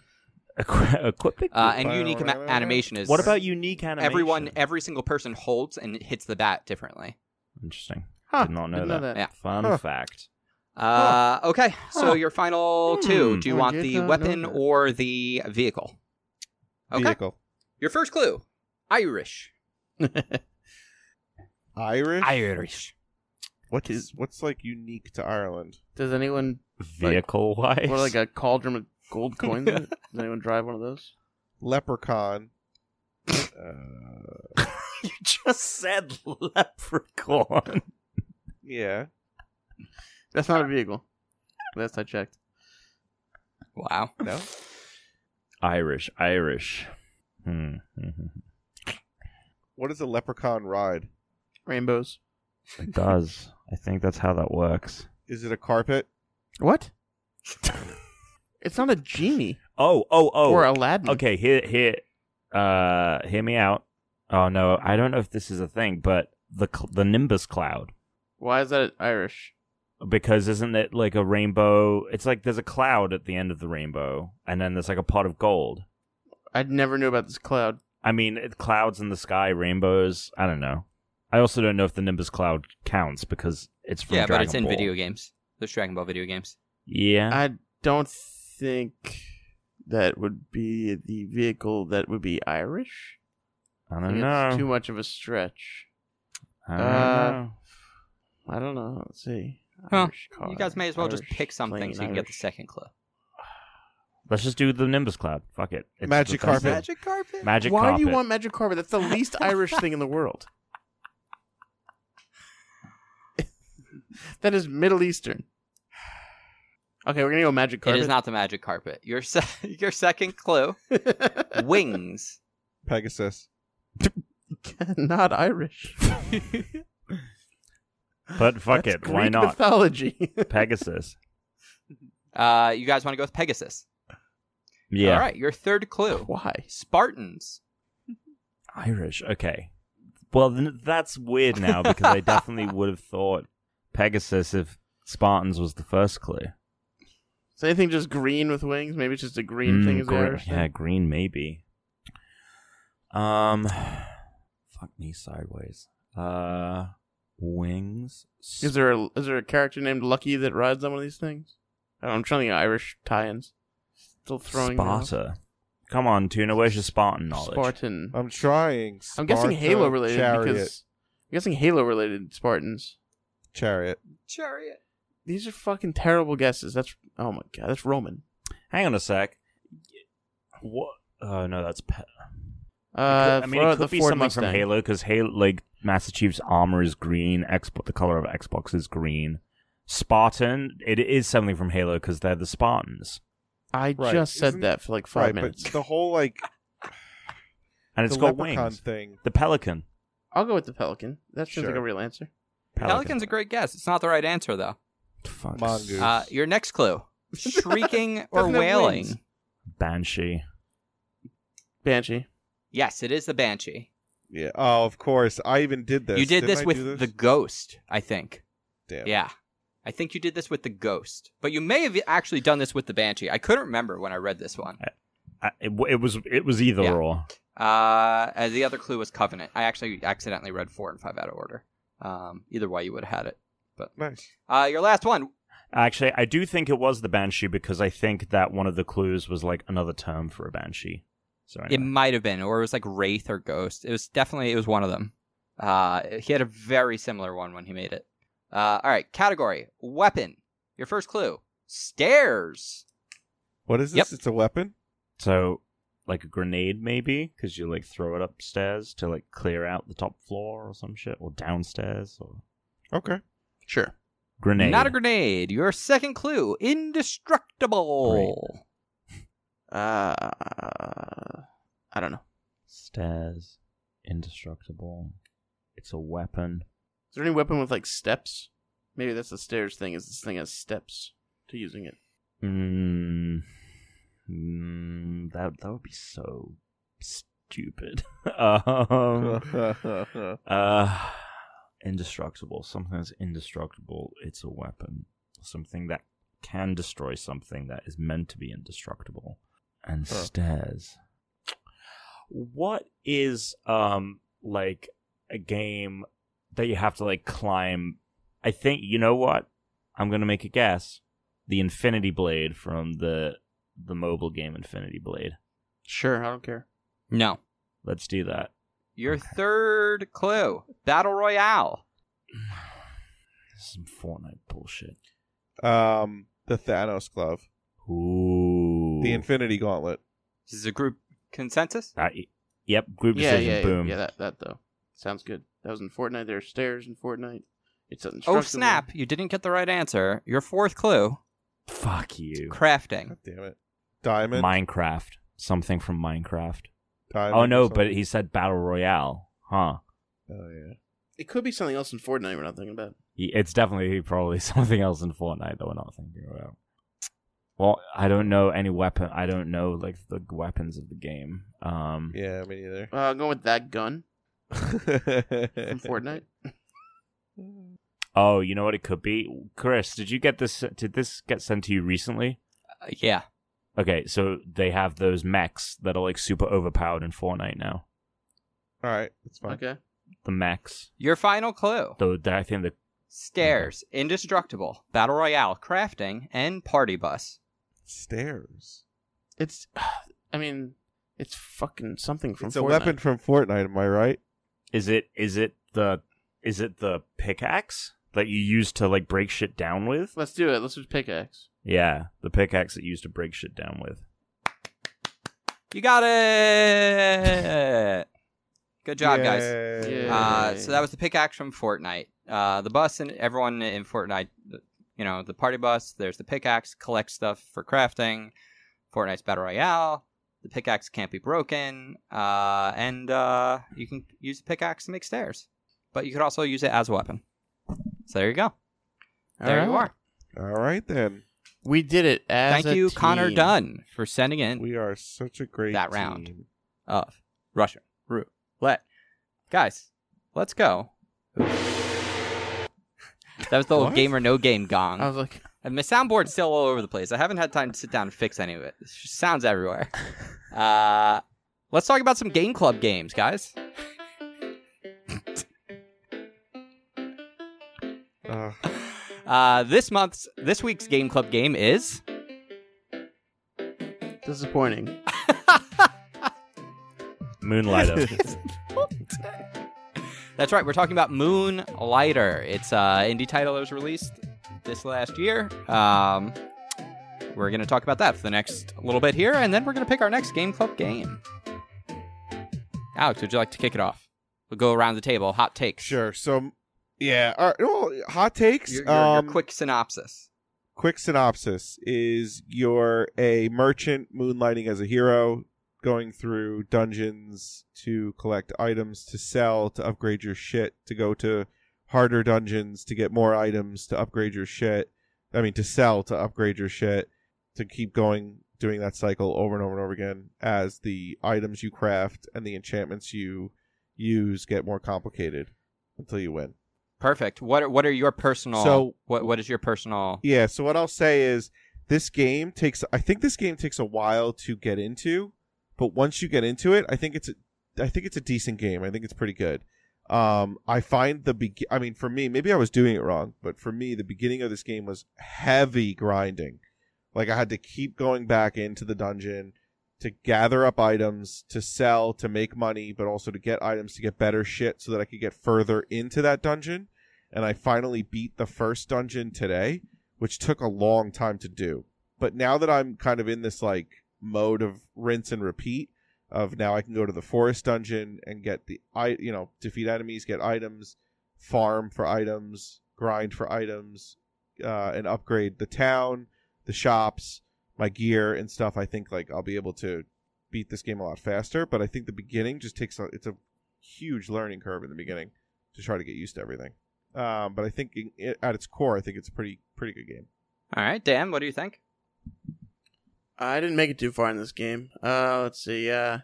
C: Equi- equipping.
A: Uh, and unique ama- animation is
C: what about unique animation?
A: everyone? Every single person holds and hits the bat differently.
C: Interesting.
E: Huh,
C: Did not know
E: didn't
C: that.
E: know that.
A: Yeah.
C: Fun
B: Huh.
C: fact.
A: Uh, okay, so
C: Huh.
A: your final two.
C: Hmm.
A: Do you
E: I
A: want
E: did
A: the
E: not know
A: weapon
E: that.
A: or the vehicle? Okay.
B: Vehicle.
A: Your first clue: Irish.
B: Irish.
A: Irish.
B: What is what's like unique to Ireland?
E: Does anyone
C: Vehicle wise,
E: what like a cauldron with gold coins in it? Does anyone drive one of those?
B: Leprechaun. uh,
C: you just said leprechaun.
B: yeah.
E: That's not a vehicle. Last I checked.
A: Wow.
B: No.
C: Irish, Irish. Hmm. mhm.
B: What does a leprechaun ride?
E: Rainbows.
C: hmm. It does. I think that's how that works.
B: Is it a carpet?
E: What? it's not a genie
C: Oh, oh, oh.
E: or Aladdin.
C: okay, here, here. Uh, hear me out. Oh no, I don't know if this is a thing, but the cl- the Nimbus cloud.
E: Why is that Irish?
C: because isn't it like a rainbow? It's like there's a cloud at the end of the rainbow, and then there's like a pot of gold.
E: I never knew about this cloud.
C: I mean, it, clouds in the sky, rainbows. I don't know. I also don't know if the Nimbus cloud counts because it's from
A: yeah,
C: Dragon
A: but it's in
C: Ball.
A: video games. There's Dragon Ball video games.
C: Yeah,
E: I don't think that would be the vehicle that would be Irish.
C: I,
E: I
C: don't
E: think
C: know.
E: It's too much of a stretch.
C: I don't
E: uh,
C: know.
E: I don't know. Let's see.
A: Huh.
E: Irish car,
C: Oh,
A: You guys may as well just
E: Irish
A: pick something
E: plane,
A: so you can get the
E: Irish-
A: second clue.
C: Let's just do the Nimbus cloud. Fuck it. It's
B: Magic
C: the best
B: carpet.
C: thing.
A: carpet.
C: Magic
E: Why
C: carpet.
E: do you want magic carpet? That's the least Irish thing in the world. that is Middle Eastern. Okay, we're gonna go magic
A: It
E: carpet.
A: is not the magic carpet. Your se- your second clue: wings.
B: Pegasus.
E: not Irish.
C: But fuck
E: That's
C: it. Why
E: Greek
C: not
E: Mythology.
C: Pegasus?
A: Uh, you guys want to go with Pegasus?
C: Yeah,
A: All right. Your third clue:
E: Why?
A: Spartans.
C: Irish. Okay. Well, then that's weird now because I definitely would have thought Pegasus if Spartans was the first clue.
E: Is anything just green with wings? Maybe it's just a green
C: Mm,
E: thing is the
C: gre-
E: Irish
C: Yeah,
E: thing.
C: green maybe. Um, fuck me sideways. Uh, wings.
E: Is there a is there a character named Lucky that rides on one of these things? I don't know, I'm trying to get Irish tie-ins. Still throwing me off.
C: Sparta? Come on, Tuna. Where's your Spartan knowledge?
E: Spartan.
B: I'm trying.
E: I'm guessing
B: Sparta,
E: Halo related
B: Chariot.
E: because I'm guessing Halo related Spartans.
B: chariot.
A: Chariot.
E: These are fucking terrible guesses. That's oh my god, that's Roman.
C: Hang on a sec. What? Oh no, that's. Pe-
E: Uh,
C: I mean,
E: for
C: it
E: the
C: could be
E: Ford
C: something
E: Mustang.
C: from Halo because Halo, like Master Chief's armor is green. Xbox, the color of Xbox is green. Spartan, it is something from Halo because they're the Spartans,
E: I
B: Right.
E: just said
B: Isn't-
E: that for like five
B: right,
E: minutes.
B: but the whole like
C: and it's
B: the
C: got
B: leprechaun
C: wings.
B: thing.
C: The pelican.
E: I'll go with the Pelican. That seems like a
B: Sure.
E: real answer.
A: Pelican's a great guess. It's not the right answer though.
C: Fuck.
B: Mongoose.
A: Uh, your next clue: shrieking or
E: Doesn't have wings.
A: wailing.
C: Banshee.
E: Banshee.
A: Yes, it is the banshee.
B: Yeah. Oh, of course. I even did this.
A: you did
B: Didn't
A: this
B: I
A: with
B: do
A: the ghost, I think.
B: Damn.
A: Yeah. I think you did this with the ghost, but you may have actually done this with the banshee. I couldn't remember when I read this one.
C: I, it, w- it was it was either
A: Yeah.
C: or.
A: Uh, and the other clue was covenant. I actually accidentally read four and five out of order. Um, either way, you would have had it.
B: Nice.
A: Uh, your last one.
C: Actually, I do think it was the banshee because I think that one of the clues was like another term for a banshee. So
A: It
C: anyway.
A: might have been, or it was like wraith or ghost. It was definitely it was one of them. Uh, he had a very similar one when he made it. Uh, all right, category weapon. Your first clue: stairs.
B: What is this?
A: Yep.
B: It's a weapon.
C: so like a grenade maybe because you like throw it upstairs to like clear out the top floor or some shit or downstairs or
B: Okay.
E: Sure.
C: grenade.
A: Not a grenade. Your second clue: indestructible.
E: Uh, I don't know.
C: Stairs, indestructible. It's a weapon.
E: Is there any weapon with like steps? Maybe that's the stairs thing. Is this thing has steps? to using it?
C: Mm, mm, that that would be so stupid. um, uh, indestructible. Something that's indestructible. It's a weapon. Something that can destroy something that is meant to be indestructible. And
B: Huh.
C: stairs. What is um like a game that you have to like climb? I think you know what. I'm gonna make a guess the Infinity Blade from the the mobile game Infinity Blade.
E: Sure, I don't care.
A: No.
C: Let's do that.
A: Your third clue Battle Royale.
C: This is some Fortnite bullshit.
B: um, the Thanos glove,
C: Ooh.
B: the Infinity Gauntlet.
A: This is a group consensus.
C: Uh, y- yep. Group
E: Yeah,
C: decision.
E: yeah, yeah,
C: boom.
E: yeah. That that though sounds good. That was in Fortnite. There are stairs in Fortnite. It's indestructible.
A: Oh, snap. You didn't get the right answer. Your fourth clue
C: Fuck you.
A: crafting.
B: God damn it, Diamond.
C: Minecraft. Something from Minecraft.
B: Diamond
C: Oh
B: or
C: no,
B: something.
C: but he said battle royale. Huh.
B: Oh yeah.
E: It could be something else in Fortnite we're not thinking about.
C: Y- It's definitely probably something else in Fortnite that we're not thinking about. Well, I don't know any weapon. I don't know like the weapons of the game. Um,
B: Yeah, me neither.
E: Uh, I'm going with that gun from Fortnite.
C: Oh, you know what it could be? Chris, did you get this did this get sent to you recently?
A: Uh, yeah.
C: Okay, so they have those mechs that are like super overpowered in Fortnite now.
B: All right, that's fine.
E: Okay.
C: The mechs.
A: Your final clue
C: Though the, I think the
A: stairs, indestructible, battle royale, crafting, and party bus.
B: Stairs.
E: It's, I mean, it's fucking something from
B: it's
E: Fortnite.
B: a weapon from Fortnite. Am I right?
C: is it is it the is it the pickaxe that you use to like break shit down with?
E: Let's do it. Let's use pickaxe.
C: Yeah, the pickaxe that you use to break shit down with.
A: You got it. Good job, guys.
B: Yay.
E: Yeah.
A: Uh, so that was the pickaxe from Fortnite. Uh, the bus and everyone in Fortnite, you know, the party bus. There's the pickaxe, collect stuff for crafting. Fortnite's battle royale. The pickaxe can't be broken, uh, and uh, you can use the pickaxe to make stairs. But you could also use it as a weapon. So there you go. There you
E: Alright.
A: are.
B: All right then.
E: We did it as
A: Thank
E: a
A: you, Connor
E: team.
A: Dunn, for sending in
B: We are such a great
A: That round.
B: team.
A: of Russian roulette. Guys, let's go. That was the old
B: What?
A: game or no game gong.
E: I was like,
A: And my soundboard's still all over the place. I haven't had time to sit down and fix any of it. It just sounds everywhere. Uh, let's talk about some game club games, guys.
B: Uh,
A: Uh, this month's, this week's game club game is
E: disappointing.
C: Moonlighter.
A: That's right. We're talking about Moonlighter. It's uh, indie title that was released this last year. Um, we're going to talk about that for the next little bit here, and then we're going to pick our next Game Club game. Alex, would you like to kick it off? We'll go around the table. Hot takes.
B: sure. So, yeah. All right. Well, hot takes.
A: Your, your,
B: um,
A: your quick synopsis.
B: quick synopsis is you're a merchant moonlighting as a hero going through dungeons to collect items to sell to upgrade your shit to go to harder dungeons to get more items to upgrade your shit i mean to sell to upgrade your shit to keep going doing that cycle over and over and over again as the items you craft and the enchantments you use get more complicated until you win
A: Perfect. What are, what are your personal?
B: So-
A: what what is your personal?
B: Yeah, so what I'll say is this game takes I think this game takes a while to get into, but once you get into it, I think it's a, I think it's a decent game. I think it's pretty good. Um I find the be- I mean for me, maybe I was doing it wrong, but for me the beginning of this game was heavy grinding. Like I had to keep going back into the dungeon to gather up items to sell to make money, but also to get items to get better shit so that I could get further into that dungeon. And I finally beat the first dungeon today which took a long time to do. But now that I'm kind of in this like mode of rinse and repeat of now I can go to the forest dungeon and get the I you know, defeat enemies, get items, farm for items, grind for items, uh, and upgrade the town, the shops, my gear and stuff. I think like I'll be able to beat this game a lot faster, but I think the beginning just takes a, it's a huge learning curve in the beginning to try to get used to everything. Um, but I think in, at its core, I think it's a pretty pretty good game.
A: All right, Dan, what do you think?
E: I didn't make it too far in this game. Uh, let's see. Uh,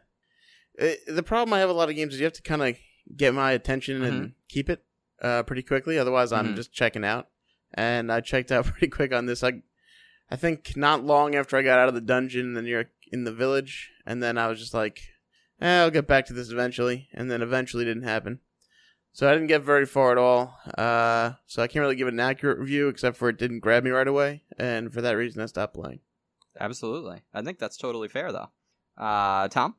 E: it, the problem I have a lot of games is you have to kind of get my attention
A: Mm-hmm.
E: and keep it uh, pretty quickly. Otherwise, I'm
A: Mhm.
E: just checking out. And I checked out pretty quick on this. I, I think not long after I got out of the dungeon, then you're in the village, and then I was just like, eh, "I'll get back to this eventually," and then eventually didn't happen. So I didn't get very far at all. Uh, so I can't really give it an accurate review, except for it didn't grab me right away, and for that reason, I stopped playing.
A: Absolutely. I think that's totally fair, though. Uh, Tom?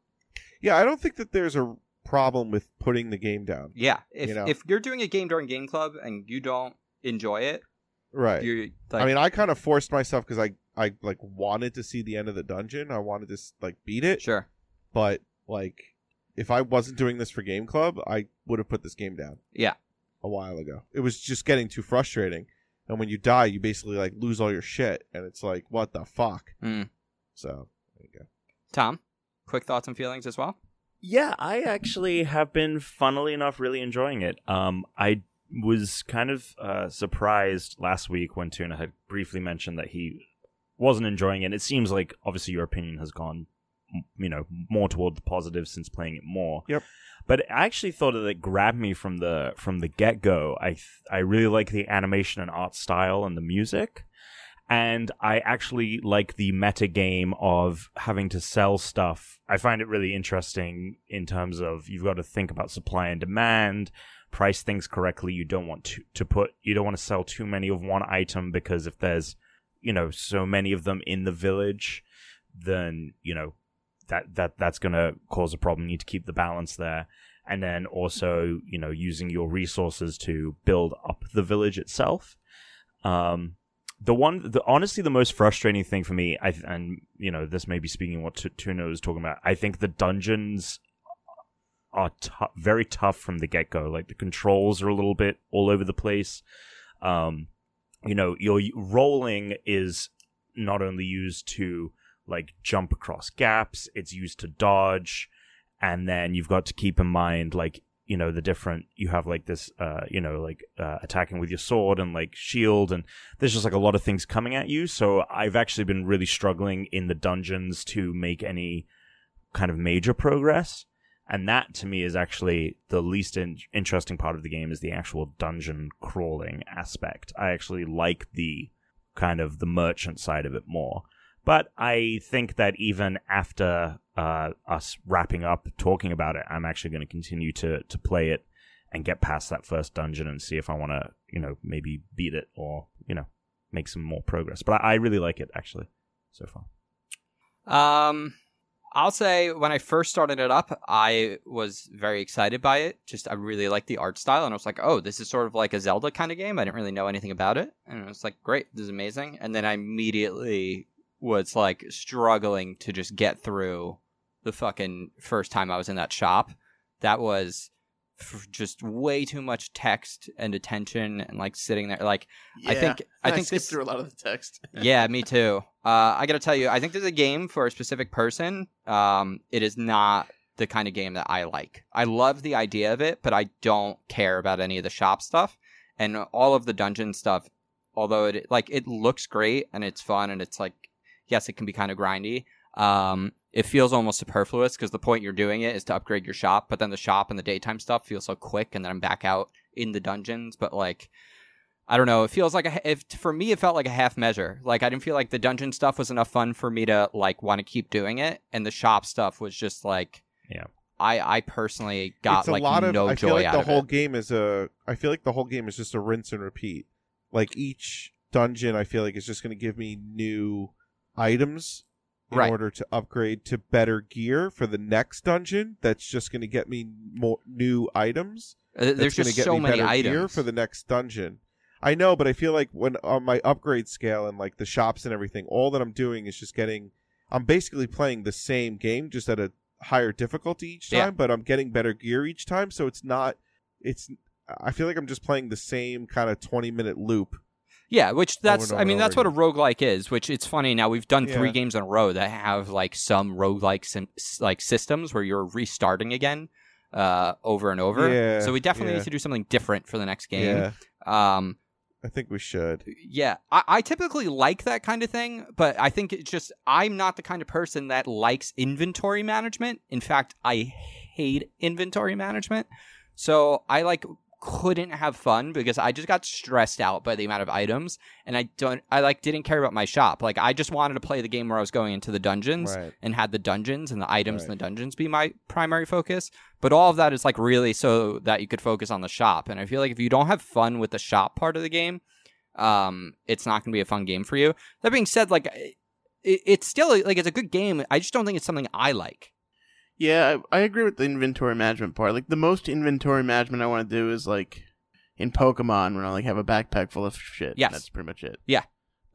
B: Yeah, I don't think that there's a problem with putting the game down.
A: Yeah. If,
B: You know.
A: if you're doing a game during Game Club and you don't enjoy it,
B: Right.
A: you're like,
B: I mean, I kind of forced myself because I I like wanted to see the end of the dungeon. I wanted to s- like beat it,
A: sure.
B: but like if I wasn't doing this for Game Club, I would have put this game down.
A: Yeah.
B: A while ago. It was just getting too frustrating. And when you die, you basically like lose all your shit and it's like what the fuck.
A: Hmm.
B: So, there you go.
A: Tom, quick thoughts and feelings as well?
C: Yeah, I actually have been, funnily enough, really enjoying it. Um, I was kind of uh, surprised last week when Tuna had briefly mentioned that he wasn't enjoying it. It seems like obviously your opinion has gone, m- you know, more toward the positive since playing it more.
B: Yep.
C: But I actually thought that it grabbed me from the from the get go. I th- I really like the animation and art style and the music and I actually like the meta game of having to sell stuff. I find it really interesting in terms of you've got to think about supply and demand, price things correctly. You don't want to, to put you don't want to sell too many of one item because if there's you know so many of them in the village, then you know that that that's going to cause a problem. You need to keep the balance there. And then also, you know, using your resources to build up the village itself. Um, the one the honestly the most frustrating thing for me i th- and you know this may be speaking what T- tuna was talking about i think the dungeons are tou- very tough from the get-go like the controls are a little bit all over the place um you know your rolling is not only used to like jump across gaps it's used to dodge and then you've got to keep in mind like you know the different you have like this uh you know like uh, attacking with your sword and like shield and there's just like a lot of things coming at you. So I've actually been really struggling in the dungeons to make any kind of major progress. And that to me is actually the least in- interesting part of the game is the actual dungeon crawling aspect. I actually like the kind of the merchant side of it more. But I think that even after uh, us wrapping up talking about it, I'm actually going to continue to to play it and get past that first dungeon and see if I want to, you know, maybe beat it or you know make some more progress. But I, I really like it actually so far.
A: Um, I'll say when I first started it up, I was very excited by it. Just I really liked the art style, and I was like, "Oh, this is sort of like a Zelda kind of game." I didn't really know anything about it, and I was like, "Great, this is amazing." And then I immediately was like struggling to just get through the fucking first time I was in that shop. That was f- just way too much text and attention, and like sitting there, like I
E: Yeah.
A: think I think
E: skipped
A: this
E: through a lot of the text.
A: yeah, me too. Uh, I gotta tell you, I think there's a game for a specific person. Um, it is not the kind of game that I like. I love the idea of it, but I don't care about any of the shop stuff and all of the dungeon stuff. Although it like it looks great and it's fun and it's like yes, it can be kind of grindy. Um, it feels almost superfluous because the point you're doing it is to upgrade your shop, but then the shop and the daytime stuff feels so quick, and then I'm back out in the dungeons. But like, I don't know. It feels like a if for me it felt like a half measure. Like I didn't feel like the dungeon stuff was enough fun for me to like want to keep doing it, and the shop stuff was just like
C: Yeah.
A: I I personally got
B: it's a
A: like
B: lot of
A: no
B: I
A: joy
B: feel like
A: out
B: the
A: of
B: whole
A: it. Uh,
B: game is a I feel like the whole game is just a rinse and repeat. Like each dungeon I feel like is just going to give me new items in
A: Right.
B: order to upgrade to better gear for the next dungeon that's just going to get me more new items.
A: Uh, There's
B: that's gonna
A: just
B: get
A: so
B: me
A: many
B: better gear
A: items
B: for the next dungeon. I know, but I feel like when on my upgrade scale and like the shops and everything, all that I'm doing is just getting. I'm basically playing the same game just at a higher difficulty each time,
A: Yeah.
B: but I'm getting better gear each time. So it's not. It's. I feel like I'm just playing the same kind of 20 minute loop.
A: Yeah, which that's
B: and over
A: I mean
B: and
A: that's
B: over
A: what a roguelike is, which it's funny now we've done 3
B: Yeah.
A: games in a row that have like some roguelike sim- s- like systems where you're restarting again uh over and over.
B: Yeah,
A: so we definitely
B: yeah.
A: need to do something different for the next game.
B: Yeah.
A: Um
B: I think we should.
A: Yeah, I, I typically like that kind of thing, but I think it's just I'm not the kind of person that likes inventory management. In fact, I hate inventory management. So I like couldn't have fun because I just got stressed out by the amount of items, and I don't. I like didn't care about my shop. Like I just wanted to play the game where I was going into the dungeons
B: Right.
A: and had the dungeons and the items in the dungeons be my primary focus. But all of that is like really so that you could focus on the shop. And I feel like if you don't have fun with the shop part of the game, um, it's not going to be a fun game for you. That being said, like it, it's still like it's a good game. I just don't think it's something I like.
E: Yeah, I, I agree with the inventory management part. Like the most inventory management I want to do is like in Pokemon when I like have a backpack full of shit.
A: Yes.
E: that's pretty much it.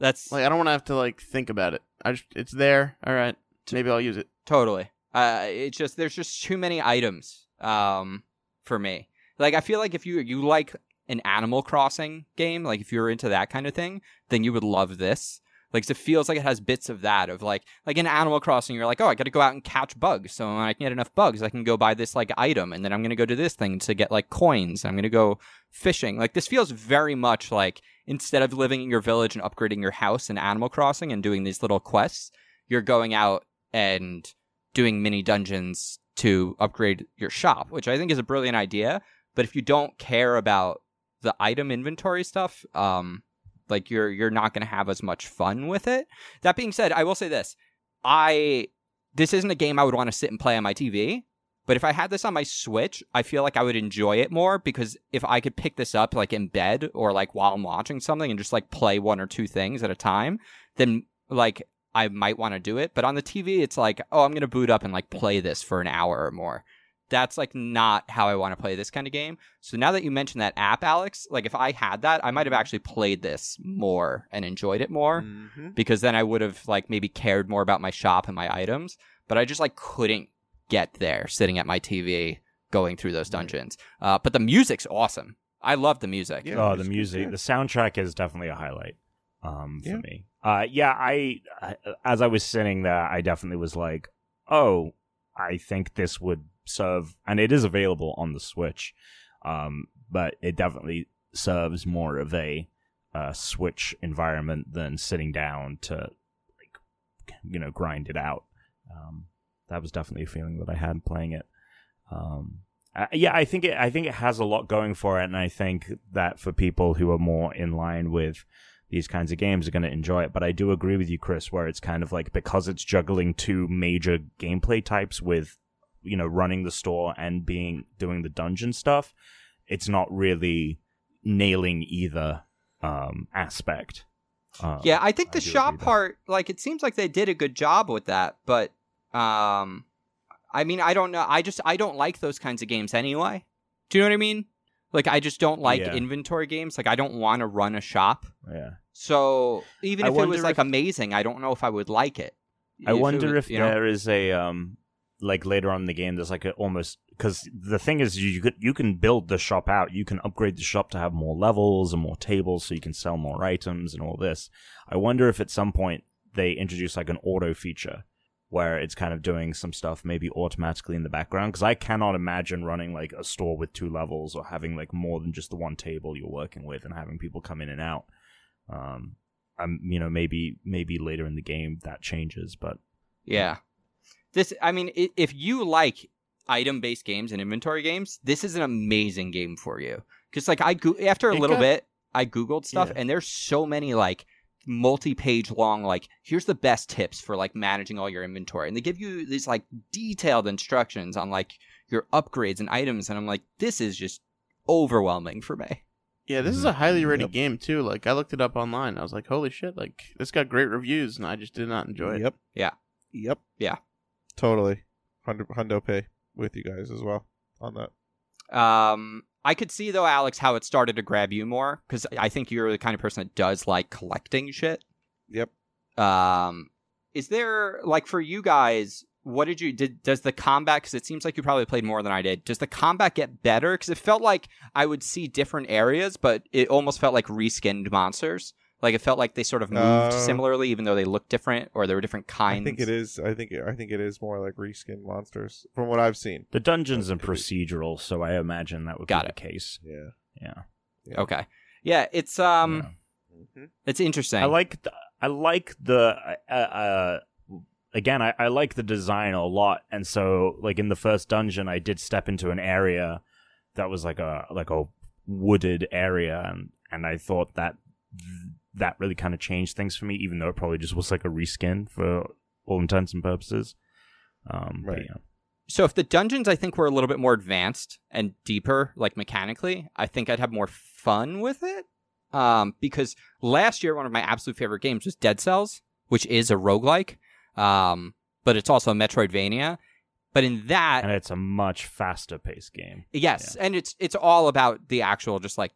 A: That's
E: Like I don't want to have to like think about it. I just it's there. All right, maybe I'll use it.
A: Totally. Uh, it's just there's just too many items um, for me. Like I feel like if you you like an Animal Crossing game, like if you're into that kind of thing, then you would love this. Like 'cause it feels like it has bits of that of like like in Animal Crossing, you're like, oh, I got to go out and catch bugs. So when I can get enough bugs, I can go buy this like item, and then I'm gonna go do this thing to get like coins. And I'm gonna go fishing. Like this feels very much like instead of living in your village and upgrading your house in Animal Crossing and doing these little quests, you're going out and doing mini dungeons to upgrade your shop, which I think is a brilliant idea. But if you don't care about the item inventory stuff, um, like you're you're not going to have as much fun with it. That being said, I will say this: I this isn't a game I would want to sit and play on my TV. But if I had this on my Switch, I feel like I would enjoy it more because if I could pick this up like in bed or like while I'm watching something and just like play one or two things at a time, then like I might want to do it. But on the TV, it's like, oh, I'm going to boot up and like play this for an hour or more. That's like not how I want to play this kind of game. So now that you mentioned that app, Alex, like if I had that, I might have actually played this more and enjoyed it more
B: Mm-hmm.
A: because then I would have like maybe cared more about my shop and my items. But I just like couldn't get there sitting at my TV going through those dungeons. Uh, but the music's awesome. I love the music.
B: Yeah,
C: oh, the
B: it's-
C: music,
B: yeah.
C: the soundtrack is definitely a highlight um, for
B: Yeah.
C: me. Uh, yeah, I, I as I was sitting there, I definitely was like, oh, I think this would serve, and it is available on the Switch, um, but it definitely serves more of a uh, Switch environment than sitting down to, like, you know, grind it out. Um, that was definitely a feeling that I had playing it. Um, uh, yeah, I think it. I think it has a lot going for it, and I think that for people who are more in line with these kinds of games, are going to enjoy it. But I do agree with you, Chris, where it's kind of like because it's juggling two major gameplay types with, you know, running the store and being doing the dungeon stuff, it's not really nailing either um, aspect. Um,
A: Yeah, I think the
C: I do agree
A: shop
C: with that.
A: part, like, it seems like they did a good job with that, but, um, I mean, I don't know. I just, I don't like those kinds of games anyway. Do you know what I mean? Like, I just don't like
C: Yeah.
A: inventory games. Like, I don't want to run a shop.
C: yeah.
A: So even
C: I
A: if it was
C: wonder
A: like
C: if-
A: amazing, I don't know if I would like it.
C: I
A: it
C: wonder
A: was-
C: if
A: you know-
C: there is a um like later on in the game there's like a almost because the thing is you you could you can build the shop out you can upgrade the shop to have more levels and more tables so you can sell more items and all this. I wonder if at some point they introduce like an auto feature where it's kind of doing some stuff maybe automatically in the background because I cannot imagine running like a store with two levels or having like more than just the one table you're working with and having people come in and out. Um, I'm you know maybe maybe later in the game that changes, but
A: Yeah. This, I mean, i- if you like item based games and inventory games, this is an amazing game for you. Because, like, I go- after a
E: It
A: little
E: got-
A: bit, I Googled stuff,
E: Yeah.
A: and there's so many, like, multi page long, like, here's the best tips for, like, managing all your inventory. And they give you these, like, detailed instructions on, like, your upgrades and items. And I'm like, this is just overwhelming for me.
E: Yeah, this is a
A: Mm,
E: highly rated game too. Like I looked it up online. I was like, holy shit! Like this got great reviews, and I just did not enjoy it.
B: Yep.
A: Yeah.
B: Yep.
A: Yeah.
B: Totally. Hundo, hundo pay with you guys as well on that.
A: Um, I could see though, Alex, how it started to grab you more because I think you're the kind of person that does like collecting shit.
B: Yep.
A: Um, is there like for you guys? What did you did? Does the combat? Because it seems like you probably played more than I did. Does the combat get better? Because it felt like I would see different areas, but it almost felt like reskinned monsters. Like it felt like they sort of moved
B: Uh,
A: similarly, even though they looked different or there were different kinds.
B: I think it is. I think it, I think it is more like reskin monsters from what I've seen.
C: the dungeons and
B: Could be.
C: procedural, so I imagine that would
A: Got
C: be
A: it.
C: the case.
B: Yeah.
A: Okay. Yeah, it's um,
C: Yeah.
A: it's interesting.
C: I like the, I like the uh, uh, again I, I like the design a lot and so like in the first dungeon I did step into an area that was like a like a wooded area and and I thought that that really kind of changed things for me even though it probably just was like a reskin for all intents and purposes um but
B: Right.
C: yeah.
A: so if the dungeons I think were a little bit more advanced and deeper, like mechanically, I think I'd have more fun with it. Um, because last year one of my absolute favorite games was Dead Cells, which is a roguelike. Um, but it's also a Metroidvania. But in that
C: and it's a much faster paced game
A: Yes, and it's it's all about the actual just like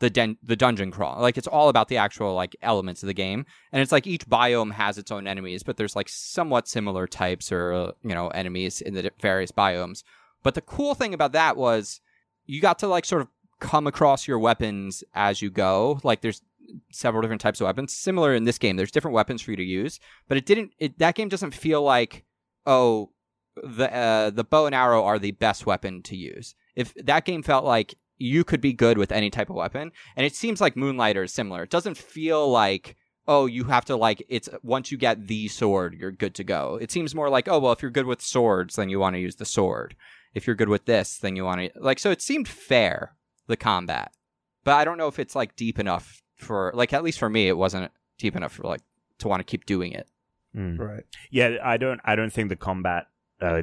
A: the den- the dungeon crawl. Like it's all about the actual like elements of the game, and it's like each biome has its own enemies, but there's like somewhat similar types or uh, you know enemies in the di- various biomes. But the cool thing about that was you got to like sort of come across your weapons as you go. Like there's several different types of weapons. Similar in this game, there's different weapons for you to use, but it didn't. It, that game doesn't feel like oh the uh, the bow and arrow are the best weapon to use. If that game felt like you could be good with any type of weapon, and it seems like Moonlighter is similar. It doesn't feel like oh you have to like it's once you get the sword you're good to go. It seems more like oh well if you're good with swords then you want to use the sword. If you're good with this then you want to like so it seemed fair the combat, but I don't know if it's like deep enough for like at least for me it wasn't deep enough for like to want to keep doing it.
C: Mm.
B: Right.
C: Yeah, I don't. I don't think the combat. Uh,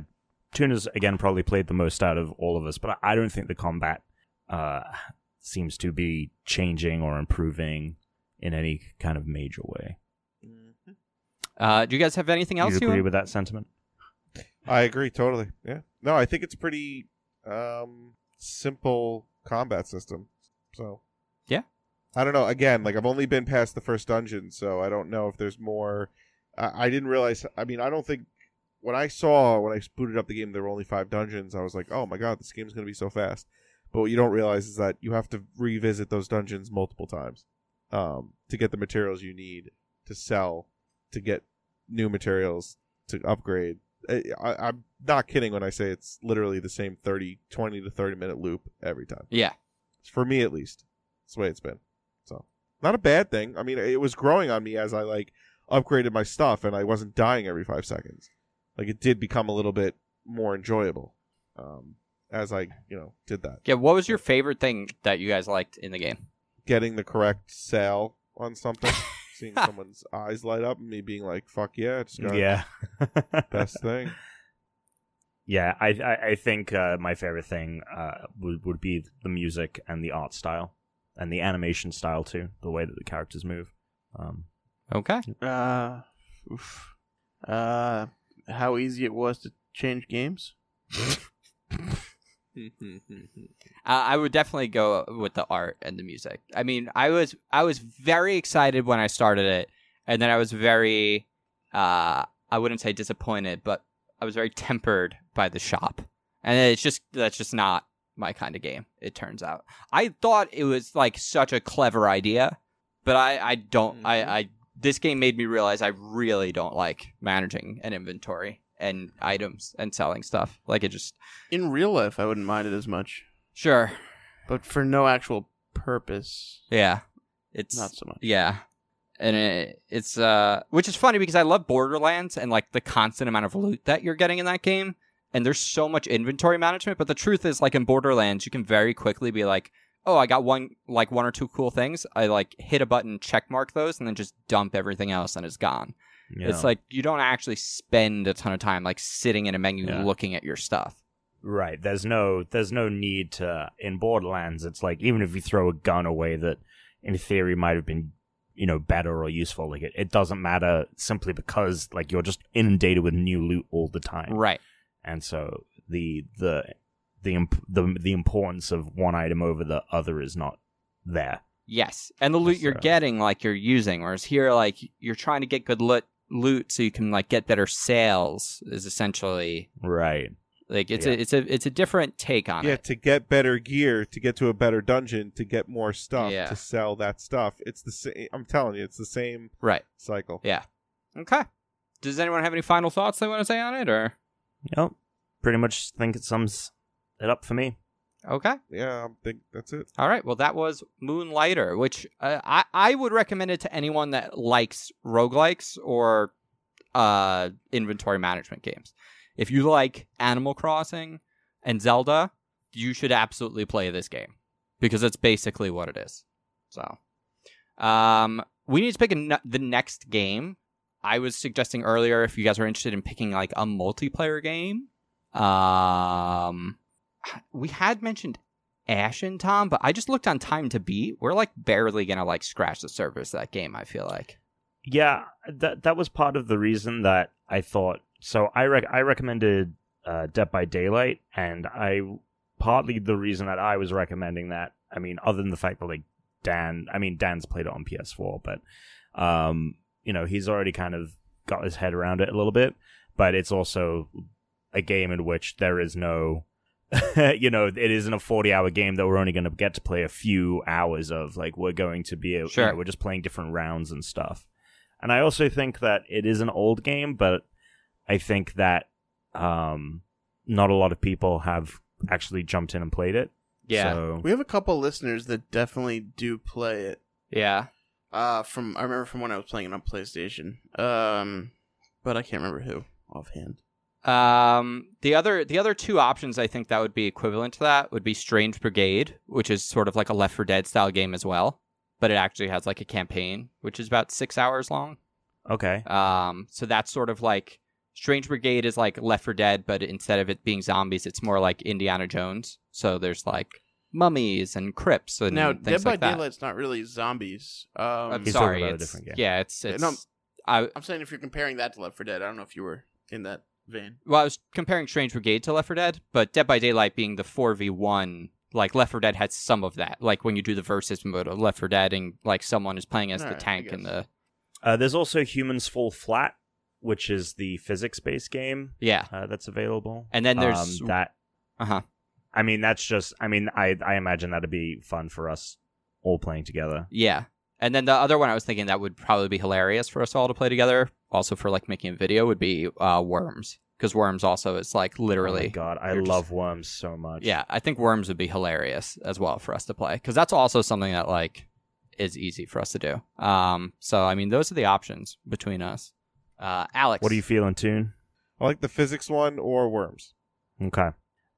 C: Tuna's again probably played the most out of all of us, but I don't think the combat uh, seems to be changing or improving in any kind of major way.
A: Uh, do you guys have anything else
C: Do you
A: want-
C: agree with that sentiment?
B: I agree totally. Yeah. No, I think it's a pretty um, simple combat system. So.
A: Yeah.
B: I don't know. Again, like I've only been past the first dungeon, so I don't know if there's more. I, I didn't realize. I mean, I don't think when I saw when I booted up the game, there were only five dungeons. I was like, oh my god, this game's gonna be so fast. But what you don't realize is that you have to revisit those dungeons multiple times um, to get the materials you need to sell, to get new materials to upgrade. I, I, I'm not kidding when I say it's literally the same 30, 20 to 30 minute loop every time.
A: Yeah.
B: For me, at least. That's the way it's been. So, not a bad thing. I mean, it was growing on me as I like upgraded my stuff and I wasn't dying every five seconds. Like, it did become a little bit more enjoyable um, as I, you know, did that.
A: Yeah, what was your favorite thing that you guys liked in the game?
B: Getting the correct sale on something, seeing someone's eyes light up, and me being like, fuck yeah, it's got
C: Yeah.
B: best thing.
C: Yeah, I I, I think uh, my favorite thing uh, would would be the music and the art style and the animation style too, the way that the characters move. Um,
A: Okay.
E: Uh, oof. uh, how easy it was to change games. Hmm,
A: Uh, I would definitely go with the art and the music. I mean, I was I was very excited when I started it, and then I was very uh I wouldn't say disappointed, but I was very tempered by the shop. And it's just that's just not my kind of game, it turns out. I thought it was like such a clever idea, but I I don't
B: Mhm.
A: I I this game made me realize I really don't like managing an inventory and items and selling stuff. Like it just
E: In real life, I wouldn't mind it as much,
A: sure.
E: but for no actual purpose,
A: Yeah. It's
E: not so much.
A: Yeah. And it, it's uh which is funny because I love Borderlands and like the constant amount of loot that you're getting in that game and there's so much inventory management, but the truth is like in Borderlands you can very quickly be like, "Oh, I got one like one or two cool things. I like hit a button, check mark those and then just dump everything else and it's gone."
C: yeah.
A: It's like you don't actually spend a ton of time like sitting in a menu
C: Yeah.
A: looking at your stuff.
C: Right. There's no there's no need to in Borderlands. It's like even if you throw a gun away that in theory might have been you know better or useful, like it, it doesn't matter simply because like you're just inundated with new loot all the time.
A: Right.
C: And so the the the imp- the the importance of one item over the other is not there.
A: Yes, and the loot
C: Yes,
A: you're
C: sir.
A: getting, like you're using, whereas here, like you're trying to get good loot, loot so you can like get better sales. Is essentially
C: Right.
A: like it's
C: Yeah.
A: a it's a it's a different take on
B: yeah,
A: it.
B: to get better gear, to get to a better dungeon, to get more stuff,
A: Yeah.
B: to sell that stuff. It's the same. I'm telling you, it's the same
A: Right.
B: cycle.
A: Okay. Does anyone have any final thoughts they want to say on it, or
C: Yep. Pretty much think it sums it up for me.
A: Okay.
B: Yeah, I think that's it.
A: All right. Well, that was Moonlighter, which uh, I I would recommend it to anyone that likes roguelikes or uh, inventory management games. If you like Animal Crossing and Zelda, you should absolutely play this game because that's basically what it is. So, um, we need to pick a n the next game. I was suggesting earlier if you guys are interested in picking like a multiplayer game. Um, we had mentioned Ash and Tom, but I just looked on time to beat. We're like barely gonna like scratch the surface of that game. I feel like.
C: Yeah, that that was part of the reason that I thought. So I rec- I recommended uh, Death by Daylight, and I partly the reason that I was recommending that. I mean, other than the fact that like Dan, I mean Dan's played it on PS4, but um, you know he's already kind of got his head around it a little bit. But it's also a game in which there is no, you know, it isn't a forty-hour game that we're only going to get to play a few hours of. Like we're going to be, able- you
A: Sure.
C: know, we're just playing different rounds and stuff. And I also think that it is an old game, but I think that um, not a lot of people have actually jumped in and played it. So,
E: We have a couple listeners that definitely do play it.
A: yeah.
E: Uh, from I remember from when I was playing it on PlayStation. Um, but I can't remember who offhand.
A: Um, the other the other two options I think that would be equivalent to that would be Strange Brigade, which is sort of like a Left 4 Dead style game as well, but it actually has like a campaign, which is about six hours long.
C: okay.
A: Um, so that's sort of like Strange Brigade is like Left 4 Dead, but instead of it being zombies, it's more like Indiana Jones. So there's like mummies and crypts and
E: now,
A: things
E: Dead by
A: like that.
E: Daylight's not really zombies. Um,
A: I'm
C: He's talking
A: sorry,
C: about a
A: it's,
C: different game.
A: yeah, it's
E: Yeah,
A: it's.
E: no,
A: I
E: I'm saying if you're comparing that to Left 4 Dead, I don't know if you were in that vein.
A: well, I was comparing Strange Brigade to Left 4 Dead, but Dead by Daylight being the four v one, like Left 4 Dead had some of that, like when you do the versus mode of Left 4 Dead, and like someone is playing as the
E: Alright, I
A: tank and
E: guess.
A: the
C: Uh, there's also Humans Fall Flat, which is the physics-based game
A: yeah,
C: uh, that's available.
A: and then there's
C: um, that.
A: Uh-huh.
C: I mean, that's just. I mean, I I imagine that'd be fun for us all playing together.
A: Yeah. And then the other one I was thinking that would probably be hilarious for us all to play together, also for like making a video, would be uh, Worms. Because Worms also is like
C: Oh my
A: literally.
C: God, I
A: You're just-
C: love worms so much.
A: yeah, I think Worms would be hilarious as well for us to play. Because that's also something that like is easy for us to do. Um, so, I mean, those are the options between us. Uh, Alex.
C: What do you feel in tune?
B: I like the physics one or worms.
C: Okay.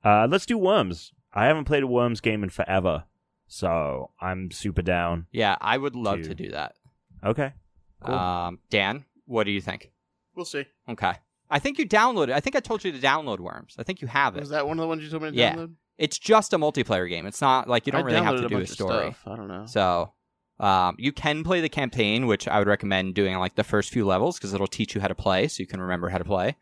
C: Uh, let's do Worms. I haven't played a Worms game in forever, so I'm super down.
A: Yeah, I would love to
C: Dude.
A: do that.
C: Okay. Cool.
A: Um, Dan, what do you think?
E: We'll see.
A: Okay. I think you downloaded. I think I told you to download Worms. I think you have it.
E: Was that one of the ones you told me to
A: Yeah.
E: download?
A: it's just a multiplayer game. It's not like you don't
E: I
A: really have
E: downloaded
A: to do a
E: bunch of
A: story.
E: stuff. I don't know.
A: So um, you can play the campaign, which I would recommend doing like the first few levels because it'll teach you how to play, so you can remember how to play.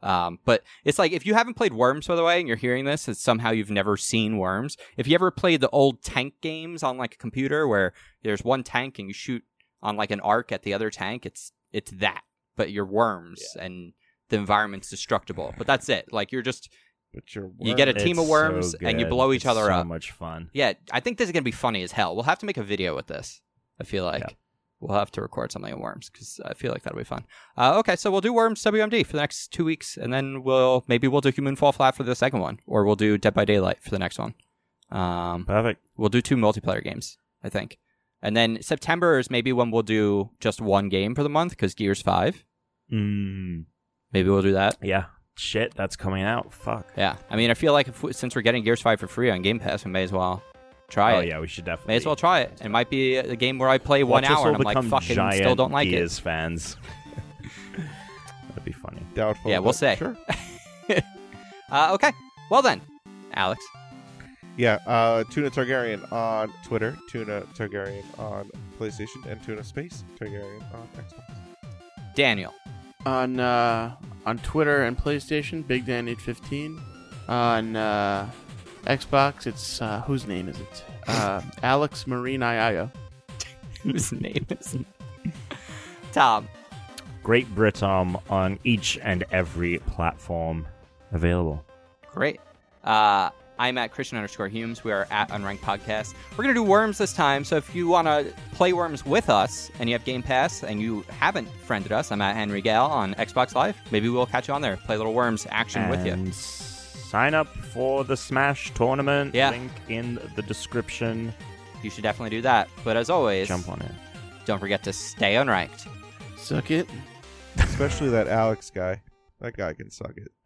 A: Um, but it's like if you haven't played Worms, by the way, and you're hearing this, it's somehow you've never seen Worms. If you ever played the old tank games on like a computer where there's one tank and you shoot on like an arc at the other tank, it's it's that, but you're worms and the environment's destructible. But that's it. Like you're just
B: But your worms.
A: You get a team of
C: It's
A: worms
C: so
A: and you
C: good.
A: blow each
C: It's
A: other
C: so
A: up.
C: much fun.
A: Yeah, I think this is gonna be funny as hell. We'll have to make a video with this. I feel like
C: Yeah.
A: we'll have to record something in Worms because I feel like that'll be fun. Uh, okay, so we'll do Worms WMD for the next two weeks, and then we'll maybe we'll do Human Fall Flat for the second one, or we'll do Dead by Daylight for the next one. Um,
C: Perfect.
A: we'll do two multiplayer games, I think, and then September is maybe when we'll do just one game for the month because Gears Five.
C: Mm,
A: Maybe we'll do that.
C: yeah. Shit, that's coming out. Fuck.
A: Yeah, I mean, I feel like if we, since we're getting Gears Five for free on Game Pass, we may as well try
C: oh
A: it.
C: yeah, we should definitely.
A: May as well try it. It might be a game where I play one
C: Watch us
A: hour
C: all
A: and I'm like,
C: become
A: fucking
C: giant
A: still don't like
C: Gears fans. That'd be funny.
B: Doubtful.
A: Yeah, we'll
B: but
A: say.
B: Sure.
A: it. Uh, okay. Well then, Alex.
B: Yeah, uh, Tuna Targaryen on Twitter, Tuna Targaryen on PlayStation, and Tuna Space Targaryen on Xbox.
A: Daniel.
E: on uh, on Twitter and PlayStation, Big Dan eight fifteen. On uh, Xbox, it's uh, whose name is it? Uh, Alex Marine Iaio.
A: Whose name is Tom.
C: Great Britom on each and every platform available.
A: Great. Uh, I'm at Christian underscore Humes. We are at Unranked Podcast. We're going to do Worms this time. So if you want to play Worms with us and you have Game Pass and you haven't friended us, I'm at Henry Gale on Xbox Live. Maybe we'll catch you on there. Play a little Worms action with you.
C: And sign up for the Smash tournament.
A: Yeah.
C: Link in the description.
A: You should definitely do that. But as always,
C: Jump on it.
A: don't forget to stay unranked.
E: Suck it.
B: especially that Alex guy. That guy can suck it.